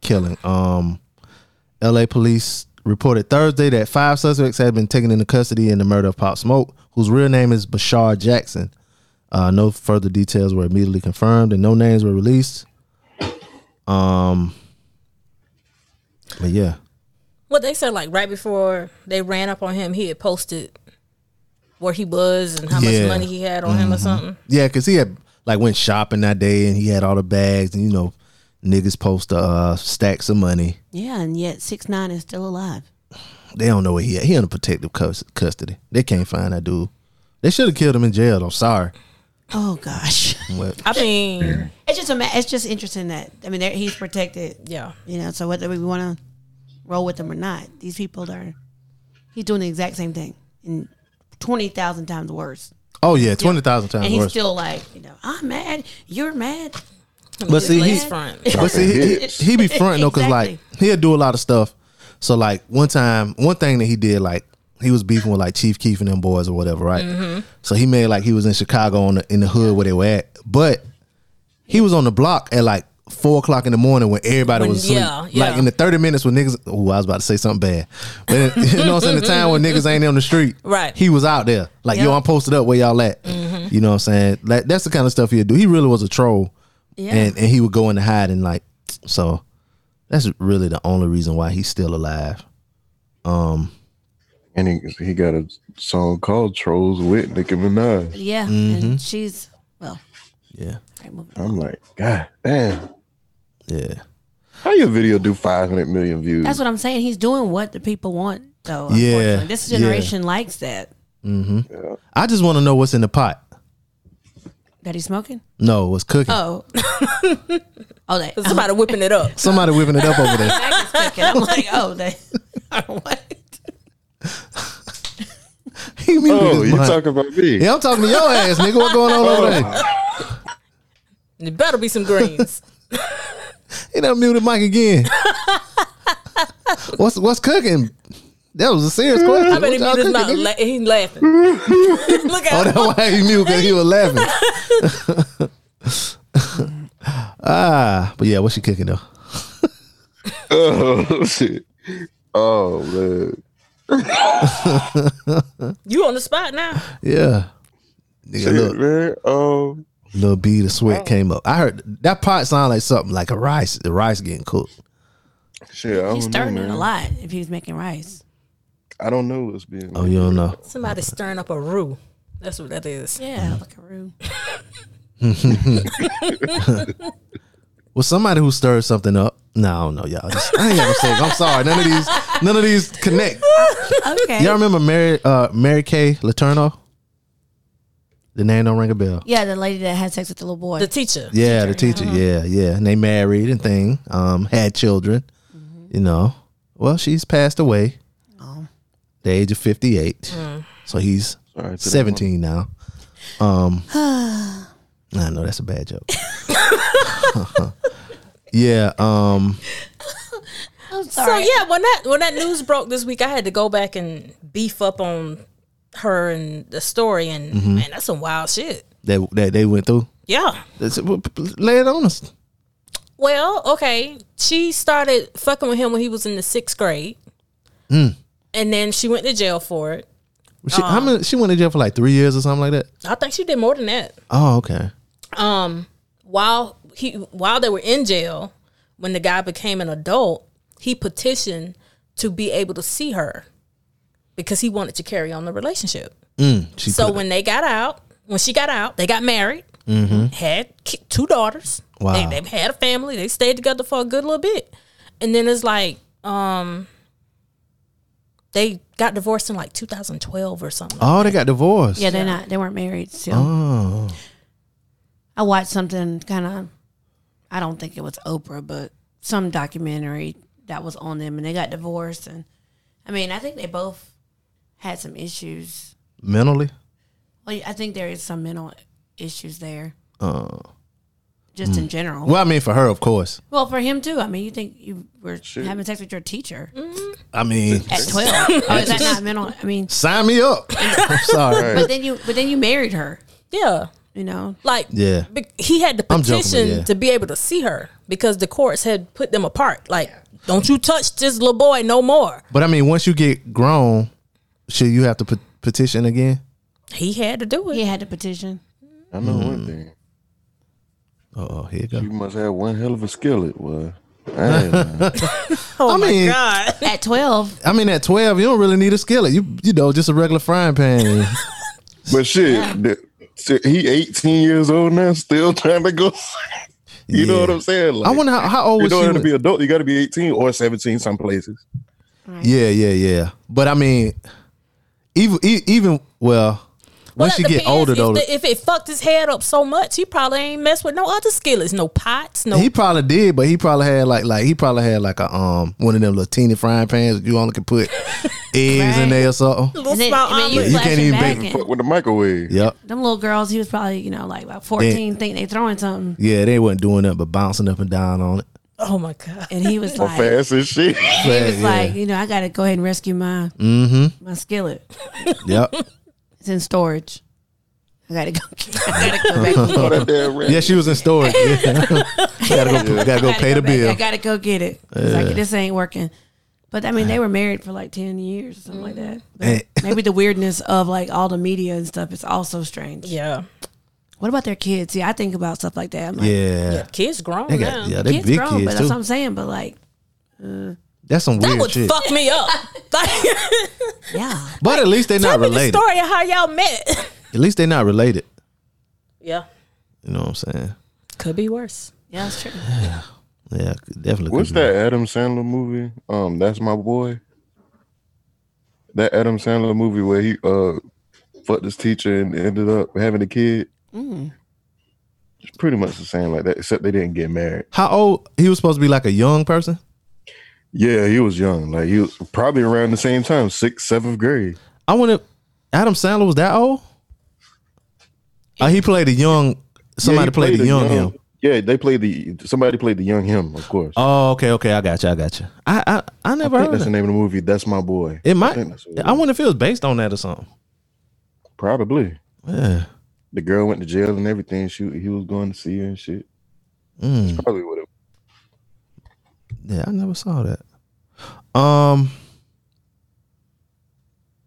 Speaker 1: killing. Um LA police reported Thursday that five suspects had been taken into custody in the murder of Pop Smoke, whose real name is Bashar Jackson. Uh, no further details were immediately confirmed and no names were released. Um but yeah.
Speaker 7: What they said, like right before they ran up on him, he had posted where he was and how
Speaker 1: Yeah.
Speaker 7: much money he had on him or
Speaker 1: Mhm.
Speaker 7: something.
Speaker 1: Yeah, because he had like went shopping that day and he had all the bags and you know, niggas post uh stacks of money.
Speaker 10: Yeah, and yet six nine is still alive.
Speaker 1: They don't know where he at. He under protective cus- custody. They can't find that dude. They should have killed him in jail. I'm sorry.
Speaker 10: Oh gosh.
Speaker 1: Well,
Speaker 7: I mean,
Speaker 10: It's just ama- it's just interesting that I mean they're- he's protected.
Speaker 7: Yeah.
Speaker 10: You know, so whether we want to roll with him or not, these people are he's doing the exact same thing and twenty thousand times worse.
Speaker 1: Oh yeah, twenty thousand times
Speaker 10: and he's
Speaker 1: worse.
Speaker 10: still like, you know, I'm mad, you're mad.
Speaker 1: But see, he, but see, he, he, he be fronting though, cause like he'll do a lot of stuff. So like one time, one thing that he did, like he was beefing with like Chief Keef and them boys or whatever, right?
Speaker 7: Mm-hmm.
Speaker 12: Mhm.
Speaker 1: So he made like he was in Chicago on the, in the hood where they were at, but he was on the block at like four o'clock in the morning when everybody
Speaker 7: When-
Speaker 1: was asleep.
Speaker 7: yeah,
Speaker 1: Like
Speaker 7: yeah.
Speaker 1: in the thirty minutes when niggas, oh, I was about to say something bad, but you know what I'm saying? The time when niggas ain't on the street,
Speaker 7: Right.
Speaker 1: He was out there, like yo,
Speaker 7: Yeah.
Speaker 1: I'm posted up where y'all at.
Speaker 7: Mhm.
Speaker 1: You know what I'm saying? Like that's the kind of stuff he'd do. He really was a troll.
Speaker 7: Yeah.
Speaker 1: And and he would go into hiding like so that's really the only reason why he's still alive. Um
Speaker 6: And he, he got a song called Trolls with Nicki Minaj.
Speaker 10: Yeah.
Speaker 1: Mhm.
Speaker 10: And she's well
Speaker 1: Yeah.
Speaker 6: I'm like, God damn.
Speaker 1: Yeah.
Speaker 6: How your video do 500 million views?
Speaker 10: That's what I'm saying. He's doing what the people want though.
Speaker 1: Yeah.
Speaker 10: unfortunately. This
Speaker 1: Yeah.
Speaker 10: generation likes that.
Speaker 1: hmm I just want to know what's in the pot.
Speaker 10: That he's smoking?
Speaker 1: No, what's cooking.
Speaker 10: Oh. oh that
Speaker 7: somebody whipping it up.
Speaker 1: Somebody whipping it up over there.
Speaker 10: Back is cooking. I'm like, oh they
Speaker 1: He muted
Speaker 6: oh,
Speaker 1: his
Speaker 6: you Oh.
Speaker 1: mic.
Speaker 6: talking about me?
Speaker 1: Yeah, I'm talking to your ass, nigga. What going on over there?
Speaker 7: There better be some greens.
Speaker 1: He done muted Mike again. what's what's cooking? That was a serious question.
Speaker 7: Mm-hmm. I bet he
Speaker 1: What y'all
Speaker 7: muted his mouth.
Speaker 1: cooking, nigga?
Speaker 7: La- he's laughing. Look at
Speaker 1: Oh,
Speaker 7: him.
Speaker 1: that's why he muted 'cause he was laughing. ah, but yeah, what's she cooking though?
Speaker 6: Oh, shit. Oh, man.
Speaker 7: You on the spot now?
Speaker 1: yeah. Nigga,
Speaker 6: Shit,
Speaker 1: look.
Speaker 6: man. Um,
Speaker 1: Little bead of
Speaker 7: Oh.
Speaker 1: sweat came up. I heard that pot sound like something like a rice. The rice getting cooked.
Speaker 6: Shit, I
Speaker 10: He's
Speaker 6: don't know,
Speaker 10: stirring it
Speaker 6: man.
Speaker 10: a lot if he was making rice.
Speaker 6: I don't know what's being.
Speaker 1: Oh, you don't know.
Speaker 7: Somebody stirring up a roux. That's what that is.
Speaker 10: Yeah, like a roux.
Speaker 1: Well, somebody who stirs something up. No, I don't know, y'all. Just- I ain't got no sick. I'm sorry. None of these, none of these connect.
Speaker 10: Okay.
Speaker 1: Y'all remember Mary, uh, Mary Kay Letourneau? The name don't ring a bell.
Speaker 10: Yeah, the lady that had sex with the little boy.
Speaker 7: The teacher.
Speaker 1: Yeah, the teacher. Yeah, yeah. And they married and thing. Um, had children. You know. Well, she's passed away. Oh. The age of fifty eight. So he's
Speaker 6: Sorry to the
Speaker 1: seventeen now. Um, I know that's a bad joke. yeah. Um.
Speaker 10: I'm
Speaker 7: So
Speaker 10: sorry.
Speaker 7: yeah, when that when that news broke this week, I had to go back and beef up on her and the story. And
Speaker 1: Mm-hmm.
Speaker 7: man, that's some wild shit.
Speaker 1: That that they went through.
Speaker 7: Yeah.
Speaker 1: That's- well, p- p- Lay it on us.
Speaker 7: Well, okay. She started fucking with him when he was in the sixth grade,
Speaker 1: Mm.
Speaker 7: and then she went to jail for it.
Speaker 1: She, how many, she went to jail for like three years or something like that.
Speaker 7: I think she did more than that.
Speaker 1: Oh, okay.
Speaker 7: um while he while they were in jail when the guy became an adult he petitioned to be able to see her because he wanted to carry on the relationship
Speaker 1: She
Speaker 7: so
Speaker 1: put-
Speaker 7: when they got out when she got out they got married had ki- two daughters
Speaker 1: Mm-hmm. Wow.
Speaker 7: they, they had a family they stayed together for a good little bit and then it's like um they got divorced in like 2012 or something
Speaker 1: oh, they got divorced.
Speaker 10: yeah, they're not. They weren't married still.
Speaker 1: Oh.
Speaker 10: I watched something kind of, I don't think it was Oprah, but some documentary that was on them, and they got divorced. And I mean, I think they both had some issues.
Speaker 1: Mentally.
Speaker 10: Well, I think there is some mental issues there,
Speaker 1: Uh,
Speaker 10: just in general.
Speaker 1: well, I mean, for her, of course.
Speaker 10: Well, for him too. I mean, you think you were having sex with your teacher
Speaker 1: I mean,
Speaker 10: at twelve? Or is that not mental? I mean,
Speaker 1: sign me up. I'm sorry.
Speaker 10: but then you, but then you married her.
Speaker 7: yeah
Speaker 10: You know,
Speaker 7: like
Speaker 1: Yeah.
Speaker 7: be- he had the
Speaker 1: I'm joking, but
Speaker 7: petition
Speaker 1: yeah.
Speaker 7: to be able to see her because the courts had put them apart like don't you touch this little boy no more
Speaker 1: But I mean, once you get grown, should you have to pe- petition again?
Speaker 7: he had to do it
Speaker 10: he had the petition.
Speaker 6: I know
Speaker 1: Hmm.
Speaker 6: one thing.
Speaker 1: Oh, here you go.
Speaker 6: You must have one hell of a skillet, boy. Damn.
Speaker 7: oh
Speaker 1: I
Speaker 7: my
Speaker 1: mean-
Speaker 7: god
Speaker 10: At twelve,
Speaker 1: I mean, at twelve, you don't really need a skillet. You you know, just a regular frying pan.
Speaker 6: but shit, the, shit, he 18 years old now, still trying to go. you know
Speaker 1: Yeah.
Speaker 6: what I'm saying?
Speaker 1: I
Speaker 6: Like,
Speaker 1: wonder how, how old
Speaker 6: You
Speaker 1: was
Speaker 6: don't
Speaker 1: she?
Speaker 6: have to
Speaker 1: when-
Speaker 6: be adult. You got to be 18 or 17 some places.
Speaker 1: yeah, yeah, yeah. But I mean, even e- even well, once
Speaker 7: that
Speaker 1: you get
Speaker 7: depends
Speaker 1: older
Speaker 7: if,
Speaker 1: though,
Speaker 7: the- if it fucked his head up so much he probably ain't messed with no other skillets no pots no
Speaker 1: he probably did, but he probably had like like he probably had like a um one of them little teeny frying pans you only can put eggs in
Speaker 10: Right.
Speaker 1: there or something.
Speaker 7: little
Speaker 10: and then,
Speaker 7: small
Speaker 10: I mean, you,
Speaker 7: omelet.
Speaker 1: You can't
Speaker 10: flashing
Speaker 1: even
Speaker 10: back
Speaker 1: bake-
Speaker 10: and-
Speaker 6: Fuck with the microwave.
Speaker 1: Yep.
Speaker 10: Them little girls, he was probably, you know, like about 14, think they throwing something.
Speaker 1: Yeah, they wasn't doing that, but bouncing up and down on it.
Speaker 7: oh my god
Speaker 10: And he was
Speaker 6: Or
Speaker 10: like,
Speaker 6: fast as shit.
Speaker 10: he was
Speaker 1: Yeah. Mm-hmm.
Speaker 10: like, you know, I got to go ahead and rescue my my skillet.
Speaker 1: Yep.
Speaker 10: It's in storage. I got to go. I got to go back. and-
Speaker 6: All that damn rap.
Speaker 1: Yeah, she was in storage. Yeah. gotta go, gotta go
Speaker 10: I gotta
Speaker 1: pay the
Speaker 10: back.
Speaker 1: bill.
Speaker 10: I got to go get it. It's like this ain't working. But I mean, they were married for like 10 years or something like that.
Speaker 1: Eh.
Speaker 10: But maybe the weirdness of like all the media and stuff is also strange.
Speaker 7: yeah
Speaker 10: What about their kids? See, I think about stuff like that. I'm like,
Speaker 1: Yeah.
Speaker 7: yeah kids grown
Speaker 1: They
Speaker 7: now
Speaker 1: got, yeah, they
Speaker 10: kids
Speaker 1: big
Speaker 10: grown, but
Speaker 1: kids
Speaker 10: that's what
Speaker 1: too.
Speaker 10: I'm saying. But like,
Speaker 1: That's some
Speaker 7: that
Speaker 1: weird
Speaker 7: would
Speaker 1: shit.
Speaker 7: fuck me up like
Speaker 10: yeah.
Speaker 1: But at least they're
Speaker 7: tell
Speaker 1: not
Speaker 7: me the
Speaker 1: related.
Speaker 7: story of how y'all met
Speaker 1: At least they're not related.
Speaker 7: yeah
Speaker 1: You know what I'm saying?
Speaker 7: could be worse
Speaker 10: Yeah, that's true.
Speaker 1: Uh, Yeah, could- definitely.
Speaker 6: What's
Speaker 1: could be.
Speaker 6: that Adam Sandler movie? Um, that's my boy. That Adam Sandler movie where he uh fucked his teacher and ended up having a kid.
Speaker 1: Mm.
Speaker 6: It's pretty much the same like that, except they didn't get married.
Speaker 1: How old? He was supposed to be like a young person.
Speaker 6: Yeah, he was young. Like he was probably around the same time, sixth, seventh grade.
Speaker 1: I wonder. Adam Sandler was that old? Uh, he played a young.
Speaker 6: Yeah,
Speaker 1: Somebody
Speaker 6: he
Speaker 1: played, a young, him.
Speaker 6: Yeah, they played the somebody played the young him, of course.
Speaker 1: Oh, okay, okay. I got you. I got you. I I, I
Speaker 6: I
Speaker 1: never
Speaker 6: think
Speaker 1: heard
Speaker 6: that's
Speaker 1: of
Speaker 6: the
Speaker 1: that.
Speaker 6: name of the movie. That's my boy.
Speaker 1: It might.
Speaker 6: I think that's what it
Speaker 1: I wonder if it was based on that or something.
Speaker 6: Probably.
Speaker 1: Yeah.
Speaker 6: The girl went to jail and everything. She he was going to see her and shit.
Speaker 1: Mm.
Speaker 6: That's probably what it
Speaker 1: Yeah, I never saw that. Um,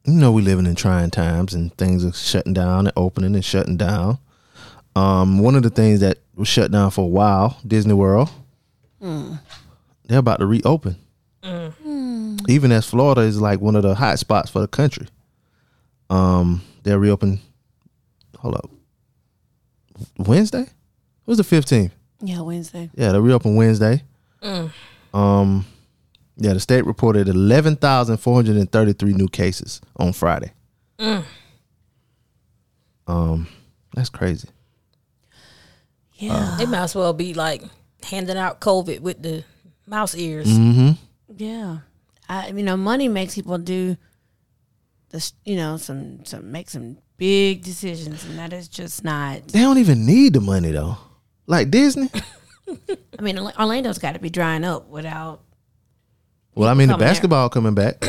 Speaker 1: you know, we living in trying times and things are shutting down and opening and shutting down. Um, one of the things that was shut down for a while, Disney World,
Speaker 10: Hmm.
Speaker 2: Mm.
Speaker 1: they're about to reopen.
Speaker 10: Hmm.
Speaker 1: Even as Florida is like one of the hot spots for the country, um, they'll reopen. Hold up, Wednesday. It was the fifteenth.
Speaker 10: Yeah, Wednesday.
Speaker 1: Yeah, they reopen Wednesday.
Speaker 10: Mm.
Speaker 1: Um, yeah, the state reported eleven thousand four hundred and thirty-three new cases on Friday.
Speaker 7: Mm.
Speaker 1: Um, that's crazy.
Speaker 7: They might as well be like handing out COVID with the mouse ears.
Speaker 1: Mhm.
Speaker 10: Yeah, I you know money makes people do this. You know, some some make some big decisions, and that is just not.
Speaker 1: They don't even need the money though. Like Disney.
Speaker 10: I mean, Orla- Orlando's got to be drying up without.
Speaker 1: Well, I mean, the
Speaker 10: Coming there.
Speaker 1: basketball coming back.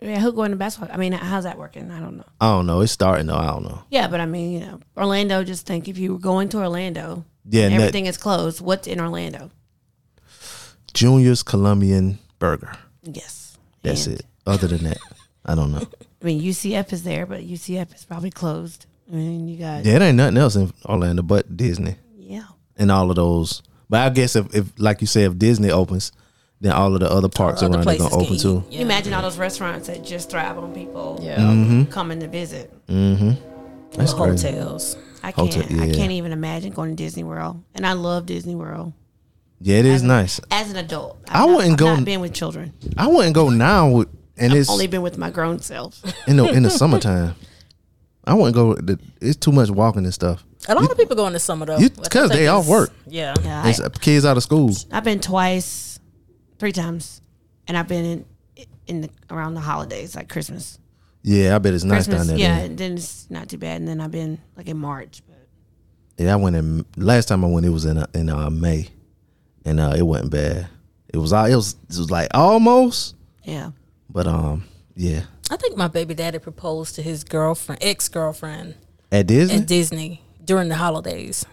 Speaker 10: Yeah, who going to basketball? I mean, how's that working? I don't know.
Speaker 1: I don't know. It's starting though. I don't know.
Speaker 10: Yeah, but I mean, you know, Orlando. Just think if you were going to Orlando,
Speaker 1: Yeah, and
Speaker 10: and
Speaker 1: that-
Speaker 10: everything is closed. What's in Orlando?
Speaker 1: Junior's Colombian Burger.
Speaker 10: Yes,
Speaker 1: That's it. Other than that, I don't know.
Speaker 10: I mean UCF is there, but UCF is probably closed. I mean, you got
Speaker 1: Yeah, it ain't nothing else in Orlando but Disney.
Speaker 10: Yeah.
Speaker 1: And all of those. But I guess if, if like you say, if Disney opens, then all of the other parks
Speaker 10: other
Speaker 1: around are gonna
Speaker 10: places
Speaker 1: open too.
Speaker 10: You imagine all those restaurants that just thrive on people
Speaker 1: Mhm.
Speaker 10: coming to visit.
Speaker 1: Mm-hmm. That's crazy.
Speaker 10: I can't.
Speaker 1: Hotel-
Speaker 10: I
Speaker 1: yeah.
Speaker 10: can't even imagine going to Disney World, and I love Disney World
Speaker 1: Yeah, it is nice.
Speaker 10: as an adult. I've
Speaker 1: I
Speaker 10: not-
Speaker 1: wouldn't
Speaker 10: I've
Speaker 1: go-
Speaker 10: Not been with children.
Speaker 1: I wouldn't go now with and
Speaker 10: I've
Speaker 1: it's
Speaker 10: only been with my grown self.
Speaker 1: in the in the summertime. I wouldn't go. The, it's too much walking and stuff.
Speaker 7: A lot of people go in the summer though.
Speaker 1: you-
Speaker 7: But I
Speaker 1: 'cause they
Speaker 7: think
Speaker 1: all
Speaker 7: it's-
Speaker 1: work.
Speaker 7: Yeah.
Speaker 10: Yeah,
Speaker 1: It's, uh, kids out of school.
Speaker 10: I've been twice, three times, and I've been in in the, around the holidays like Christmas.
Speaker 1: Yeah, I bet it's nice
Speaker 10: Christmas,
Speaker 1: down there.
Speaker 10: yeah.
Speaker 1: then.
Speaker 10: And then it's not too bad, and then I've been like in March.
Speaker 1: Yeah, I went in last time I went. It was in uh, in uh, May, and uh, it wasn't bad. It was all it was. It was like almost,
Speaker 10: Yeah.
Speaker 1: but um, yeah.
Speaker 7: I think my baby daddy proposed to his girlfriend, ex girlfriend,
Speaker 1: At Disney,
Speaker 7: at Disney during the holidays.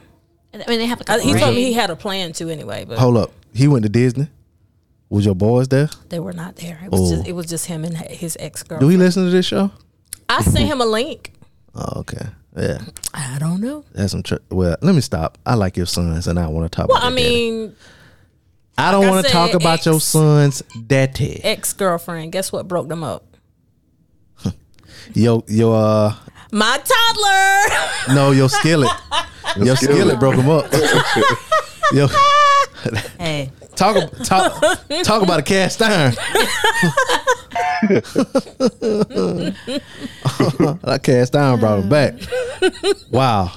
Speaker 10: I mean, they have. Like
Speaker 7: a he told me
Speaker 10: parade.
Speaker 7: he had a plan to anyway, but
Speaker 1: hold up. He went to Disney. Was your boys there?
Speaker 7: they were not there. It was
Speaker 1: Oh.
Speaker 7: just it was just him and his ex
Speaker 1: Do
Speaker 7: girlfriend.
Speaker 1: he listen to this show?
Speaker 7: I sent him a link.
Speaker 1: Oh, okay. Yeah,
Speaker 7: I don't know.
Speaker 1: that's some. Tr- well, let me stop. I like your sons, and I want to talk.
Speaker 7: Well,
Speaker 1: about
Speaker 7: I
Speaker 1: your daddy.
Speaker 7: mean,
Speaker 1: I don't
Speaker 7: like I
Speaker 1: want to
Speaker 7: said,
Speaker 1: talk about your son's daddy.
Speaker 7: ex girlfriend. Guess what broke them up?
Speaker 1: Yo, your uh,
Speaker 7: My toddler.
Speaker 1: no, your skillet.
Speaker 7: Your
Speaker 1: your
Speaker 7: skillet.
Speaker 1: skillet broke him up. yo,
Speaker 10: hey,
Speaker 1: talk ab- talk talk about a cast iron. that cast iron brought him back. Wow,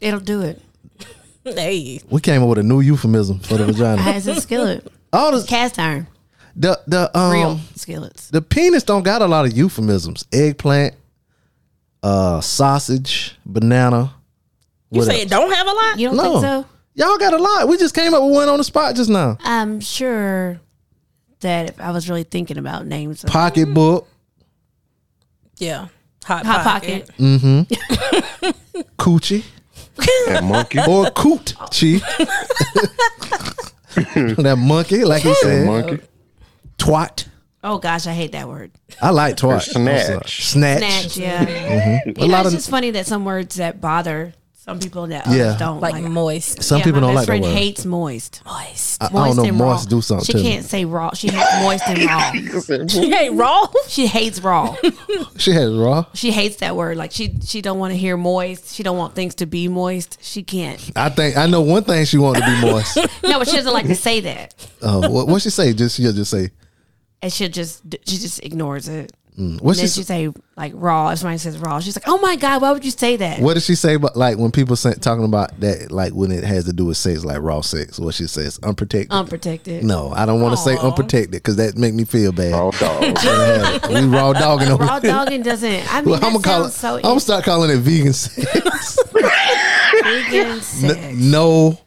Speaker 10: It'll do it.
Speaker 7: Hey,
Speaker 1: we came up with a new euphemism for the vagina.
Speaker 10: as a skillet.
Speaker 1: All this
Speaker 10: cast iron.
Speaker 1: The the um
Speaker 10: Real skillets.
Speaker 1: The penis don't got a lot of euphemisms. Eggplant, uh, sausage, banana.
Speaker 7: You
Speaker 1: What
Speaker 7: say
Speaker 1: else?
Speaker 7: it don't have a lot?
Speaker 10: You don't
Speaker 1: No.
Speaker 10: think so?
Speaker 1: Y'all got a lot. We just came up with one on the spot just now.
Speaker 10: I'm sure that if I was really thinking about names, of-
Speaker 1: Pocketbook.
Speaker 7: Yeah. Hot,
Speaker 10: Hot
Speaker 7: pocket.
Speaker 1: Mm-hmm. Coochie.
Speaker 6: That monkey.
Speaker 1: Or coochie. that monkey, like he
Speaker 10: That
Speaker 1: said.
Speaker 10: monkey.
Speaker 1: Twat.
Speaker 10: Oh gosh, I hate that word.
Speaker 1: I like twat.
Speaker 6: Or
Speaker 1: I'm
Speaker 6: snatch.
Speaker 1: sorry. Snatch.
Speaker 10: Snatch, yeah.
Speaker 1: Mhm.
Speaker 10: You know, it's just funny that some words that bother some people that others
Speaker 1: Yeah.
Speaker 10: don't
Speaker 7: Like
Speaker 10: like.
Speaker 7: moist.
Speaker 1: Some people
Speaker 10: my
Speaker 1: don't
Speaker 10: best
Speaker 1: like that
Speaker 10: friend
Speaker 1: word.
Speaker 10: hates moist. Moist.
Speaker 1: I- I don't know,
Speaker 10: and
Speaker 1: moist
Speaker 10: raw.
Speaker 1: do something
Speaker 10: She
Speaker 1: to me.
Speaker 10: can't say raw. She hates moist and raw.
Speaker 7: she hate raw.
Speaker 10: She hates raw.
Speaker 1: She has raw.
Speaker 10: She hates that word. Like she she don't want to hear moist. She don't want things to be moist. She can't.
Speaker 1: I think I know one thing she wanted to be moist.
Speaker 10: No, but she doesn't like to say that.
Speaker 1: Oh, what what she say? Just she'll just say
Speaker 10: and she will just she just ignores it.
Speaker 1: Mm. What's
Speaker 10: and then
Speaker 1: this-
Speaker 10: she say like raw? If somebody says raw, she's like, "Oh my god, why would you say that?"
Speaker 1: What does she say about like when people say, talking about that like when it has to do with sex like raw sex? What she says unprotected.
Speaker 10: Unprotected.
Speaker 1: no, I don't want to say unprotected because that make me feel bad.
Speaker 6: Oh.
Speaker 1: Raw dog. we raw dogging over.
Speaker 10: raw
Speaker 1: here.
Speaker 10: dogging doesn't. I mean,
Speaker 1: Well,
Speaker 10: that
Speaker 1: I'm gonna call it.
Speaker 10: sounds so
Speaker 1: I'm gonna start calling it vegan sex.
Speaker 10: vegan sex.
Speaker 1: N- no,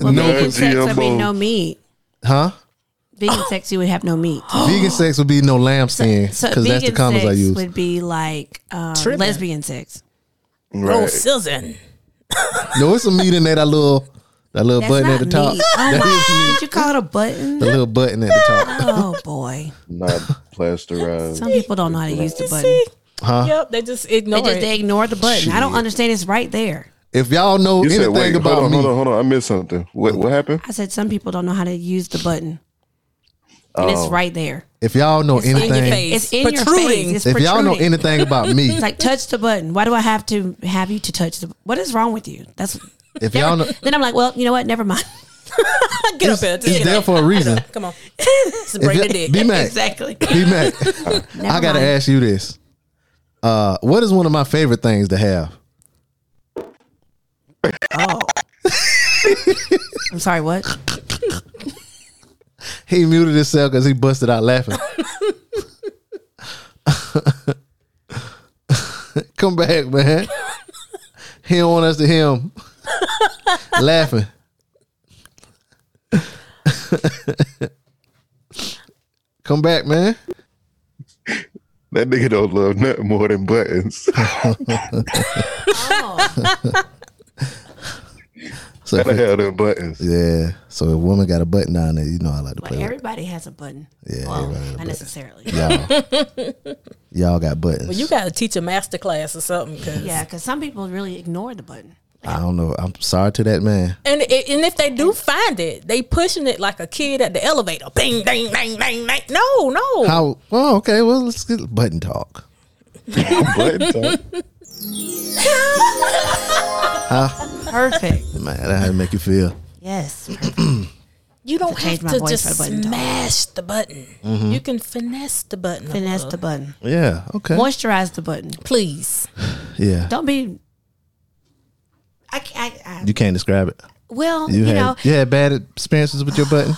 Speaker 10: Well,
Speaker 1: no,
Speaker 10: vegan sex would be no meat.
Speaker 1: huh?
Speaker 10: Vegan sex, you would have no meat.
Speaker 1: vegan sex would be no lamb skin because
Speaker 10: So vegan
Speaker 1: that's the condoms
Speaker 10: sex
Speaker 1: I use.
Speaker 10: would be like um, lesbian sex.
Speaker 7: Oh, Susan.
Speaker 1: no, it's a meat in there. That little that little
Speaker 10: That's
Speaker 1: button at
Speaker 10: not
Speaker 1: the top.
Speaker 10: meat. Oh
Speaker 1: That is
Speaker 10: my! Did you call it a button?
Speaker 1: the little button at the top.
Speaker 10: Oh boy!
Speaker 6: Not plasterized.
Speaker 10: Some people don't know how to use the
Speaker 7: You
Speaker 10: button.
Speaker 7: see?
Speaker 1: Huh?
Speaker 7: Yep, they just
Speaker 10: They
Speaker 7: ignore
Speaker 10: just
Speaker 7: it.
Speaker 10: they ignore the button. I don't understand. It's right there.
Speaker 1: If y'all know
Speaker 6: You said,
Speaker 1: anything
Speaker 6: wait,
Speaker 1: about
Speaker 6: hold on,
Speaker 1: me,
Speaker 6: Hold on, hold on. I missed something. What what happened?
Speaker 10: I said some people don't know how to use the button, and
Speaker 1: Oh.
Speaker 10: it's right there.
Speaker 1: if y'all know
Speaker 10: It's in your
Speaker 1: anything,
Speaker 10: face. It's in your Protruding. face. It's
Speaker 1: if y'all know
Speaker 10: protruding.
Speaker 1: anything about me,
Speaker 10: It's like touch the button. Why do I have to have you to touch the? What is wrong with you? That's
Speaker 1: if y'all know,
Speaker 10: then I'm like, well, you know what? Never mind.
Speaker 7: get up there.
Speaker 1: it's there for a reason.
Speaker 7: Come on. Just
Speaker 1: If
Speaker 7: break
Speaker 1: y'all-
Speaker 7: the dick.
Speaker 1: B Mac,
Speaker 10: Exactly.
Speaker 1: B Mac, I
Speaker 10: Never
Speaker 1: gotta
Speaker 10: mind.
Speaker 1: ask you this: uh, What is one of my favorite things to have?
Speaker 10: Oh. I'm sorry. What?
Speaker 1: He muted himself because he busted out laughing. Come back, man. He don't want us to hear him laughing. Come back, man.
Speaker 6: That nigga don't love nothing more than buttons.
Speaker 1: So
Speaker 6: Gotta have them buttons.
Speaker 1: Yeah. So if a woman got a button down there, you know I like to
Speaker 10: But
Speaker 1: play with.
Speaker 10: everybody has a button.
Speaker 1: Yeah,
Speaker 10: Well,
Speaker 1: everybody has a
Speaker 10: not
Speaker 1: button.
Speaker 10: necessarily.
Speaker 1: Y'all, y'all got buttons.
Speaker 7: Well, you got to teach a master class or something. Cause,
Speaker 10: Yeah, because some people really ignore the button.
Speaker 1: I don't know. I'm sorry to that man.
Speaker 7: And i- and if they do find it, they pushing it like a kid at the elevator. Bing, ding, ding, ding, ding. No, no.
Speaker 1: How? Oh, okay. Well, let's get button talk.
Speaker 6: button talk.
Speaker 1: Huh?
Speaker 10: Perfect.
Speaker 1: Man, that how it make you feel.
Speaker 10: Yes.
Speaker 7: You don't
Speaker 10: I
Speaker 7: have
Speaker 10: changed my
Speaker 7: to
Speaker 10: voice
Speaker 7: just
Speaker 10: for button talk.
Speaker 7: smash the button.
Speaker 1: Mhm.
Speaker 7: You can finesse the button. a
Speaker 10: Finesse
Speaker 7: little.
Speaker 10: the button.
Speaker 1: Yeah. Okay.
Speaker 10: Moisturize the button.
Speaker 7: Please.
Speaker 1: Yeah.
Speaker 10: Don't be. I, ca- I, I
Speaker 1: You can't describe it.
Speaker 10: well,
Speaker 1: You
Speaker 10: you,
Speaker 1: had
Speaker 10: know,
Speaker 1: you had bad experiences with your button.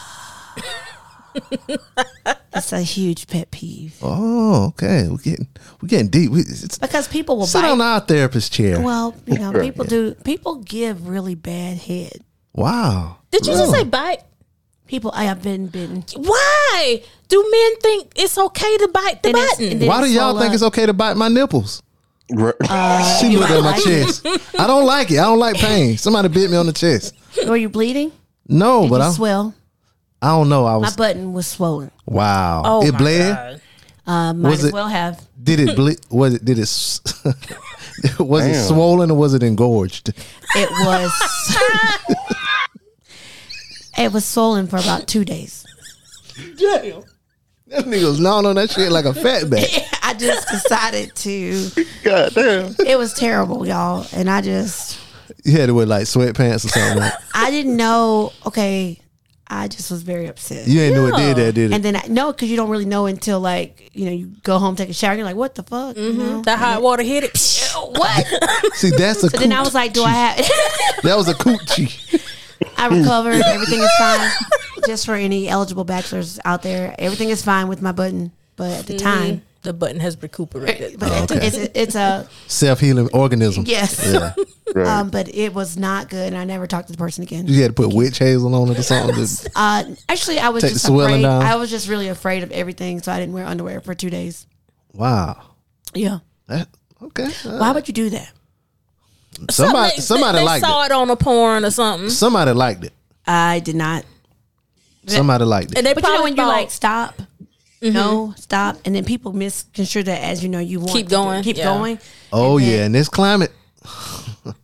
Speaker 10: it's a huge pet peeve
Speaker 1: Oh, okay. We're getting we're getting deep. We, it's,
Speaker 10: because people will
Speaker 1: sit
Speaker 10: bite.
Speaker 1: on our therapist chair.
Speaker 10: Well, you know,
Speaker 1: Right.
Speaker 10: people do. People give really bad head.
Speaker 1: wow.
Speaker 7: Did you just
Speaker 1: Really?
Speaker 7: say bite?
Speaker 10: People, I have been bitten.
Speaker 7: Why do men think it's okay to bite the
Speaker 10: And it's-
Speaker 7: button?
Speaker 10: and it-
Speaker 1: Why do y'all
Speaker 10: swell
Speaker 1: think
Speaker 10: up.
Speaker 1: it's okay to bite my nipples?
Speaker 10: Uh,
Speaker 1: She
Speaker 10: you
Speaker 1: looked
Speaker 10: might
Speaker 1: at my
Speaker 10: like
Speaker 1: chest. I don't like it. I don't like pain. Somebody bit me on the chest.
Speaker 10: Were you bleeding?
Speaker 1: No,
Speaker 10: Did
Speaker 1: Oh, but
Speaker 10: you
Speaker 1: I,
Speaker 10: swell?
Speaker 1: I don't know. I
Speaker 10: My
Speaker 1: was
Speaker 10: button was swollen.
Speaker 1: wow.
Speaker 7: oh,
Speaker 1: it
Speaker 7: my
Speaker 1: bled.
Speaker 7: God.
Speaker 10: Uh, might
Speaker 1: Was
Speaker 10: as
Speaker 1: it-
Speaker 10: well have.
Speaker 1: Did it ble- was it did it s- was it
Speaker 6: Damn.
Speaker 1: swollen or was it engorged?
Speaker 10: It was. it was swollen for about two days.
Speaker 1: Damn. That nigga was gnawing on that shit like a fat back.
Speaker 10: I just decided to.
Speaker 6: God damn.
Speaker 10: It was terrible, y'all, and I just
Speaker 1: You had to wear like sweatpants or something. Like.
Speaker 10: I didn't know. Okay, I just was very upset.
Speaker 1: You ain't know it did that, did it?
Speaker 10: And then I no, because you don't really know until like you know you go home take a shower. You're like, what the fuck? you know?
Speaker 7: That hot water hit it. Psh.
Speaker 10: What?
Speaker 1: See, that's a.
Speaker 10: So then I was like, do I have?
Speaker 1: That was a coochie.
Speaker 10: I recovered. Everything is fine. Just for any eligible bachelors out there, everything is fine with my button. But at the time,
Speaker 7: The button has recuperated.
Speaker 10: but
Speaker 1: Oh, okay.
Speaker 10: it's, it's, it's a
Speaker 1: Self healing organism.
Speaker 10: yes.
Speaker 1: Yeah.
Speaker 6: Right.
Speaker 10: Um, but it was not good, and I never talked to the person again.
Speaker 1: You had to put witch hazel on it or something.
Speaker 10: Uh, actually, I was
Speaker 1: Take
Speaker 10: just
Speaker 1: the swelling
Speaker 10: afraid.
Speaker 1: down.
Speaker 10: I was just really afraid of everything, so I didn't wear underwear for two days.
Speaker 1: Wow.
Speaker 10: Yeah.
Speaker 1: That, okay. Uh,
Speaker 10: Why would you do that?
Speaker 1: somebody
Speaker 7: They-
Speaker 1: somebody
Speaker 7: they
Speaker 1: liked
Speaker 7: saw it. on a porn or something,
Speaker 1: it. Somebody liked it.
Speaker 10: I did not.
Speaker 1: Somebody liked it.
Speaker 7: and they
Speaker 10: But you know
Speaker 7: probably
Speaker 10: when you
Speaker 7: thought,
Speaker 10: like stop, no stop, and then people misconstrue that as you know you want
Speaker 7: Keep
Speaker 10: to do-
Speaker 7: going,
Speaker 10: keep
Speaker 7: yeah.
Speaker 10: going.
Speaker 1: Oh yeah, in this climate.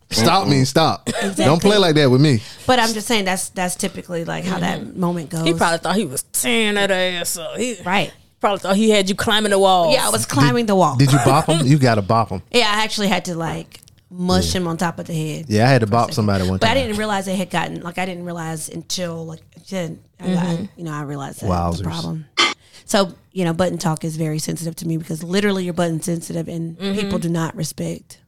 Speaker 1: Stop me, stop. Don't play like that with me.
Speaker 10: But I'm just saying that's that's typically like how that moment goes.
Speaker 7: he probably thought he was tearing that ass up. He
Speaker 10: right.
Speaker 7: probably thought he had you climbing the wall.
Speaker 10: Yeah, I was climbing the wall.
Speaker 1: Did you bop him? You gotta bop him.
Speaker 10: yeah, I actually had to like mush him on top of the head.
Speaker 1: Yeah, I had to bop somebody one
Speaker 10: But I
Speaker 1: time.
Speaker 10: didn't realize they had gotten like I didn't realize until like then I got- you know I realized that was
Speaker 1: Wowzers.
Speaker 10: the problem. So you know, button talk is very sensitive to me because literally your button sensitive, and people do not respect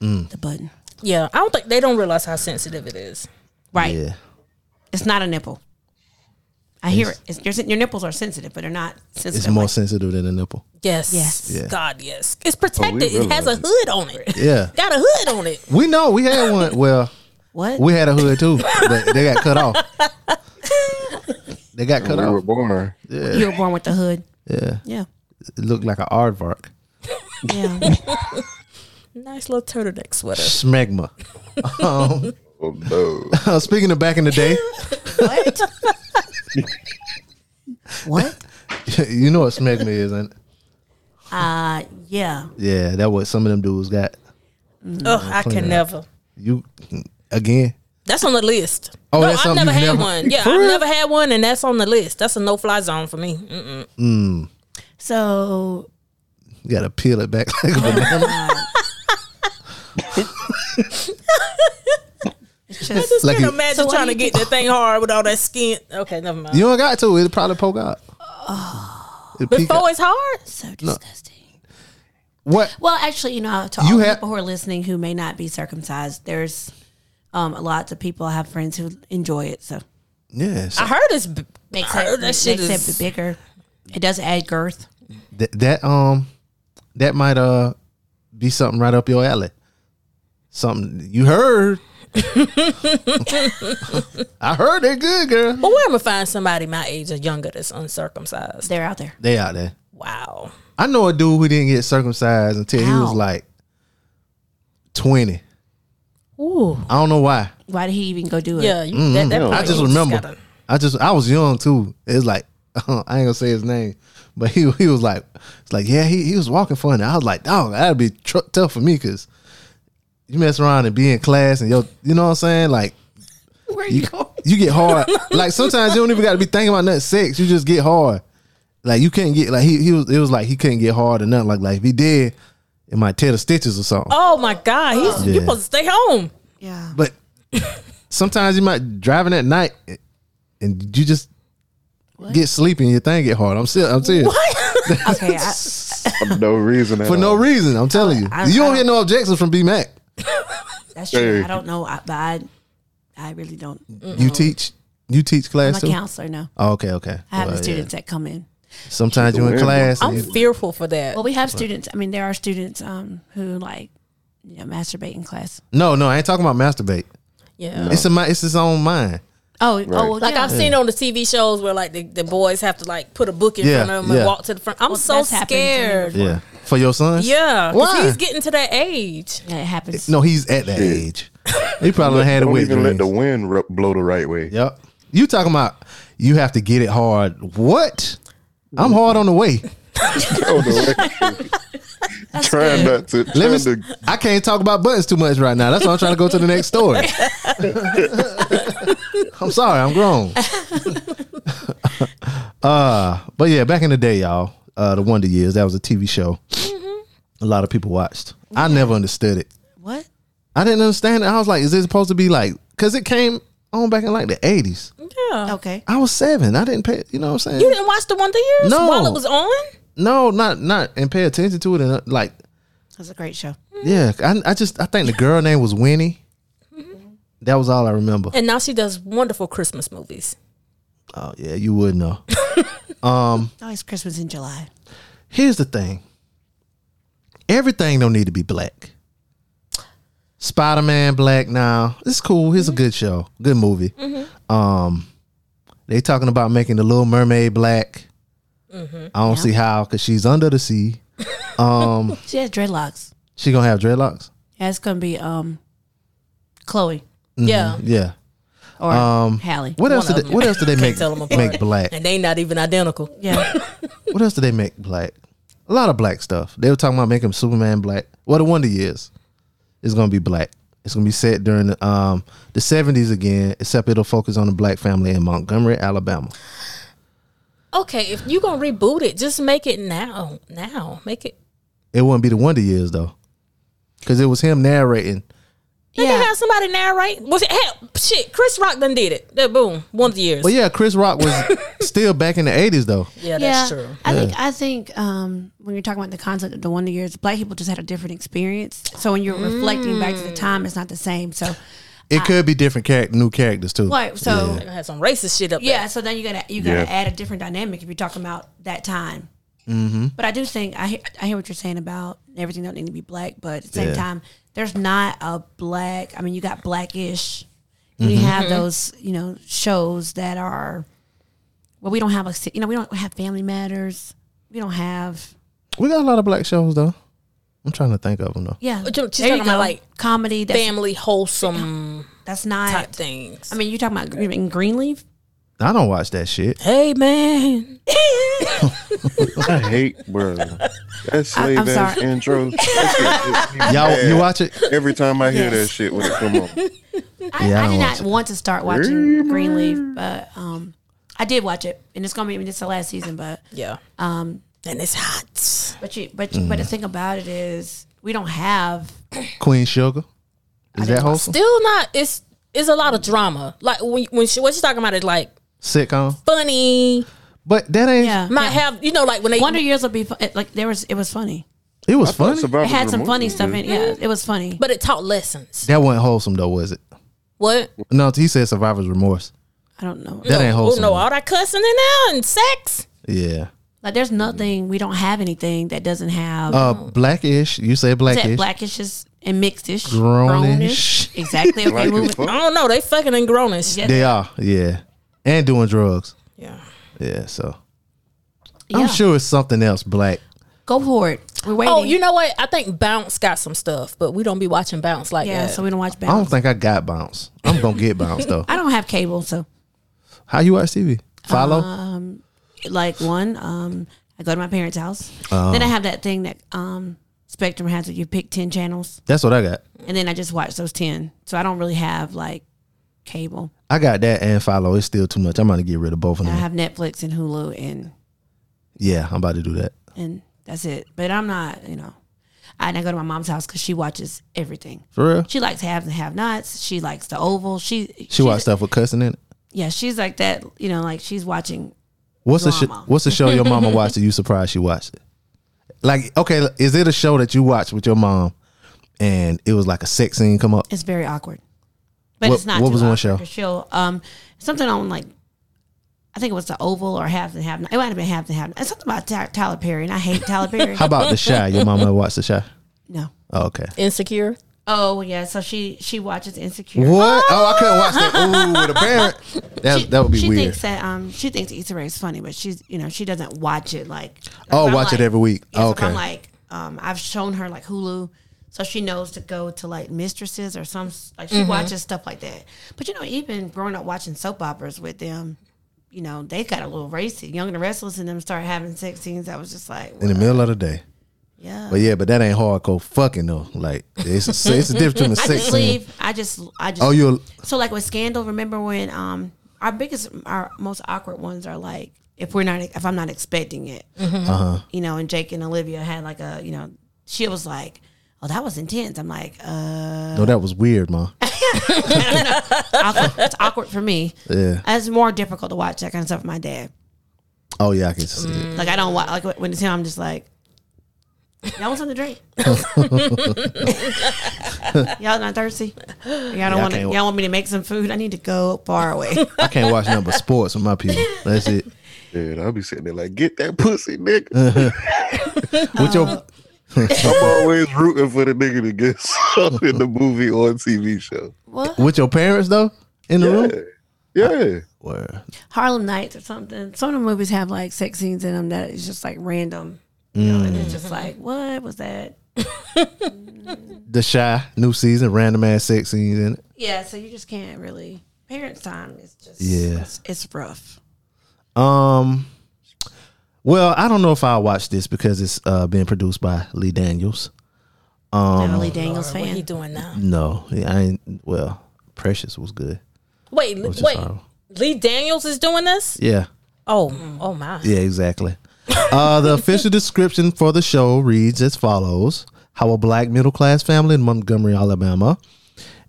Speaker 1: Mm.
Speaker 10: the button.
Speaker 7: Yeah, I don't think they don't realize how sensitive it is.
Speaker 10: Right?
Speaker 1: Yeah.
Speaker 10: It's not a nipple. I hear it. It's, your, sen- your nipples are sensitive, but they're not sensitive.
Speaker 1: It's more
Speaker 10: like-
Speaker 1: sensitive than a nipple.
Speaker 7: Yes,
Speaker 10: Yes.
Speaker 1: Yeah. Oh,
Speaker 7: God, yes, it's protected. it
Speaker 6: realize
Speaker 7: has
Speaker 6: it.
Speaker 7: a hood on it.
Speaker 1: Yeah.
Speaker 7: Got a hood on it.
Speaker 1: We know we had one. Well,
Speaker 10: what?
Speaker 1: we had a hood too, but they got cut off. They got cut
Speaker 6: We were
Speaker 1: off.
Speaker 6: born.
Speaker 10: you were born with the hood.
Speaker 1: Yeah.
Speaker 10: Yeah.
Speaker 1: It looked like an aardvark.
Speaker 10: Yeah.
Speaker 7: Nice little turtleneck sweater.
Speaker 1: Smegma. Um,
Speaker 6: Oh no.
Speaker 1: speaking of back in the day,
Speaker 10: what? what?
Speaker 1: you know what smegma is, and
Speaker 10: Uh, yeah.
Speaker 1: yeah, that what some of them dudes got.
Speaker 7: Ugh, I can never.
Speaker 1: You again?
Speaker 7: That's on the list.
Speaker 1: Oh,
Speaker 7: no,
Speaker 1: that's
Speaker 7: I've
Speaker 1: something
Speaker 7: never had
Speaker 1: you've never-
Speaker 7: one. Yeah,
Speaker 1: For
Speaker 7: I've
Speaker 1: real?
Speaker 7: never had one, and that's on the list. That's a no fly zone for me. Mm-mm.
Speaker 1: Mm,
Speaker 10: So
Speaker 1: you gotta peel it back like a banana.
Speaker 10: uh,
Speaker 7: I just
Speaker 1: Like
Speaker 7: can
Speaker 1: you-
Speaker 7: not imagine
Speaker 1: So what
Speaker 7: trying
Speaker 1: do
Speaker 7: to get that thing hard with all that skin. Okay, never mind.
Speaker 1: you don't got to. It'll probably poke out. It'll peek out.
Speaker 7: Before it's hard,
Speaker 10: so
Speaker 1: No. What?
Speaker 10: Well, actually, you know, to all
Speaker 1: You
Speaker 10: the
Speaker 1: have-
Speaker 10: people who are listening who may not be circumcised, there's um, lots of people. I have friends who enjoy it, so
Speaker 1: Yes.
Speaker 7: I heard it's b-
Speaker 10: makes
Speaker 7: I
Speaker 10: it
Speaker 7: heard that shit
Speaker 10: makes
Speaker 7: is-
Speaker 10: it bigger. It does add girth.
Speaker 1: Th- that um that might uh be something right up your alley. Something you heard. I heard they're good, girl.
Speaker 7: but where am I find somebody my age or younger that's uncircumcised?
Speaker 10: They're out there.
Speaker 1: They out there.
Speaker 7: Wow.
Speaker 1: I know a dude who didn't get circumcised until he was
Speaker 10: Ow.
Speaker 1: like twenty.
Speaker 7: Ooh.
Speaker 1: I don't know why.
Speaker 10: Why did he even go do it?
Speaker 7: Yeah, you,
Speaker 1: Mhm.
Speaker 7: that, that
Speaker 1: I
Speaker 7: probably
Speaker 1: just
Speaker 7: was
Speaker 1: remember.
Speaker 7: gotta-
Speaker 1: I just I was young too. It's like I ain't gonna say his name, but he he was like it's like yeah he he was walking funny. I was like dog that'd be tr- tough for me because you mess around and be in class and yo you know what I'm saying like
Speaker 10: Where
Speaker 1: you you get hard like sometimes you don't even got to be thinking about nothing sex you just get hard like you can't get like he he was it was like he couldn't get hard or nothing like like if he did it might tear the stitches or something.
Speaker 7: Oh my God, he's
Speaker 1: Yeah.
Speaker 7: you supposed to stay home.
Speaker 10: Yeah.
Speaker 1: But sometimes you might driving at night and you just get sleepy and your thing get hard. I'm still I'm serious.
Speaker 10: Okay. I,
Speaker 6: For no reason. at
Speaker 1: For no
Speaker 6: all.
Speaker 1: reason, I'm telling you.
Speaker 10: I-
Speaker 1: you don't
Speaker 10: I-
Speaker 1: hear no objections from B Mac.
Speaker 10: that's true.
Speaker 6: Hey.
Speaker 10: I don't know, I, but I, I really don't.
Speaker 1: You teach you teach
Speaker 10: I'm
Speaker 1: class
Speaker 10: a
Speaker 1: too?
Speaker 10: counselor now.
Speaker 1: Oh, okay, okay.
Speaker 10: I
Speaker 1: Well,
Speaker 10: have the
Speaker 1: yeah.
Speaker 10: students that come in.
Speaker 1: Sometimes you in
Speaker 6: She's a
Speaker 1: class.
Speaker 7: I'm
Speaker 1: and you-
Speaker 7: fearful for that.
Speaker 10: Well, we have students. I mean, there are students um, who like you know masturbate in class.
Speaker 1: no, no, I ain't talking about masturbate.
Speaker 7: yeah.
Speaker 1: It's a mi- it's his own mind.
Speaker 10: Oh, oh, well,
Speaker 7: Like
Speaker 10: yeah.
Speaker 7: I've seen on the TV shows where like the, the boys have to like put a book in
Speaker 1: Yeah,
Speaker 7: front of them
Speaker 1: yeah.
Speaker 7: and walk to the front. I'm
Speaker 10: Well,
Speaker 7: so
Speaker 10: that's happened to me
Speaker 7: scared.
Speaker 10: before.
Speaker 1: Yeah. For your son?
Speaker 7: Yeah, 'cause
Speaker 1: Why?
Speaker 7: he's getting to that age.
Speaker 10: Yeah, it happens.
Speaker 1: no, he's at that age. He probably had it
Speaker 6: Don't
Speaker 1: with
Speaker 6: even let the
Speaker 1: dreams.
Speaker 6: wind ru- blow the right way.
Speaker 1: Yep. You talking about you have to get it hard. What? I'm hard on the way.
Speaker 6: Blow the right way. Trying not to.
Speaker 1: Let me.
Speaker 6: trying to-
Speaker 1: s- I can't talk about buttons too much right now. That's why I'm trying to go to the next story. I'm sorry, I'm grown. uh, but yeah, back in the day, y'all, uh, the Wonder Years, that was a TV show. A lot of people watched. I never understood it.
Speaker 10: What?
Speaker 1: I didn't understand it. I was like, is this supposed to be like? Because it came on back in like the 80s.
Speaker 7: Yeah,
Speaker 10: Okay.
Speaker 1: I was seven. I didn't pay. You know what I'm saying?
Speaker 7: you didn't watch the Wonder Years
Speaker 1: No.
Speaker 7: while it was on.
Speaker 1: no, not not and pay attention to it and uh, like
Speaker 10: That's a great show.
Speaker 1: Yeah, I, I just I think the girl name was Winnie. That was all I remember.
Speaker 7: And now she does wonderful Christmas movies.
Speaker 1: Oh yeah, you would know.
Speaker 10: Oh, It's always Christmas in July.
Speaker 1: Here's the thing. Everything don't need to be black. Spider Man black now. It's cool.
Speaker 7: Mm-hmm.
Speaker 1: It's a good show. Good movie. Um, they talking about making the Little Mermaid black.
Speaker 7: Mm-hmm.
Speaker 1: I don't see how because she's under the sea. Um,
Speaker 10: She has dreadlocks.
Speaker 1: she gonna have dreadlocks.
Speaker 10: Yeah, it's gonna be um, Chloe
Speaker 7: Yeah,
Speaker 1: Mm-hmm. Yeah.
Speaker 10: or
Speaker 1: Um,
Speaker 10: Hallie.
Speaker 1: What else?
Speaker 7: of
Speaker 1: Did they,
Speaker 7: them.
Speaker 1: what else did they
Speaker 7: Can't
Speaker 1: make
Speaker 7: tell 'em apart.
Speaker 1: make black?
Speaker 7: and they not even identical.
Speaker 10: Yeah.
Speaker 1: What else do they make black? A lot of black stuff. They were talking about making Superman black. Well, the Wonder Years is going to be black. It's going to be set during the, um, the 70s again, except it'll focus on the black family in Montgomery, Alabama.
Speaker 7: Okay, if you gonna reboot it, just make it now. Now, make it.
Speaker 1: It wouldn't be the Wonder Years, though, because it was him narrating.
Speaker 7: They can have somebody narrate. Was it hell, shit? Chris Rock done did it. That boom, Wonder Years.
Speaker 1: But yeah, Chris Rock was still back in the 80s, though.
Speaker 7: yeah, that's true.
Speaker 10: I think I think um, when you're talking about the concept of the Wonder Years, Black people just had a different experience. So when you're reflecting back to the time, it's not the same. So
Speaker 1: It could be different character, new characters, too.
Speaker 10: right, so
Speaker 7: They gonna have some racist shit up
Speaker 10: yeah,
Speaker 7: there.
Speaker 10: so then you gotta you gotta
Speaker 6: Yeah.
Speaker 10: add a different dynamic if you're talking about that time. Mm-hmm. But I do think I hear, I hear what you're saying about everything don't need to be black, but at the same
Speaker 1: Yeah.
Speaker 10: time, there's not a black. I mean, you got blackish. and You have those you know shows that are well, we don't have a si- you know we don't have Family Matters. We don't have
Speaker 1: We got a lot of black shows, though. I'm trying to think of them, though.
Speaker 10: yeah.
Speaker 7: But you- she's
Speaker 10: There you
Speaker 7: talking about,
Speaker 10: go.
Speaker 7: like,
Speaker 10: comedy. That's,
Speaker 7: Family wholesome
Speaker 10: that's not.
Speaker 7: type things.
Speaker 10: I mean, you're talking about Gre- in Greenleaf.
Speaker 1: I don't watch that shit.
Speaker 7: Hey man.
Speaker 6: I hate, bro. That slave
Speaker 7: I'm
Speaker 6: ass
Speaker 7: sorry.
Speaker 6: intro. That shit gets me
Speaker 1: Y'all-
Speaker 6: mad
Speaker 1: you watch it
Speaker 6: every time I hear that
Speaker 10: Yes.
Speaker 6: shit when it come on.
Speaker 10: I,
Speaker 6: Yeah, I
Speaker 10: I,
Speaker 6: don't watch
Speaker 10: did not
Speaker 6: it.
Speaker 10: want to start watching Greenleaf, but um, I did watch it, and it's gonna be it's the last season, but
Speaker 7: yeah,
Speaker 10: um,
Speaker 7: and it's hot.
Speaker 10: But you, but you, but the thing about it is, we don't have
Speaker 1: Queen Sugar. Is that wholesome?
Speaker 7: Still not. It's it's a lot of drama. Like when when she what she's talking about is like
Speaker 1: Sitcom.
Speaker 7: funny.
Speaker 1: But that ain't.
Speaker 7: Might have you know like when they
Speaker 10: Wonder Years will be fu- it- like there was it was funny.
Speaker 1: It was funny.
Speaker 10: It had some funny stuff in it. Yeah, it was funny.
Speaker 7: But it taught lessons.
Speaker 1: That wasn't wholesome though, was it?
Speaker 7: What?
Speaker 1: No, he said survivor's remorse.
Speaker 10: I don't know.
Speaker 1: That ain't
Speaker 7: Oh
Speaker 1: wholesome.
Speaker 7: no, all that cussing in there and sex.
Speaker 1: Yeah.
Speaker 10: Like there's nothing. We don't have anything that doesn't have
Speaker 1: Uh, blackish. You said blackish.
Speaker 10: Is that blackish is, and mixedish,
Speaker 1: Grownish.
Speaker 10: Exactly.
Speaker 1: Black
Speaker 10: Okay,
Speaker 1: as
Speaker 10: moving.
Speaker 1: fuck.
Speaker 7: I don't know. They fucking and grownish.
Speaker 1: They are, yeah, and doing drugs.
Speaker 7: Yeah.
Speaker 1: Yeah. So
Speaker 7: Yeah.
Speaker 1: I'm sure it's something else black.
Speaker 10: Go for it. We're waiting.
Speaker 7: Oh, you know what? I think Bounce got some stuff, but we don't be watching Bounce like
Speaker 10: Yeah,
Speaker 7: that.
Speaker 10: so we don't watch
Speaker 1: I don't think I got bounce. I'm gonna get bounce though.
Speaker 10: I don't have cable, so
Speaker 1: How you watch TV? Follow.
Speaker 10: Um, like one, um, I go to my parents' house.
Speaker 1: Oh.
Speaker 10: Then I have that thing that um, Spectrum has where you pick ten channels,
Speaker 1: That's what I got.
Speaker 10: and then I just watch those ten. So I don't really have like cable.
Speaker 1: I got that and follow. It's still too much. I'm gonna get rid of both of
Speaker 10: I
Speaker 1: them.
Speaker 10: have Netflix and Hulu, and
Speaker 1: yeah, I'm about to do that.
Speaker 10: and that's it. But I'm not, you know. I, and I go to my mom's house because she watches everything.
Speaker 1: For real?
Speaker 10: She likes haves and have nots. She likes the Oval. She
Speaker 1: She
Speaker 10: she's-
Speaker 1: watch stuff with cussing in it.
Speaker 10: Yeah, she's like that. You know, like she's watching.
Speaker 1: What's the
Speaker 10: drama.
Speaker 1: sh- What's the show your mama watched that you surprised she watched it? Like, okay, is it a show that you watched with your mom, and it was like a sex scene come up?
Speaker 10: It's very awkward. But
Speaker 1: What-
Speaker 10: it's not.
Speaker 1: what
Speaker 10: too
Speaker 1: was one
Speaker 10: awkward,
Speaker 1: show?
Speaker 10: 'cause She'll um something on like I think it was the Oval or Haves and Have Not. It might have been Haves and Have Not. It's something about Ty- Tyler Perry, and I hate Tyler Perry.
Speaker 1: How about the shy? Your mama watched the shy.
Speaker 10: No.
Speaker 1: Oh, okay.
Speaker 7: Insecure.
Speaker 10: Oh yeah, so she she watches Insecure.
Speaker 1: What? Oh, I couldn't watch that. Ooh, with a parent. That, that would be
Speaker 10: she
Speaker 1: weird.
Speaker 10: thinks that um she thinks Issa Rae is funny, but she's you know she doesn't watch it like.
Speaker 1: Oh,
Speaker 10: if I'm
Speaker 1: watch it
Speaker 10: like-
Speaker 1: every week.
Speaker 10: Yeah, so if
Speaker 1: Okay.
Speaker 10: I'm like um I've shown her like Hulu, so she knows to go to like mistresses or some like she
Speaker 1: Mm-hmm.
Speaker 7: Mhm.
Speaker 10: watches stuff like that. But you know, even growing up watching soap operas with them, you know they got a little racy. Young and the Restless and them start having sex scenes. I was just like,
Speaker 1: in the middle of the day.
Speaker 10: Yeah.
Speaker 1: But yeah, but that ain't hardcore fucking though. Like it's a, it's a difference between a
Speaker 10: I
Speaker 1: sex
Speaker 10: just
Speaker 1: scene.
Speaker 10: leave. I just I just
Speaker 1: Oh, you'll-
Speaker 10: so like with Scandal. Remember when um our biggest our most awkward ones are like if we're not if I'm not expecting it,
Speaker 7: Mhm. Uh-huh.
Speaker 10: you know. And Jake and Olivia had like a you know she was like. Oh, that was intense. I'm like, uh,
Speaker 1: No, that was weird, ma.
Speaker 10: awkward. It's awkward for me.
Speaker 1: Yeah.
Speaker 10: it's more difficult to watch that kind of stuff with my dad.
Speaker 1: Oh yeah, I can see it.
Speaker 10: Like I don't watch. Like when it's him, I'm just like, y'all want something to drink? y'all not thirsty? Y'all
Speaker 1: Yeah,
Speaker 10: don't
Speaker 1: I
Speaker 10: want to.
Speaker 1: can't-
Speaker 10: Y'all want me to make some food? I need to go far away.
Speaker 1: I can't watch nothing but sports with my people. That's it.
Speaker 6: Yeah, I'll be sitting there like, get that pussy, nigga.
Speaker 10: Uh-huh.
Speaker 1: With your
Speaker 10: Uh,
Speaker 6: I'm always rooting for the nigga to get shot in the movie or TV show.
Speaker 1: with your parents though in the room.
Speaker 6: Yeah.
Speaker 1: Where?
Speaker 10: Harlem Nights or something. Some of the movies have like sex scenes in them that is just like random. You know, and it's
Speaker 1: Mm.
Speaker 10: just like, what was that?
Speaker 1: The shy new season, random ass sex scenes in it.
Speaker 10: Yeah, so you just can't really. Parents' time is just
Speaker 1: Yeah.
Speaker 10: it's, it's rough.
Speaker 1: Um, well, I don't know if I'll watch this because it's uh, being produced by Lee Daniels. Um,
Speaker 10: Beverly Daniels
Speaker 7: What
Speaker 10: fan.
Speaker 7: he doing now?
Speaker 1: No, yeah, I ain't. Well, Precious was good.
Speaker 7: Wait,
Speaker 1: Which is
Speaker 7: wait.
Speaker 1: horrible.
Speaker 7: Lee Daniels is doing this.
Speaker 1: Yeah,
Speaker 7: Oh, oh my.
Speaker 1: yeah, exactly. uh, the official description for the show reads as follows: How a black middle class family in Montgomery, Alabama,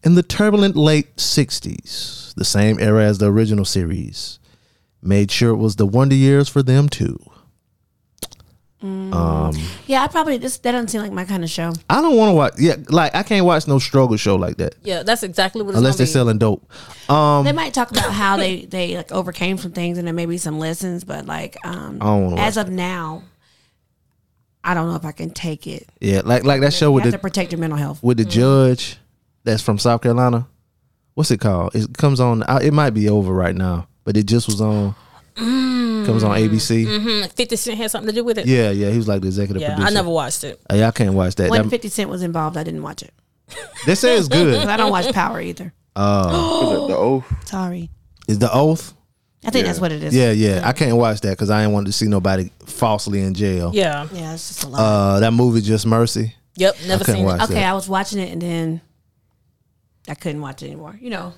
Speaker 1: in the turbulent late '60s, the same era as the original series, made sure it was the Wonder Years for them too.
Speaker 10: Mm.
Speaker 1: Um,
Speaker 10: yeah, I probably just that doesn't seem like my kind of show.
Speaker 1: I don't want to watch. Yeah, like I can't watch no struggle show like that
Speaker 7: Yeah, that's exactly what. It's
Speaker 1: unless
Speaker 7: Unless
Speaker 1: they're
Speaker 7: gonna
Speaker 1: selling dope. Um,
Speaker 10: they might talk about how they they like overcame some things and there may be some lessons, but like um
Speaker 1: I don't wanna
Speaker 10: as
Speaker 1: watch
Speaker 10: of now, I don't know if I can take it.
Speaker 1: yeah, like like that show
Speaker 10: You
Speaker 1: with
Speaker 10: have
Speaker 1: the
Speaker 10: to protect your mental health.
Speaker 1: with the
Speaker 7: mm.
Speaker 1: judge that's from South Carolina. What's it called? It comes on. I- It might be over right now, but it just was on.
Speaker 7: be. Mm.
Speaker 1: comes on ABC.
Speaker 7: hmm Fifty Cent had something to do with it.
Speaker 1: Yeah, yeah. He was like the executive
Speaker 7: Yeah,
Speaker 1: producer.
Speaker 7: I never watched it.
Speaker 1: Hey, I can't watch that.
Speaker 10: When
Speaker 1: that
Speaker 10: Fifty Cent was involved, I didn't watch it.
Speaker 1: they say it's
Speaker 10: 'Cause
Speaker 1: good.
Speaker 10: Oh, I don't watch Power either.
Speaker 1: Uh,
Speaker 10: Sorry.
Speaker 1: is the oath?
Speaker 10: I think that's what it is.
Speaker 1: Yeah, yeah. I can't watch that because I didn't want to see nobody falsely in jail.
Speaker 7: Yeah.
Speaker 10: Yeah, it's just a lot.
Speaker 1: Uh, that movie Just Mercy.
Speaker 7: Yep,
Speaker 1: I couldn't watch
Speaker 10: Okay,
Speaker 1: that.
Speaker 10: I was watching it and then I couldn't watch it anymore. You know,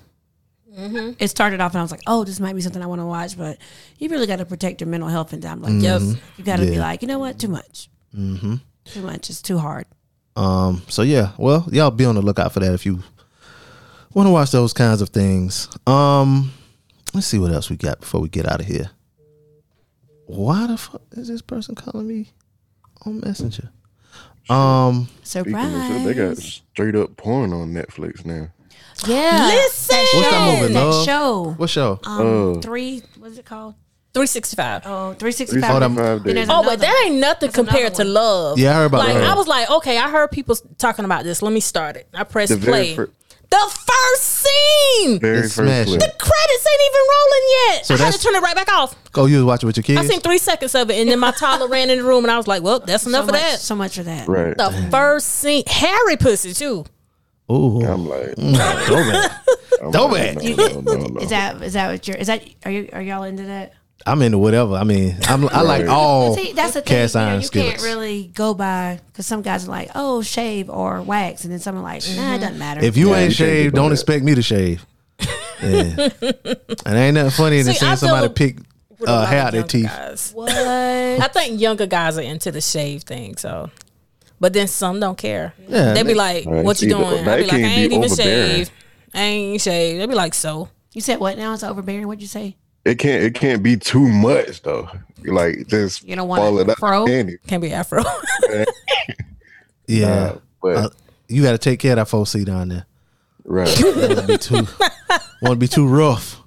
Speaker 7: Mm-hmm.
Speaker 10: it started off and I was like, oh, this might be something I want to watch, but you really got to protect your mental health. And I'm like,
Speaker 1: Yep.
Speaker 10: yes, you got to be
Speaker 1: Mm. Yeah.
Speaker 10: like, you know what? Too much.
Speaker 1: hmm
Speaker 10: Too much. It's too hard.
Speaker 1: Um. So yeah. Well, y'all be on the lookout for that if you want to watch those kinds of things. Um. Let's see what else we got before we get out of here. Why the fuck is this person calling me on Messenger? Um.
Speaker 6: Speaking of shit, They got straight up porn on Netflix now.
Speaker 10: Yeah.
Speaker 7: Listen.
Speaker 10: That
Speaker 1: What's that
Speaker 10: show-
Speaker 1: movie,
Speaker 10: That
Speaker 1: love?
Speaker 10: show.
Speaker 1: What show?
Speaker 10: Um,
Speaker 6: Oh.
Speaker 1: Uh,
Speaker 10: three, what's it called?
Speaker 7: 365.
Speaker 10: Oh, 365.
Speaker 1: Oh, that-
Speaker 10: Then there's
Speaker 7: Oh,
Speaker 10: another-
Speaker 7: but that ain't nothing compared to love.
Speaker 1: Yeah, I heard about
Speaker 7: like,
Speaker 1: Love.
Speaker 7: I was like, okay, I heard people s- talking about this. Let me start it. I pressed
Speaker 1: The very
Speaker 7: play.
Speaker 1: fir-
Speaker 7: the first scene.
Speaker 1: Very It's first smashing. clip.
Speaker 7: The credits ain't even rolling yet.
Speaker 1: So
Speaker 7: I had to
Speaker 1: that's-
Speaker 7: turn it right back off.
Speaker 1: Oh, you was watching with your kids.
Speaker 7: I seen three seconds of it, and then my toddler ran in the room, and I was like, well, that's enough of
Speaker 10: much-
Speaker 7: that.
Speaker 10: So much of that.
Speaker 1: Right.
Speaker 7: The first scene. Harry pussy,
Speaker 1: Uh,
Speaker 7: too.
Speaker 1: Ooh.
Speaker 6: I'm like,
Speaker 1: Dope. Dope.
Speaker 10: You get- Is that is that what you're? Is that are you are y'all into that?
Speaker 1: I'm into whatever. I mean, I'm, I like
Speaker 10: Right.
Speaker 1: all
Speaker 10: See, that's the thing.
Speaker 1: cast
Speaker 10: you know,
Speaker 1: iron
Speaker 10: you
Speaker 1: skillets.
Speaker 10: can't really go by because some guys are like, oh, shave or wax, and then some are like, nah, it doesn't matter.
Speaker 1: Mm-hmm. If you
Speaker 10: Yeah,
Speaker 1: ain't
Speaker 10: you can't
Speaker 1: shaved,
Speaker 10: do
Speaker 1: don't
Speaker 10: that.
Speaker 1: expect me to shave. Yeah. and ain't nothing funnier than
Speaker 7: See, I
Speaker 1: seeing somebody
Speaker 7: feel
Speaker 1: pick
Speaker 7: with a
Speaker 1: uh,
Speaker 7: lot
Speaker 1: hair
Speaker 7: of
Speaker 1: out their
Speaker 7: younger
Speaker 1: teeth.
Speaker 7: guys.
Speaker 10: What? I
Speaker 7: think younger guys are into the shave thing, so. But then some don't care.
Speaker 1: Yeah.
Speaker 7: they be like,
Speaker 1: Right,
Speaker 7: "What you
Speaker 1: see, but
Speaker 7: doing?"
Speaker 1: that
Speaker 7: I be like, "I
Speaker 1: can't be
Speaker 7: ain't even
Speaker 6: overbearing.
Speaker 7: shaved. I ain't shaved." They be like, "So."
Speaker 10: You said what now? It's overbearing. What'd you say?
Speaker 6: it can't it can't be too much though. Like just
Speaker 10: You don't want
Speaker 6: fall
Speaker 10: an
Speaker 6: it up,
Speaker 10: afro?
Speaker 6: can it?
Speaker 7: Can't be afro.
Speaker 1: Yeah. Uh, you got to take care of that 4C down there.
Speaker 6: Right.
Speaker 1: want to be too, wanna be too rough.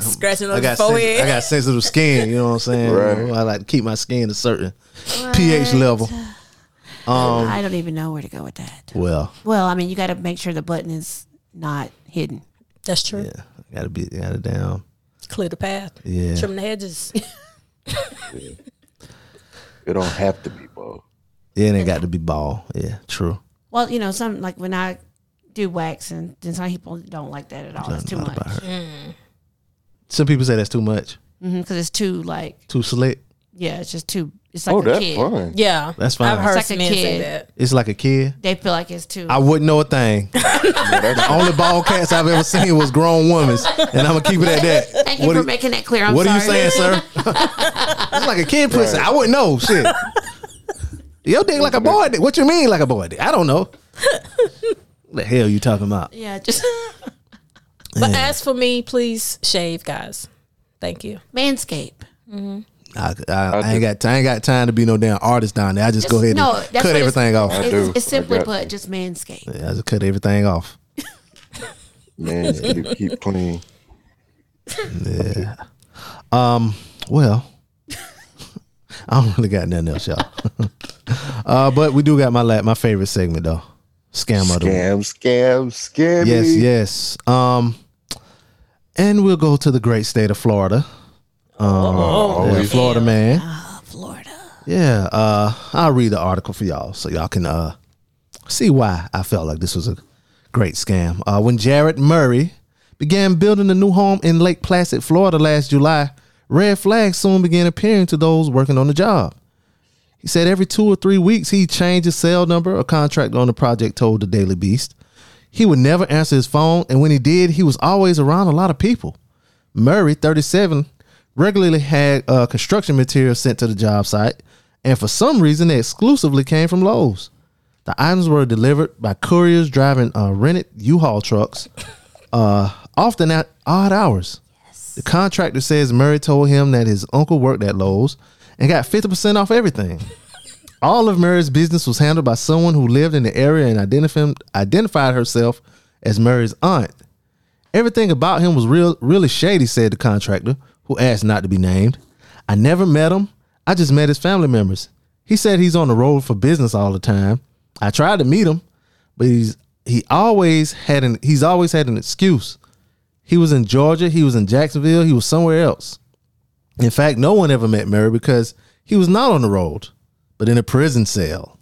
Speaker 7: Scratching on
Speaker 1: I
Speaker 7: the
Speaker 1: got, sensi- I
Speaker 7: forehead.
Speaker 1: got sensitive skin. You know what I'm saying? Oh,
Speaker 6: Right.
Speaker 1: I like to keep my skin a certain pH level. Um,
Speaker 10: I don't even know where to go with that.
Speaker 1: Well,
Speaker 10: Well, I mean, you got to make sure the button is not hidden.
Speaker 7: That's true.
Speaker 1: got to be got to down.
Speaker 7: Clear the path.
Speaker 1: Yeah.
Speaker 7: Trim the hedges.
Speaker 6: It don't have to be bald.
Speaker 1: Yeah, it ain't got to be bald. Yeah, true.
Speaker 10: Well, you know, some like when I do wax, and then some people don't like that at all. That's too much. Mm.
Speaker 1: Some people say that's too much,
Speaker 10: Because Mm-hmm, it's too like
Speaker 1: too slick.
Speaker 10: yeah, it's just too. It's like
Speaker 1: Oh,
Speaker 10: a
Speaker 1: that's
Speaker 10: kid.
Speaker 1: fine. Yeah. That's fine. I've
Speaker 7: heard
Speaker 10: it's like
Speaker 7: men
Speaker 10: a
Speaker 7: say
Speaker 10: kid.
Speaker 7: that.
Speaker 1: It's like a kid.
Speaker 10: They feel like it's too.
Speaker 1: I wouldn't know a thing. the only bald cats I've ever seen was grown women's, and I'm gonna keep it at that.
Speaker 10: Thank you
Speaker 1: What
Speaker 10: for
Speaker 1: do-
Speaker 10: making that clear. I'm
Speaker 1: what are you
Speaker 10: sorry.
Speaker 1: saying, sir? it's like a kid pussy. I wouldn't know shit. Your dick like a boy dick. What you mean like a boy dick? I don't know. What the hell you talking about?
Speaker 10: Yeah, just
Speaker 7: but as for me, please shave, guys. Thank you.
Speaker 10: Manscape.
Speaker 7: Mm-hmm.
Speaker 1: I, I, I ain't got ti- I ain't got time to be no damn artist down there. I just, go ahead
Speaker 10: no,
Speaker 1: and
Speaker 10: that's
Speaker 1: cut
Speaker 10: what it's-
Speaker 1: everything off.
Speaker 10: It's, it's simply put, just manscape.
Speaker 1: Yeah, I just cut everything off.
Speaker 6: Man, keep, keep clean.
Speaker 1: Yeah. Um. Well, I don't really got nothing else, y'all. uh, but we do got my la- my favorite segment though. Scam of the week.
Speaker 6: Scam, scam, scam.
Speaker 1: Yes, yes. Um, and we'll go to the great state of Florida. Um,
Speaker 6: Oh,
Speaker 1: yeah,
Speaker 6: always.
Speaker 1: Florida man. Florida. Yeah. Uh, I'll read the article for y'all so y'all can uh see why I felt like this was a great scam. Uh, when Jared Murray began building a new home in Lake Placid, Florida last July, red flags soon began appearing to those working on the job. He said every two or three weeks he changed his cell number. A contractor on the project told the Daily Beast. He would never answer his phone, and when he did, he was always around a lot of people. Murray, 37, regularly had uh, construction materials sent to the job site, and for some reason, they exclusively came from Lowe's. The items were delivered by couriers driving uh, rented U-Haul trucks, uh, often at odd hours. The contractor says Murray told him that his uncle worked at Lowe's and got 50% off everything. All of Murray's business was handled by someone who lived in the area and identif- identified herself as Murray's aunt. Everything about him was real, really shady, said the contractor, who asked not to be named. I never met him. I just met his family members. He said he's on the road for business all the time. I tried to meet him, but he's he always had an he's always had an excuse. He was in Georgia. He was in Jacksonville. He was somewhere else. In fact, no one ever met Murray because he was not on the road, but in a prison cell.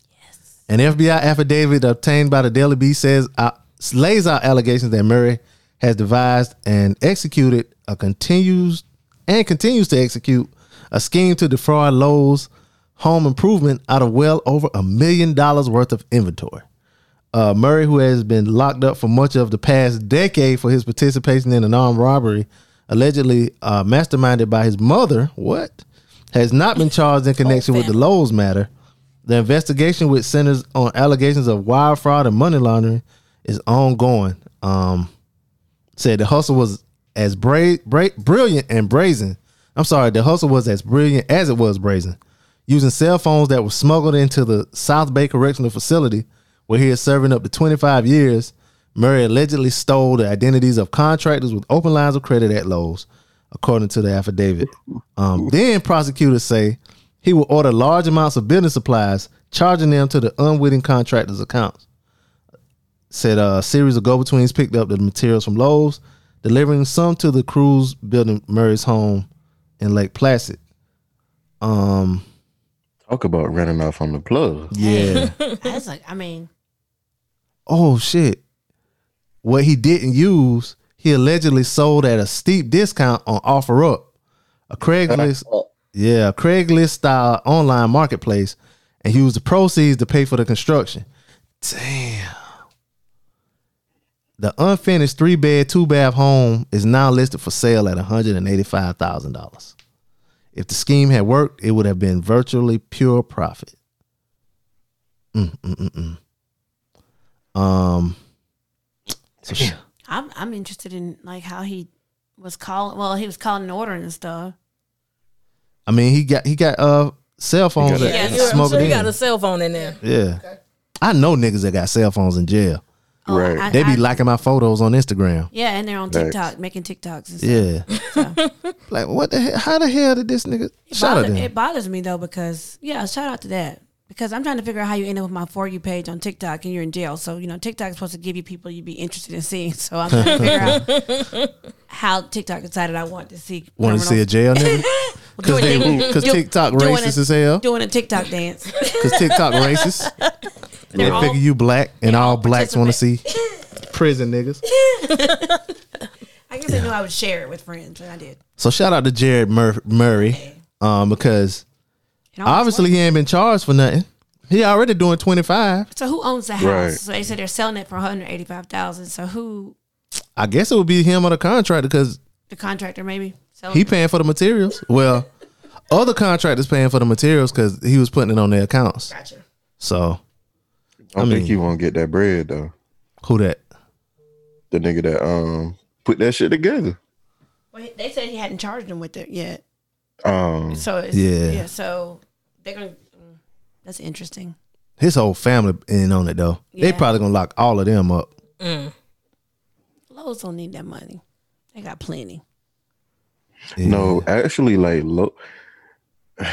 Speaker 1: An FBI affidavit obtained by the Daily Beast says uh, lays out allegations that Murray has devised and executed a continues and continues to execute a scheme to defraud Lowe's home improvement out of well over a million dollars worth of inventory. Uh, Murray, who has been locked up for much of the past decade for his participation in an armed robbery, allegedly uh, masterminded by his mother, what? Has not been charged in connection with the Lowe's matter. The investigation, which centers on allegations of wire fraud and money laundering, is ongoing. Um, said the hustle was as bra- bra- brilliant and brazen. I'm sorry, the hustle was as brilliant as it was brazen, using cell phones that were smuggled into the South Bay Correctional Facility, where he is serving up to 25 years. Murray allegedly stole the identities of contractors with open lines of credit at Lowe's, according to the affidavit. Um, then prosecutors say he will order large amounts of building supplies, charging them to the unwitting contractors' accounts said uh, a series of go-betweens picked up the materials from Lowe's, delivering some to the crews building Murray's home in Lake Placid. Um,
Speaker 6: Talk about running off on the plug.
Speaker 1: yeah.
Speaker 10: That's like, I mean,
Speaker 1: oh shit. What he didn't use, he allegedly sold at a steep discount on OfferUp, a Craigslist, yeah, a Craigslist style online marketplace, and used the proceeds to pay for the construction. Damn. The unfinished three bed, two bath home is now listed for sale at $185,000. If the scheme had worked, it would have been virtually pure profit. Mm, mm, mm, mm. Um, so sh-
Speaker 10: I'm I'm interested in like how he was calling. Well, he was calling and ordering and stuff.
Speaker 1: I mean, he got he got uh cell phones
Speaker 7: Yeah,
Speaker 1: that
Speaker 7: you- I'm
Speaker 1: smuggled
Speaker 7: sure you
Speaker 1: in.
Speaker 7: got a cell phone in there.
Speaker 1: yeah, I know niggas that got cell phones in jail.
Speaker 10: Right. Oh, I-
Speaker 1: they be
Speaker 10: I-
Speaker 1: liking my photos on Instagram.
Speaker 10: Yeah, and they're on
Speaker 1: Thanks.
Speaker 10: TikTok making TikToks. And stuff.
Speaker 1: Yeah, like what the hell? How the hell did this nigga?
Speaker 10: It,
Speaker 1: Shout out
Speaker 10: bothers,
Speaker 1: to him.
Speaker 10: it bothers me though because yeah, shout out to that because I'm trying to figure out how you end up with my for you page on TikTok and you're in jail. So you know TikTok is supposed to give you people you'd be interested in seeing. So I'm trying to figure out how TikTok decided I want to see.
Speaker 1: Want to see a
Speaker 10: criminals
Speaker 1: jail nigga? Because
Speaker 10: doing
Speaker 1: they,
Speaker 10: thing-
Speaker 1: because
Speaker 10: do-
Speaker 1: TikTok
Speaker 10: doing
Speaker 1: racist
Speaker 10: a-
Speaker 1: as hell.
Speaker 10: doing a TikTok dance.
Speaker 1: Because TikTok racist. They
Speaker 10: They're all-
Speaker 1: figure you black, and all blacks want to see prison niggas.
Speaker 10: I guess I knew I would share it with friends, and I did.
Speaker 1: So shout out to Jared Mur- Murray, um, because
Speaker 10: It almost
Speaker 1: obviously he ain't been charged for nothing. He already doing twenty five.
Speaker 10: So who owns the house?
Speaker 1: Right.
Speaker 10: So they said they're selling it for one hundred eighty-five thousand. So who
Speaker 1: I guess it would be him or the contractor because
Speaker 10: the contractor maybe? Selling
Speaker 1: he
Speaker 10: it?
Speaker 1: paying for the materials. Well, other contractors paying for the materials because he was putting it on their accounts. Gotcha. So
Speaker 6: I,
Speaker 1: I
Speaker 6: think
Speaker 1: mean-
Speaker 6: you won't get that bread though.
Speaker 1: Who that?
Speaker 6: The nigga that um put that shit together.
Speaker 10: Well, he- they said he hadn't charged them with it yet.
Speaker 6: Um,
Speaker 10: So it's, yeah.
Speaker 1: Yeah.
Speaker 10: so they're gonna. mm, That's interesting.
Speaker 1: his whole family in on it though. They
Speaker 10: Yeah.
Speaker 1: probably gonna lock all of them up.
Speaker 10: Lowe's don't need that money. They got plenty.
Speaker 6: No, actually, like low.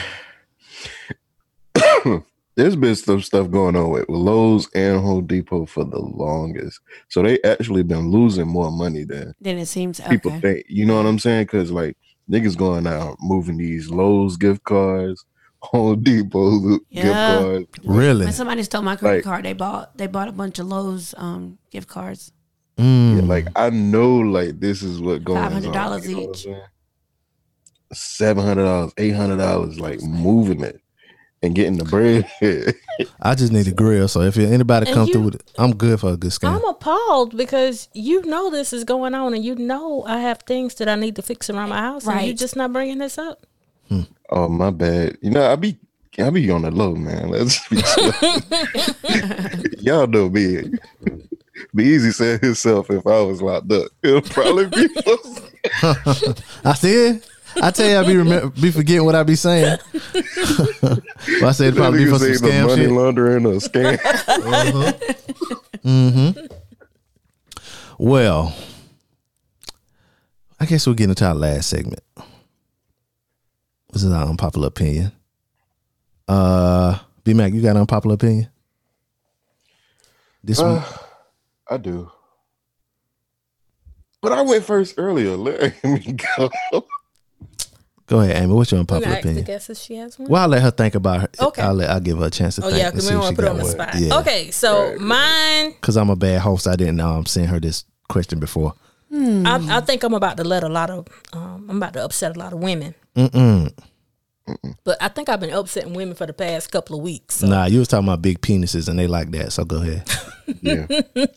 Speaker 6: There's been some stuff going on with Lowe's and Home Depot for the longest, so they actually been losing more money than
Speaker 10: Then it seems
Speaker 6: people
Speaker 10: okay.
Speaker 6: think. You know what I'm saying? Because like niggas going out moving these Lowe's gift cards, Home Depot gift
Speaker 10: Yeah.
Speaker 6: cards.
Speaker 10: When somebody stole my credit
Speaker 6: Like-
Speaker 10: card, they bought they bought a bunch of Lowe's um, gift cards,
Speaker 6: Yeah, like I know, like this is what going
Speaker 10: five
Speaker 6: on.
Speaker 10: hundred dollars each.
Speaker 6: Seven hundred dollars, eight hundred dollars, like moving it and getting the bread.
Speaker 1: I just need a grill. So if anybody
Speaker 7: And
Speaker 1: come through
Speaker 7: you-
Speaker 1: with it, I'm good for a good scam.
Speaker 7: I'm appalled because you know this is going on, and you know I have things that I need to fix around my house, and you
Speaker 10: Right.
Speaker 7: just not bringing this up.
Speaker 6: Oh my bad. You know, I be I be on the low, man. Let's be y'all know me. Be easy said himself if I was locked up. It'll probably be
Speaker 1: I said, I tell you, I be remember, be forgetting what I be saying. But I said
Speaker 6: That
Speaker 1: probably be
Speaker 6: nigga
Speaker 1: for some
Speaker 6: say the
Speaker 1: scam
Speaker 6: money
Speaker 1: shit.
Speaker 6: laundering or scam.
Speaker 1: Mm-hmm. Well, I guess we're getting into our last segment. This is our unpopular opinion. Uh, B Mac, you got an unpopular opinion? This
Speaker 6: Uh,
Speaker 1: week?
Speaker 6: I do. But I went first earlier. Let me go.
Speaker 1: Go ahead, Amy. What's your
Speaker 7: We're
Speaker 1: unpopular
Speaker 7: gonna ask the
Speaker 1: opinion?
Speaker 7: guests if she has one.
Speaker 1: Well, I'll let her think about her.
Speaker 7: Okay.
Speaker 1: I'll, let, I'll give her a chance to
Speaker 7: oh
Speaker 1: think.
Speaker 7: yeah, because we don't want to put her on the spot. Okay, so mine.
Speaker 1: Because I'm a bad host. I didn't um, send her this question before.
Speaker 10: Hmm.
Speaker 7: I, I think I'm about to let a lot of, um, I'm about to upset a lot of women.
Speaker 1: Mm-mm.
Speaker 7: But I think I've been upsetting women for the past couple of weeks.
Speaker 1: Nah, you was talking about big penises and they like that. So go ahead.
Speaker 7: Yeah.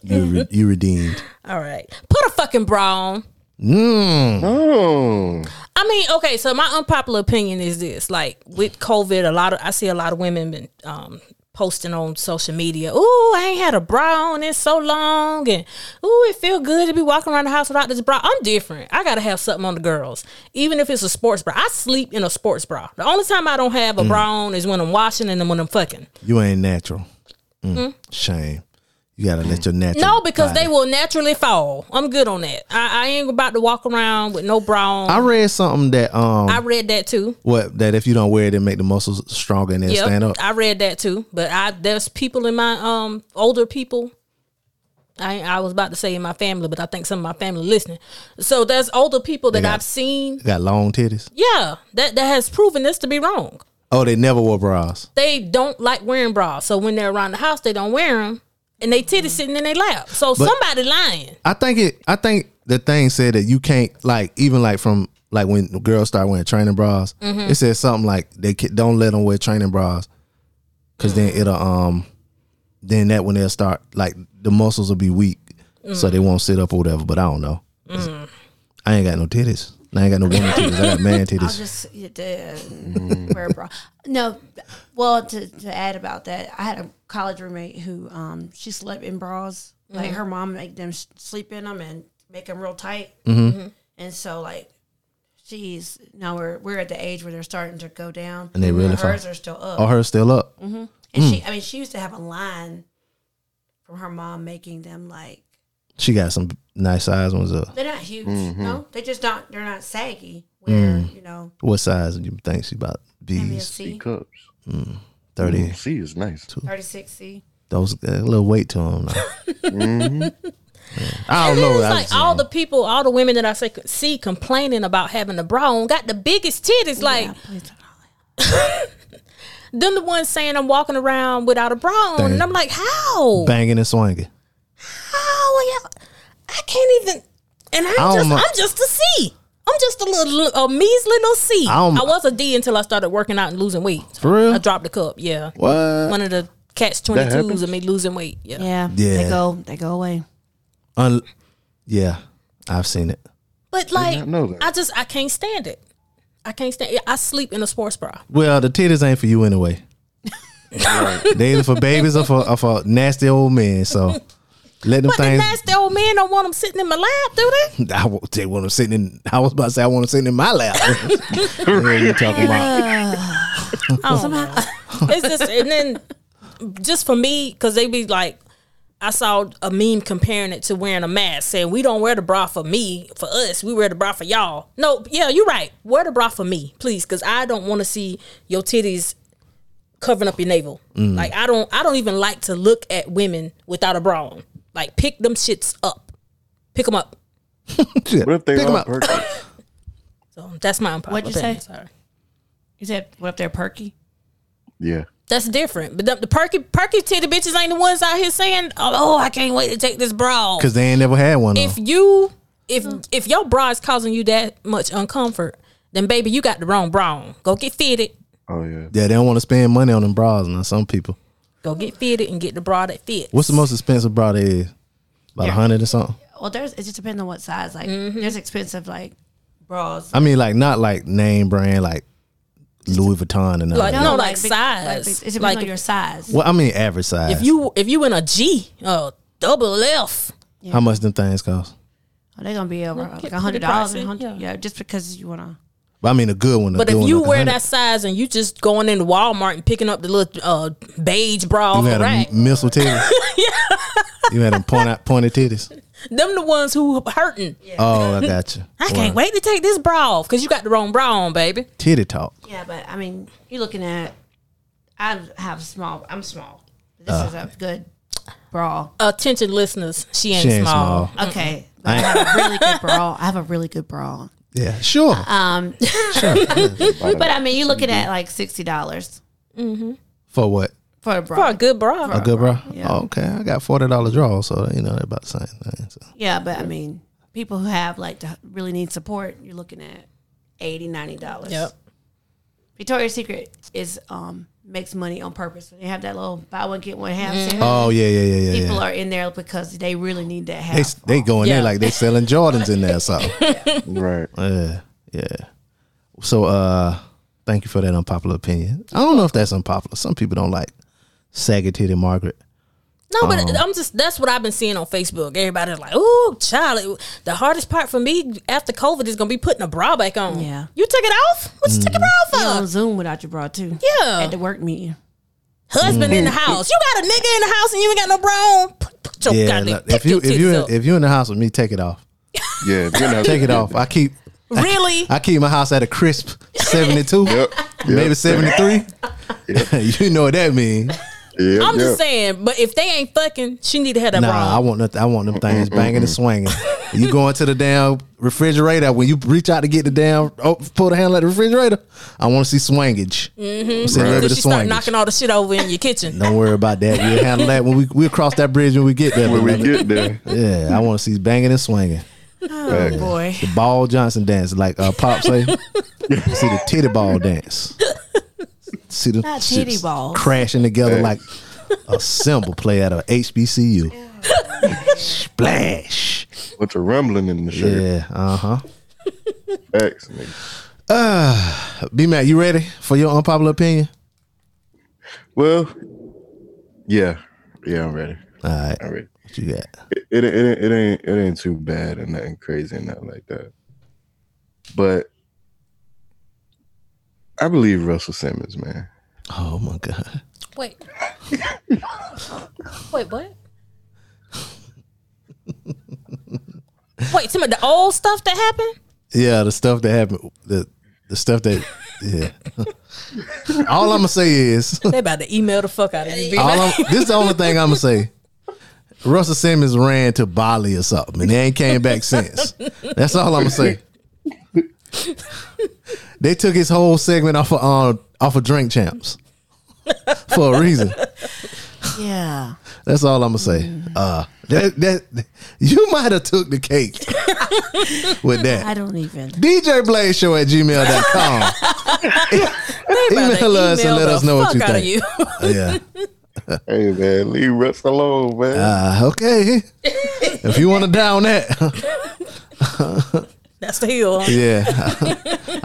Speaker 1: you re- you redeemed.
Speaker 7: All right. Put a fucking bra on.
Speaker 1: Mm.
Speaker 6: Hmm.
Speaker 7: I mean, okay, so my unpopular opinion is this: like with COVID, a lot of I see a lot of women been um, posting on social media. Ooh, I ain't had a bra on in so long, and ooh, it feel good to be walking around the house without this bra. I'm different. I gotta have something on the girls, even if it's a sports bra. I sleep in a sports bra. The only time I don't have a
Speaker 1: Mm.
Speaker 7: bra on is when I'm washing and then when I'm fucking.
Speaker 1: You ain't natural. Mm.
Speaker 7: Mm.
Speaker 1: Shame. You gotta let your natural.
Speaker 7: No, because
Speaker 1: body-
Speaker 7: they will naturally fall. I'm good on that. I, I ain't about to walk around with no bra on.
Speaker 1: I read something that um
Speaker 7: I read that too.
Speaker 1: what that if you don't wear it, it make the muscles stronger and then
Speaker 7: Yep,
Speaker 1: stand up.
Speaker 7: I read that too, but I there's people in my um older people. I I was about to say in my family, but I think some of my family listening. So there's older people that
Speaker 1: They got-
Speaker 7: I've seen.
Speaker 1: Got long titties.
Speaker 7: Yeah, that that has proven this to be wrong.
Speaker 1: Oh, they never wore bras.
Speaker 7: They don't like wearing bras, so when they're around the house, they don't wear them, and they titty sitting in their lap. So
Speaker 1: But-
Speaker 7: somebody lying.
Speaker 1: I think it. I think the thing said that you can't like even like from like when girls start wearing training bras.
Speaker 7: Mhm.
Speaker 10: Mm-hmm.
Speaker 1: It said something like they ca- don't let them wear training bras because then it'll um then that when they'll start like the muscles will be weak so they won't sit up or whatever. But I don't know.
Speaker 10: Mm.
Speaker 1: I ain't got no titties. I ain't got no woman titties. I got man
Speaker 10: I'll
Speaker 1: titties.
Speaker 10: just you did
Speaker 1: Mm.
Speaker 10: wear a bra. No, well, to, to add about that, I had a college roommate who um she slept in bras. Like
Speaker 8: Mhm.
Speaker 10: her mom make them s- sleep in them and make them real tight.
Speaker 1: Mm-hmm.
Speaker 8: Mhm. Mhm.
Speaker 10: And so like she's now we're we're at the age where they're starting to go down.
Speaker 1: And they really
Speaker 10: But hers
Speaker 1: fall.
Speaker 10: are still up.
Speaker 1: Oh, hers still up.
Speaker 10: hmm And
Speaker 1: Mm.
Speaker 10: she, I mean, she used to have a line from her mom making them like
Speaker 1: She got some nice size ones up.
Speaker 10: they're not huge.
Speaker 1: Mhm.
Speaker 10: No, they just not. They're not saggy. Where
Speaker 1: Mm.
Speaker 10: you know
Speaker 1: What size do you think she about?
Speaker 10: Maybe a
Speaker 1: B's.
Speaker 10: C. C
Speaker 1: cups. Mm, Thirty.
Speaker 6: Mm, C is nice.
Speaker 10: thirty six C.
Speaker 1: Those got a little weight to them.
Speaker 6: Mm-hmm.
Speaker 1: I don't
Speaker 7: And then
Speaker 1: know.
Speaker 7: it's
Speaker 1: I
Speaker 7: like
Speaker 1: just-
Speaker 7: all the people, all the women that I say, see complaining about having a bra on got the biggest titties. like, them the ones saying I'm walking around without a bra on,
Speaker 1: Dang.
Speaker 7: and I'm like, how?
Speaker 1: banging and swinging.
Speaker 7: How are y'all? Oh, I can't even. And I'm
Speaker 1: I don't
Speaker 7: just,
Speaker 1: know.
Speaker 7: I'm just a C. I'm just a little, a measly little C.
Speaker 1: I
Speaker 7: I
Speaker 1: don't-
Speaker 7: was a D until I started working out and losing weight.
Speaker 1: For real?
Speaker 7: I dropped the cup. Yeah.
Speaker 1: What?
Speaker 7: One of the catch twenty twos
Speaker 1: happens?
Speaker 7: of me losing weight. Yeah.
Speaker 10: Yeah,
Speaker 1: Yeah.
Speaker 10: They go. They go away.
Speaker 1: Un- yeah, I've seen it.
Speaker 7: But like,
Speaker 1: not know that.
Speaker 7: I just, I can't stand it. I can't stand. I sleep in a sports bra.
Speaker 1: Well, the titties ain't for you anyway. they either for babies or for, or for nasty old men. So let them
Speaker 7: But the
Speaker 1: things.
Speaker 7: nasty old men don't want them sitting in my lap, do they?
Speaker 1: I want they want them sitting in. I was about to say I want them sitting in my lap. what are you talking about?
Speaker 7: Somehow. it's just and then just for me because they be like i saw a meme comparing it to wearing a mask saying we don't wear the bra for me for us we wear the bra for y'all no yeah you're right wear the bra for me please because i don't want to see your titties covering up your navel
Speaker 12: Mm.
Speaker 7: like i don't i don't even like to look at women without a bra on like pick them shits up pick them up
Speaker 6: What if they
Speaker 7: Pick 'em
Speaker 6: are
Speaker 7: up.
Speaker 6: perfect?
Speaker 7: so that's my unpopular
Speaker 10: What'd you
Speaker 7: opinion,
Speaker 10: say?
Speaker 7: sorry
Speaker 10: You said what up there, perky?
Speaker 6: Yeah.
Speaker 7: That's different. But the, the perky perky titty bitches ain't the ones out here saying, "Oh, I can't wait to take this bra." off."
Speaker 1: Because they ain't never had one.
Speaker 7: if
Speaker 1: If,
Speaker 7: you if if your bra is causing you that much uncomfort, then baby, you got the wrong bra on. Go get fitted.
Speaker 1: oh yeah. Yeah, they don't want to spend money on them bras now. Some people.
Speaker 7: Go get fitted and get the bra that fits.
Speaker 1: What's the most expensive bra there is? About a
Speaker 10: Yeah.
Speaker 1: hundred or something.
Speaker 10: Well, there's. It just depends on what size. Like there's expensive like bras.
Speaker 1: I mean, like not like name brand, like Louis Vuitton and all
Speaker 7: Like
Speaker 1: that.
Speaker 7: no, like, size.
Speaker 10: big- like, it depends on your
Speaker 7: size.
Speaker 1: Well, I mean average size.
Speaker 7: If you if you in a G, uh, double F.
Speaker 1: How much them things cost?
Speaker 10: Oh, they're gonna be over
Speaker 7: Well,
Speaker 10: like
Speaker 7: pretty
Speaker 10: a hundred dollars.
Speaker 7: pricey,
Speaker 10: and hundred- Yeah, just because you wanna.
Speaker 1: But I mean a good one. a
Speaker 7: But
Speaker 1: good
Speaker 7: if
Speaker 1: one,
Speaker 7: you
Speaker 1: like a
Speaker 7: wear
Speaker 1: hundred.
Speaker 7: that size and you just going into Walmart and picking up the little uh, beige bra off
Speaker 1: you
Speaker 7: the
Speaker 1: had a
Speaker 7: rack,
Speaker 1: m- missile titties. You had them point out, pointed titties.
Speaker 7: them the ones who hurting.
Speaker 1: Oh, I got you.
Speaker 7: I can't wait to take this bra off because you got the wrong bra on, baby.
Speaker 1: Titty talk.
Speaker 10: Yeah, but I mean, you're looking at. I have small. I'm small. This
Speaker 1: Uh.
Speaker 10: is a good bra.
Speaker 7: Attention, listeners. She ain't,
Speaker 1: She ain't
Speaker 7: small.
Speaker 1: small.
Speaker 10: Okay, but
Speaker 1: I
Speaker 10: I,
Speaker 1: ain't-
Speaker 10: have a really good bra. I have a really good bra. on.
Speaker 1: Yeah, sure.
Speaker 10: Um, but I mean, you're looking at like sixty dollars
Speaker 1: For what?
Speaker 10: for a bra.
Speaker 7: For a good bra.
Speaker 1: a good bra? Oh, okay, I got forty dollars draw, so you know they're about the same thing. So.
Speaker 10: Yeah, but I mean, people who have like to really need support, you're looking at 80 dollars.
Speaker 7: Yep.
Speaker 10: Victoria's Secret is um makes money on purpose. They have that little buy one get one half. sale.
Speaker 1: Oh, yeah, yeah, yeah, yeah,
Speaker 10: People
Speaker 1: yeah.
Speaker 10: are in there because they really need that half.
Speaker 1: They they go in
Speaker 10: Yeah.
Speaker 1: there like they selling Jordans in there or something.
Speaker 6: right.
Speaker 1: Yeah. Yeah. So uh thank you for that unpopular opinion. I don't know if that's unpopular. Some people don't like saggy titty Margaret.
Speaker 7: No, but
Speaker 1: Um,
Speaker 7: I'm just that's what I've been seeing on Facebook. Everybody's like, "Ooh, child, it- the hardest part for me after COVID is gonna be putting a bra back on." Yeah, you took it off. What you took
Speaker 1: Mm.
Speaker 7: it off for?
Speaker 10: You on Zoom without your bra too.
Speaker 7: Yeah,
Speaker 10: at the work meeting.
Speaker 7: Husband in the house. You got a nigga in the house and you ain't got no bra on. Put, put your
Speaker 1: Mm-hmm. yeah,
Speaker 7: goddamn
Speaker 1: look,
Speaker 7: put
Speaker 1: if you
Speaker 7: your
Speaker 1: if you
Speaker 7: titties
Speaker 1: in-
Speaker 7: up.
Speaker 1: if you in the house with me, take it off.
Speaker 6: Yeah,
Speaker 1: take it off. I keep
Speaker 7: Really?
Speaker 1: I keep my house at a crisp seventy two, maybe
Speaker 6: yep.
Speaker 1: seventy three. you know what that means?
Speaker 7: I'm just saying, but if they ain't fucking, she need to have that
Speaker 1: nah,
Speaker 7: bra.
Speaker 1: I want nothing. I want them things banging and swinging. you go into the damn refrigerator when you reach out to get the damn oh, pull the handle at the refrigerator. I want to see swangage.
Speaker 7: Mm-hmm.
Speaker 1: I'm saying a little bit of
Speaker 7: she start
Speaker 1: swangage.
Speaker 7: knocking all the shit over in your kitchen.
Speaker 1: Don't worry about that. We'll handle that when we we'll cross that bridge when we get there.
Speaker 6: When we
Speaker 1: beloved.
Speaker 6: get there.
Speaker 1: Yeah, I want to see banging and swinging.
Speaker 7: Oh boy.
Speaker 1: The ball Johnson dance, like uh, Pop say. see the titty ball dance. See the
Speaker 10: Not titty
Speaker 1: shits
Speaker 10: balls.
Speaker 1: crashing together like a cymbal play at a HBCU. Splash.
Speaker 6: With the rumbling in the shirt.
Speaker 1: Yeah. Uh huh.
Speaker 6: Facts, nigga.
Speaker 1: Uh, B Mac, you ready for your unpopular opinion?
Speaker 6: Well, yeah, yeah, I'm ready.
Speaker 1: All right,
Speaker 6: I'm ready. What
Speaker 1: you got?
Speaker 6: It, it, it, ain't- it ain't it ain't too bad and nothing crazy and nothing like that. But I believe Russell Simmons, man.
Speaker 1: Oh my god.
Speaker 7: Wait. Wait, what? Wait, some of the old stuff that happened?
Speaker 1: Yeah, the stuff that happened, the the stuff that, yeah. All I'm gonna say is,
Speaker 7: They about to email the fuck out of you.
Speaker 1: all I'm, this is the only thing I'm gonna say. Russell Simmons ran to Bali or something, and they ain't came back since. That's all I'm gonna say. They took his whole segment off of um, off of Drink Champs for a reason.
Speaker 10: Yeah.
Speaker 1: That's all I'm gonna say. Uh, that that you might have took the cake with that.
Speaker 10: I don't even.
Speaker 1: DJ Blaze Show at gmail.com. email us and let us know what you think. yeah.
Speaker 6: Hey man, leave Russ alone, man.
Speaker 1: Ah, okay. if you want to down that,
Speaker 7: That's the hill.
Speaker 1: yeah,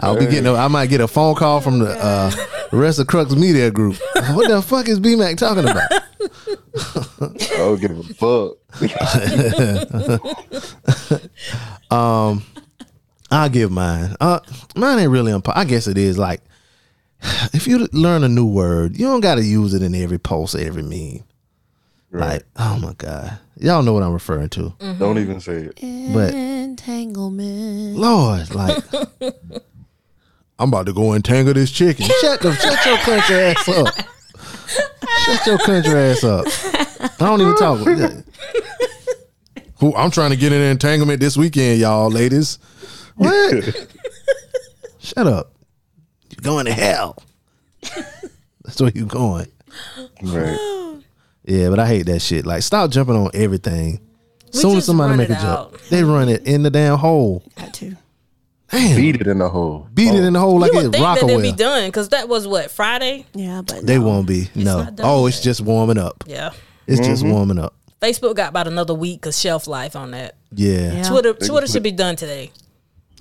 Speaker 1: I'll be getting. A, I might get a phone call from the uh, rest of Crux Media Group. What the fuck is B Mac talking about?
Speaker 6: I don't give a fuck.
Speaker 1: um, I'll give mine. Uh, mine ain't really unpopular. I guess it is like if you learn a new word, you don't got to use it in every post, every meme. Like, oh my god, y'all know what I'm referring to.
Speaker 6: Don't even say it.
Speaker 1: But
Speaker 10: Entanglement.
Speaker 1: Lord, like I'm about to go entangle this chicken. Shut the shut your country ass up. Shut your country ass up. I don't even talk. Yeah. Who I'm trying to get in an entanglement this weekend, y'all ladies. What? Shut up. You're going to hell. That's where you're going.
Speaker 6: Right.
Speaker 1: Yeah, but I hate that shit. Like, stop jumping on everything.
Speaker 6: We
Speaker 1: Soon as
Speaker 6: just
Speaker 1: somebody
Speaker 6: run
Speaker 1: make a
Speaker 6: it
Speaker 1: jump, they run it in the damn hole.
Speaker 10: Got to.
Speaker 6: Beat it in the hole.
Speaker 1: Beat it in the hole like
Speaker 7: you would
Speaker 1: it's
Speaker 7: think that they'd be
Speaker 1: Rockaway.
Speaker 7: done because that was what Friday.
Speaker 10: Yeah, but
Speaker 1: They won't be. No.
Speaker 7: not done
Speaker 1: Oh, it's just warming up.
Speaker 7: yeah,
Speaker 1: It's just warming up.
Speaker 7: Facebook got about another week of shelf life on that.
Speaker 1: Yeah. Yeah.
Speaker 7: Twitter
Speaker 1: They can
Speaker 7: Twitter
Speaker 1: put-
Speaker 7: should be done today.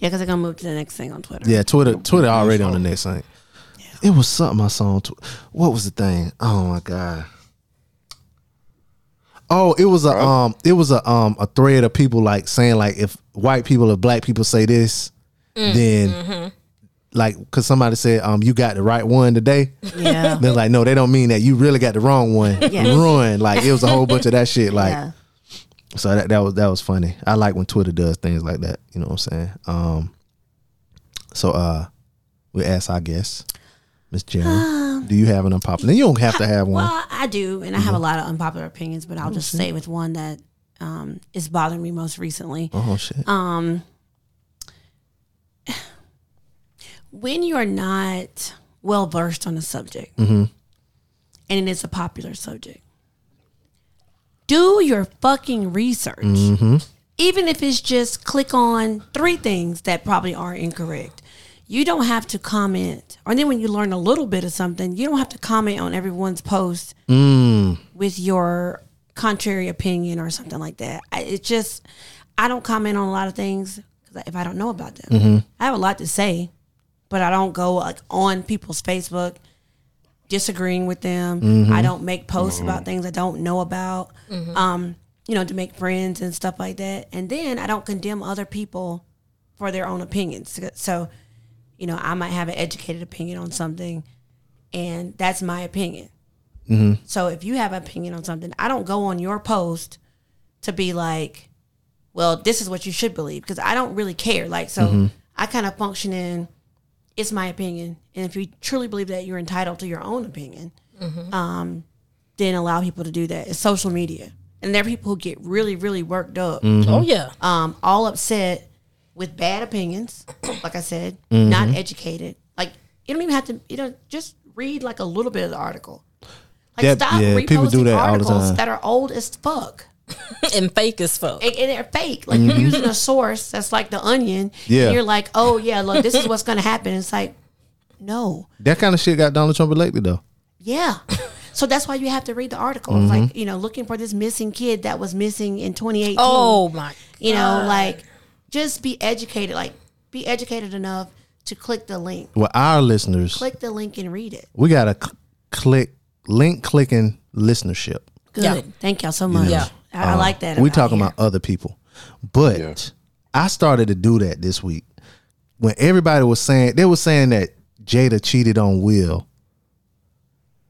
Speaker 10: Yeah, because they're gonna move to the next thing on Twitter.
Speaker 1: Yeah, Twitter Twitter already on the next thing. It was something I saw on Twitter. What was the thing? Oh my god. Oh, it was a um it was a um a thread of people like saying like if white people or black people say this,
Speaker 7: Mm.
Speaker 1: then
Speaker 7: Mm-hmm.
Speaker 1: like cause somebody said um you got the right one today.
Speaker 10: Yeah.
Speaker 1: They're like, no, they don't mean that. You really got the wrong one.
Speaker 10: Yes.
Speaker 1: Ruined. Like it was a whole bunch of that shit. Like
Speaker 10: Yeah.
Speaker 1: so that, that was that was funny. I like when Twitter does things like that. You know what I'm saying? Um so uh we asked our guest, Miss Jerry,
Speaker 10: Um,
Speaker 1: do you have an unpopular you don't have to have one.
Speaker 10: Well, I do, and I have a
Speaker 1: Mhm.
Speaker 10: lot of unpopular opinions, but I'll just say with one that um, is bothering me most recently.
Speaker 1: Oh, shit.
Speaker 10: Um, when you are not well versed on a subject,
Speaker 1: Mhm.
Speaker 10: and it is a popular subject, do your fucking research.
Speaker 1: Mm-hmm.
Speaker 10: even if it's just click on three things that probably are incorrect. You don't have to comment. Or then when you learn a little bit of something, you don't have to comment on everyone's post
Speaker 1: Mm.
Speaker 10: with your contrary opinion or something like that. I, it just, I don't comment on a lot of things 'cause if I don't know about them.
Speaker 1: Mhm.
Speaker 10: I have a lot to say, but I don't go like on people's Facebook disagreeing with them.
Speaker 8: Mhm.
Speaker 10: I don't make posts
Speaker 8: Mhm.
Speaker 10: about things I don't know about.
Speaker 8: Mhm.
Speaker 10: Um, you know, to make friends and stuff like that. And then I don't condemn other people for their own opinions. So, you know, I might have an educated opinion on something and that's my opinion.
Speaker 1: Mm-hmm.
Speaker 10: So if you have an opinion on something, I don't go on your post to be like, well, this is what you should believe because I don't really care. Like, so
Speaker 1: Mhm.
Speaker 10: I kind of function in, it's my opinion. And if you truly believe that you're entitled to your own opinion,
Speaker 7: Mhm.
Speaker 10: um, then allow people to do that. It's social media. And there are people who get really, really worked up.
Speaker 1: Mm-hmm.
Speaker 7: Mhm. Oh, yeah.
Speaker 10: Um, all upset with bad opinions, like I said,
Speaker 1: Mhm.
Speaker 10: not educated. Like, you don't even have to, you know, just read like a little bit of the article.
Speaker 1: That-
Speaker 10: Like stop
Speaker 1: yeah,
Speaker 10: reposting
Speaker 1: people do that all the
Speaker 10: articles
Speaker 1: time.
Speaker 10: that are old as fuck
Speaker 7: and fake as fuck.
Speaker 10: and, and they're fake. Like you're
Speaker 1: Mhm.
Speaker 10: using a source that's like the Onion.
Speaker 1: Yeah.
Speaker 10: and you're like, oh yeah, look, this is what's gonna happen. It's like, no,
Speaker 1: That kind of shit got Donald Trump elected though.
Speaker 10: yeah. So that's why you have to read the article. It's
Speaker 1: Mm-hmm.
Speaker 10: Like you know, looking for this missing kid that was missing in 2018.
Speaker 7: Oh, my
Speaker 10: You know,
Speaker 7: God.
Speaker 10: like just be educated. Like be educated enough to click the link.
Speaker 1: Well, our listeners,
Speaker 10: Click the link and read it.
Speaker 1: we got a cl- click link clicking listenership.
Speaker 10: Good.
Speaker 7: Yeah.
Speaker 10: Thank y'all so
Speaker 1: you know?
Speaker 10: much. I, I
Speaker 1: Uh,
Speaker 10: like that.
Speaker 1: We
Speaker 10: about
Speaker 1: talking
Speaker 10: here.
Speaker 1: about other people, but I started to do that this week when everybody was saying they were saying that Jada cheated on Will,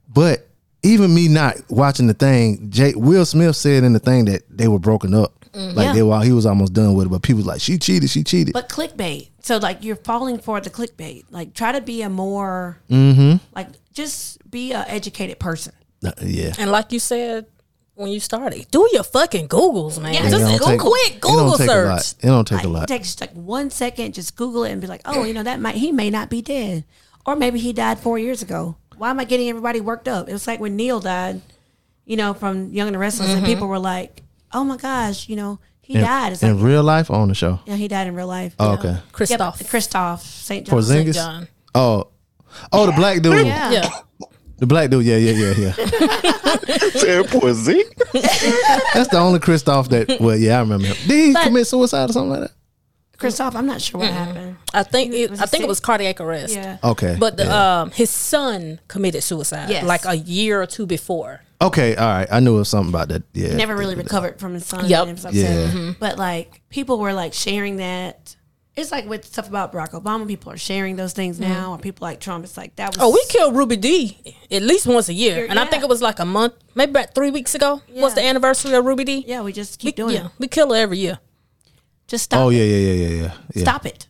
Speaker 1: but even me not watching the thing, Jay, Will Smith said in the thing that they were broken up,
Speaker 10: Mhm.
Speaker 1: like
Speaker 10: Yeah.
Speaker 1: they were he was almost done with it, but people was like she cheated, she cheated.
Speaker 10: But clickbait. So like you're falling for the clickbait. Like try to be a more
Speaker 1: mm-hmm.
Speaker 10: like just be a educated person.
Speaker 1: yeah.
Speaker 7: And like you said when you started, do your fucking Googles, man.
Speaker 1: It
Speaker 7: Just
Speaker 1: don't
Speaker 7: go
Speaker 1: take-
Speaker 7: quick
Speaker 1: it don't
Speaker 7: Google
Speaker 1: take a lot.
Speaker 7: search.
Speaker 1: It don't take a
Speaker 10: It
Speaker 1: lot.
Speaker 10: takes just like one second, just Google it and be like, oh, you know, that might he may not be dead, or maybe he died four years ago. Why am I getting everybody worked up? It was like when Neil died, you know, from Young and the Restless, and
Speaker 1: Mhm.
Speaker 10: people were like, oh my gosh, you know, he
Speaker 1: in,
Speaker 10: died. It's
Speaker 1: in
Speaker 10: like,
Speaker 1: real life or on the show.
Speaker 10: yeah, he died in real life.
Speaker 1: Oh, okay.
Speaker 10: Christoph, Christoph, Saint John,
Speaker 1: Porzingis. Oh, oh, the black dude.
Speaker 10: Yeah.
Speaker 1: The black dude. Yeah, yeah, yeah, yeah.
Speaker 6: Said Porzingis.
Speaker 1: That's the only Christoph that. Well, yeah, I remember. Him. Did he commit suicide or something like that?
Speaker 10: Christoph, I'm not sure what happened.
Speaker 7: I think it, I
Speaker 10: he
Speaker 7: think
Speaker 10: sick?
Speaker 7: it was cardiac arrest.
Speaker 10: Yeah.
Speaker 1: Okay,
Speaker 7: But the,
Speaker 1: yeah.
Speaker 7: um, his son committed suicide
Speaker 10: Yes.
Speaker 7: like a year or two before.
Speaker 1: Okay, all right. I knew it was something about that. Yeah.
Speaker 10: never really recovered from his son.
Speaker 7: Yep.
Speaker 10: And stuff.
Speaker 1: Yeah.
Speaker 7: Mhm.
Speaker 10: But like people were like sharing that. It's like with stuff about Barack Obama, people are sharing those things now, or people like Trump. It's like that was
Speaker 7: Mm-hmm. Oh, we killed Ruby D at least once a year,
Speaker 10: Year-
Speaker 7: and I think it was like a month, maybe about three weeks ago. Was the anniversary of Ruby D?
Speaker 10: Yeah, we just keep doing
Speaker 7: yeah,
Speaker 10: it.
Speaker 7: We kill her every year.
Speaker 10: Just stop.
Speaker 1: Oh
Speaker 10: it.
Speaker 1: yeah, yeah, yeah, yeah, yeah. yeah.
Speaker 10: Stop it.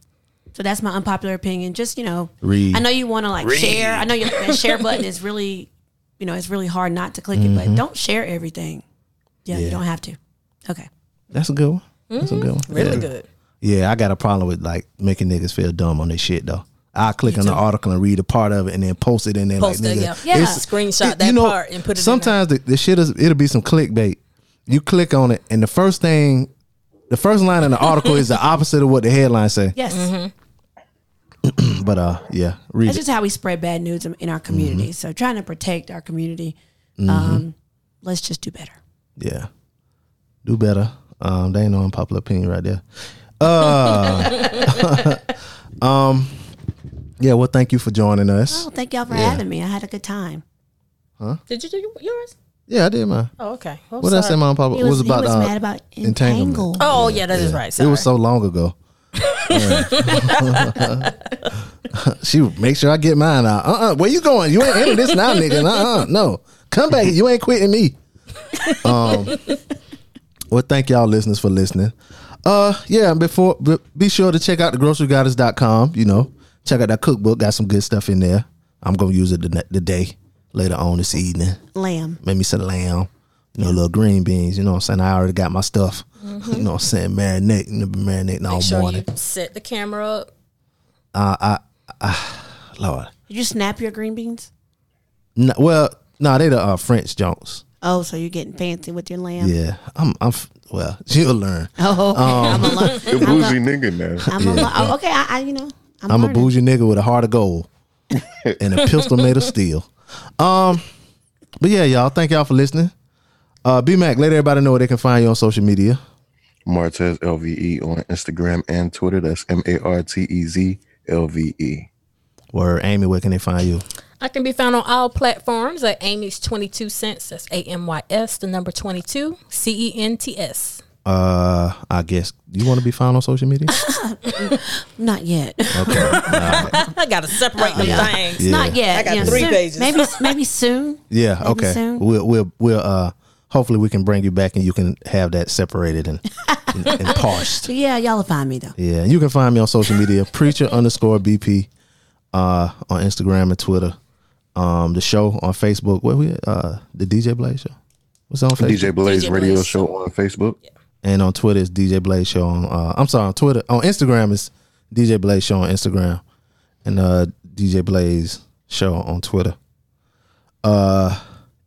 Speaker 10: So that's my unpopular opinion. Just you know,
Speaker 1: Read.
Speaker 10: I know you want to like
Speaker 1: Read.
Speaker 10: share. I know you that share button is really, you know, it's really hard not to click it,
Speaker 1: Mhm.
Speaker 10: but don't share everything. Yeah,
Speaker 1: Yeah.
Speaker 10: you don't have to. Okay.
Speaker 1: That's a good one. That's
Speaker 7: Mm-hmm.
Speaker 1: a good one.
Speaker 10: Really
Speaker 1: yeah.
Speaker 10: good.
Speaker 1: Yeah, I got a problem with like making niggas feel dumb on this shit though. I click
Speaker 7: Me
Speaker 1: on the
Speaker 7: too.
Speaker 1: article and read a part of it and then post it in there
Speaker 7: Post
Speaker 1: like
Speaker 7: it,
Speaker 1: nigga.
Speaker 7: yeah. Yeah.
Speaker 1: it's-
Speaker 7: Screenshot
Speaker 1: it-
Speaker 7: that part and put it in
Speaker 1: Sometimes the, the shit is it'll be some clickbait. You click on it and the first thing the first line in the article is the opposite of what the headline say.
Speaker 10: Yes.
Speaker 7: Mm-hmm.
Speaker 1: But uh yeah, read
Speaker 10: That's
Speaker 1: it. Mm-hmm.
Speaker 10: just how we spread bad news in in our community. So trying to protect our community,
Speaker 1: Mhm.
Speaker 10: um, let's just do better.
Speaker 1: Yeah. Do better. Um, they ain't no unpopular opinion right there. Uh, um, yeah, well, thank you for joining us.
Speaker 10: Oh, thank y'all for
Speaker 1: Yeah.
Speaker 10: having me. I had a good time.
Speaker 1: Huh?
Speaker 7: Did you do yours?
Speaker 1: Yeah, I did mine.
Speaker 7: Oh, okay.
Speaker 1: What did I say my unpopular?
Speaker 10: He was-
Speaker 1: it was
Speaker 10: he
Speaker 1: about,
Speaker 10: was
Speaker 1: uh,
Speaker 10: mad about
Speaker 1: entanglement.
Speaker 7: Oh, yeah, that is right. Sorry.
Speaker 1: It was so long ago. Yeah. she would make sure I get mine out. Uh uh where you going? You ain't into this now, nigga. Uh uh no. Come back. You ain't quitting me. Um, well, thank y'all listeners for listening. Uh yeah, before b- be sure to check out the grocerygoddess.com, you know. Check out that cookbook, got some good stuff in there. I'm gonna use it the, ne- the day later on this evening.
Speaker 10: Lamb.
Speaker 1: Made me some lamb, you know, little green beans, you know what I'm saying? I already got my stuff. You know what I'm saying? Marinate, you know, marinating all
Speaker 7: Make sure
Speaker 1: morning.
Speaker 7: you set the camera up.
Speaker 1: Uh, I, I, Lord.
Speaker 10: Did you snap your green beans?
Speaker 1: No, well, no, they the uh, French Jones.
Speaker 10: Oh, so you're getting fancy with your lamb?
Speaker 1: Yeah, I'm. I'm. f- Well, she'll learn.
Speaker 10: Oh, okay. I'm
Speaker 1: Um,
Speaker 10: a learn.
Speaker 6: You're
Speaker 10: I'm
Speaker 6: bougie
Speaker 10: a-
Speaker 6: nigga now.
Speaker 10: I'm a, lo- oh, okay. I, I, you know, I'm,
Speaker 1: I'm, a
Speaker 10: learning.
Speaker 1: bougie nigga with a heart of gold and a pistol made of steel. Um, but yeah, y'all, thank y'all for listening. Uh, B Mac, let everybody know where they can find you on social media.
Speaker 6: Martez LVE on Instagram and Twitter. That's M A R T E Z L V E.
Speaker 1: Where Amy, where can they find you?
Speaker 7: I can be found on all platforms at Amy's 22 cents. That's A M Y S, the number 22, C E N T S.
Speaker 1: Uh, I guess you want to be found on social media.
Speaker 10: Not yet.
Speaker 1: Okay,
Speaker 7: I got to separate them
Speaker 1: Yeah.
Speaker 7: things.
Speaker 1: Yeah.
Speaker 10: Not yet.
Speaker 7: I got
Speaker 10: Yeah,
Speaker 7: three
Speaker 10: soon.
Speaker 7: pages.
Speaker 10: Maybe, maybe soon.
Speaker 1: yeah,
Speaker 10: Maybe
Speaker 1: okay.
Speaker 10: soon.
Speaker 1: We'll we'll we'll uh, hopefully we can bring you back and you can have that separated and and, and parsed.
Speaker 10: So yeah, y'all will find me though.
Speaker 1: Yeah, and you can find me on social media, preacher underscore BP, uh, on Instagram and Twitter. Um, the show on Facebook. Where we at? uh the DJ Blaze show. What's on Facebook?
Speaker 6: DJ Blaze Radio Show on Facebook.
Speaker 1: And on Twitter it's DJ Blaze Show on uh, I'm sorry, on Twitter on Instagram is DJ Blaze Show on Instagram and uh DJ Blaze Show on Twitter. Uh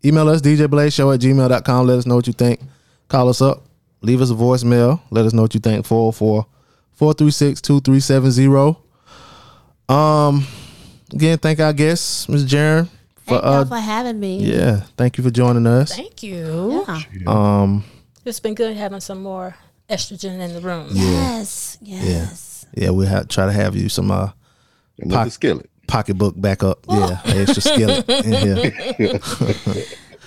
Speaker 1: email us DJ Blaze Show at gmail.com. Let us know what you think. Call us up. Leave us a voicemail. Let us know what you think. 404 436 2370. Um again, thank our guests, Ms. Jaren. For,
Speaker 10: Thank
Speaker 1: uh,
Speaker 10: y'all for having me.
Speaker 1: yeah, thank you for joining us.
Speaker 7: Thank you.
Speaker 1: Um,
Speaker 7: It's been good having some more estrogen in the room.
Speaker 10: Yes. Yes.
Speaker 1: yeah, yeah, we ha- try to have you some uh,
Speaker 6: Another skillet,
Speaker 1: pocketbook back up. Yeah, an extra skillet in here.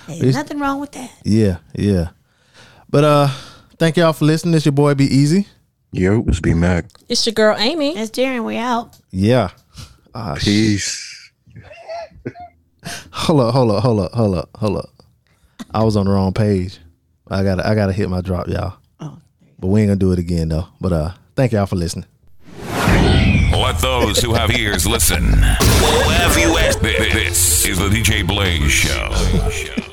Speaker 10: There's nothing wrong with that.
Speaker 1: yeah, yeah. But uh, thank y'all for listening. It's your boy Be Easy.
Speaker 6: Yo, it's B Mac.
Speaker 7: It's your girl, Amy.
Speaker 10: That's Darren. We out.
Speaker 1: Yeah. Ah,
Speaker 6: Peace.
Speaker 1: Hold up, hold up, hold up, hold up, hold up. I was on the wrong page. I gotta, I gotta hit my drop, y'all. But we ain't gonna do it again though. But uh, thank y'all for listening.
Speaker 3: Let those who have ears listen. Wherever you at. This is the DJ Blaze Show.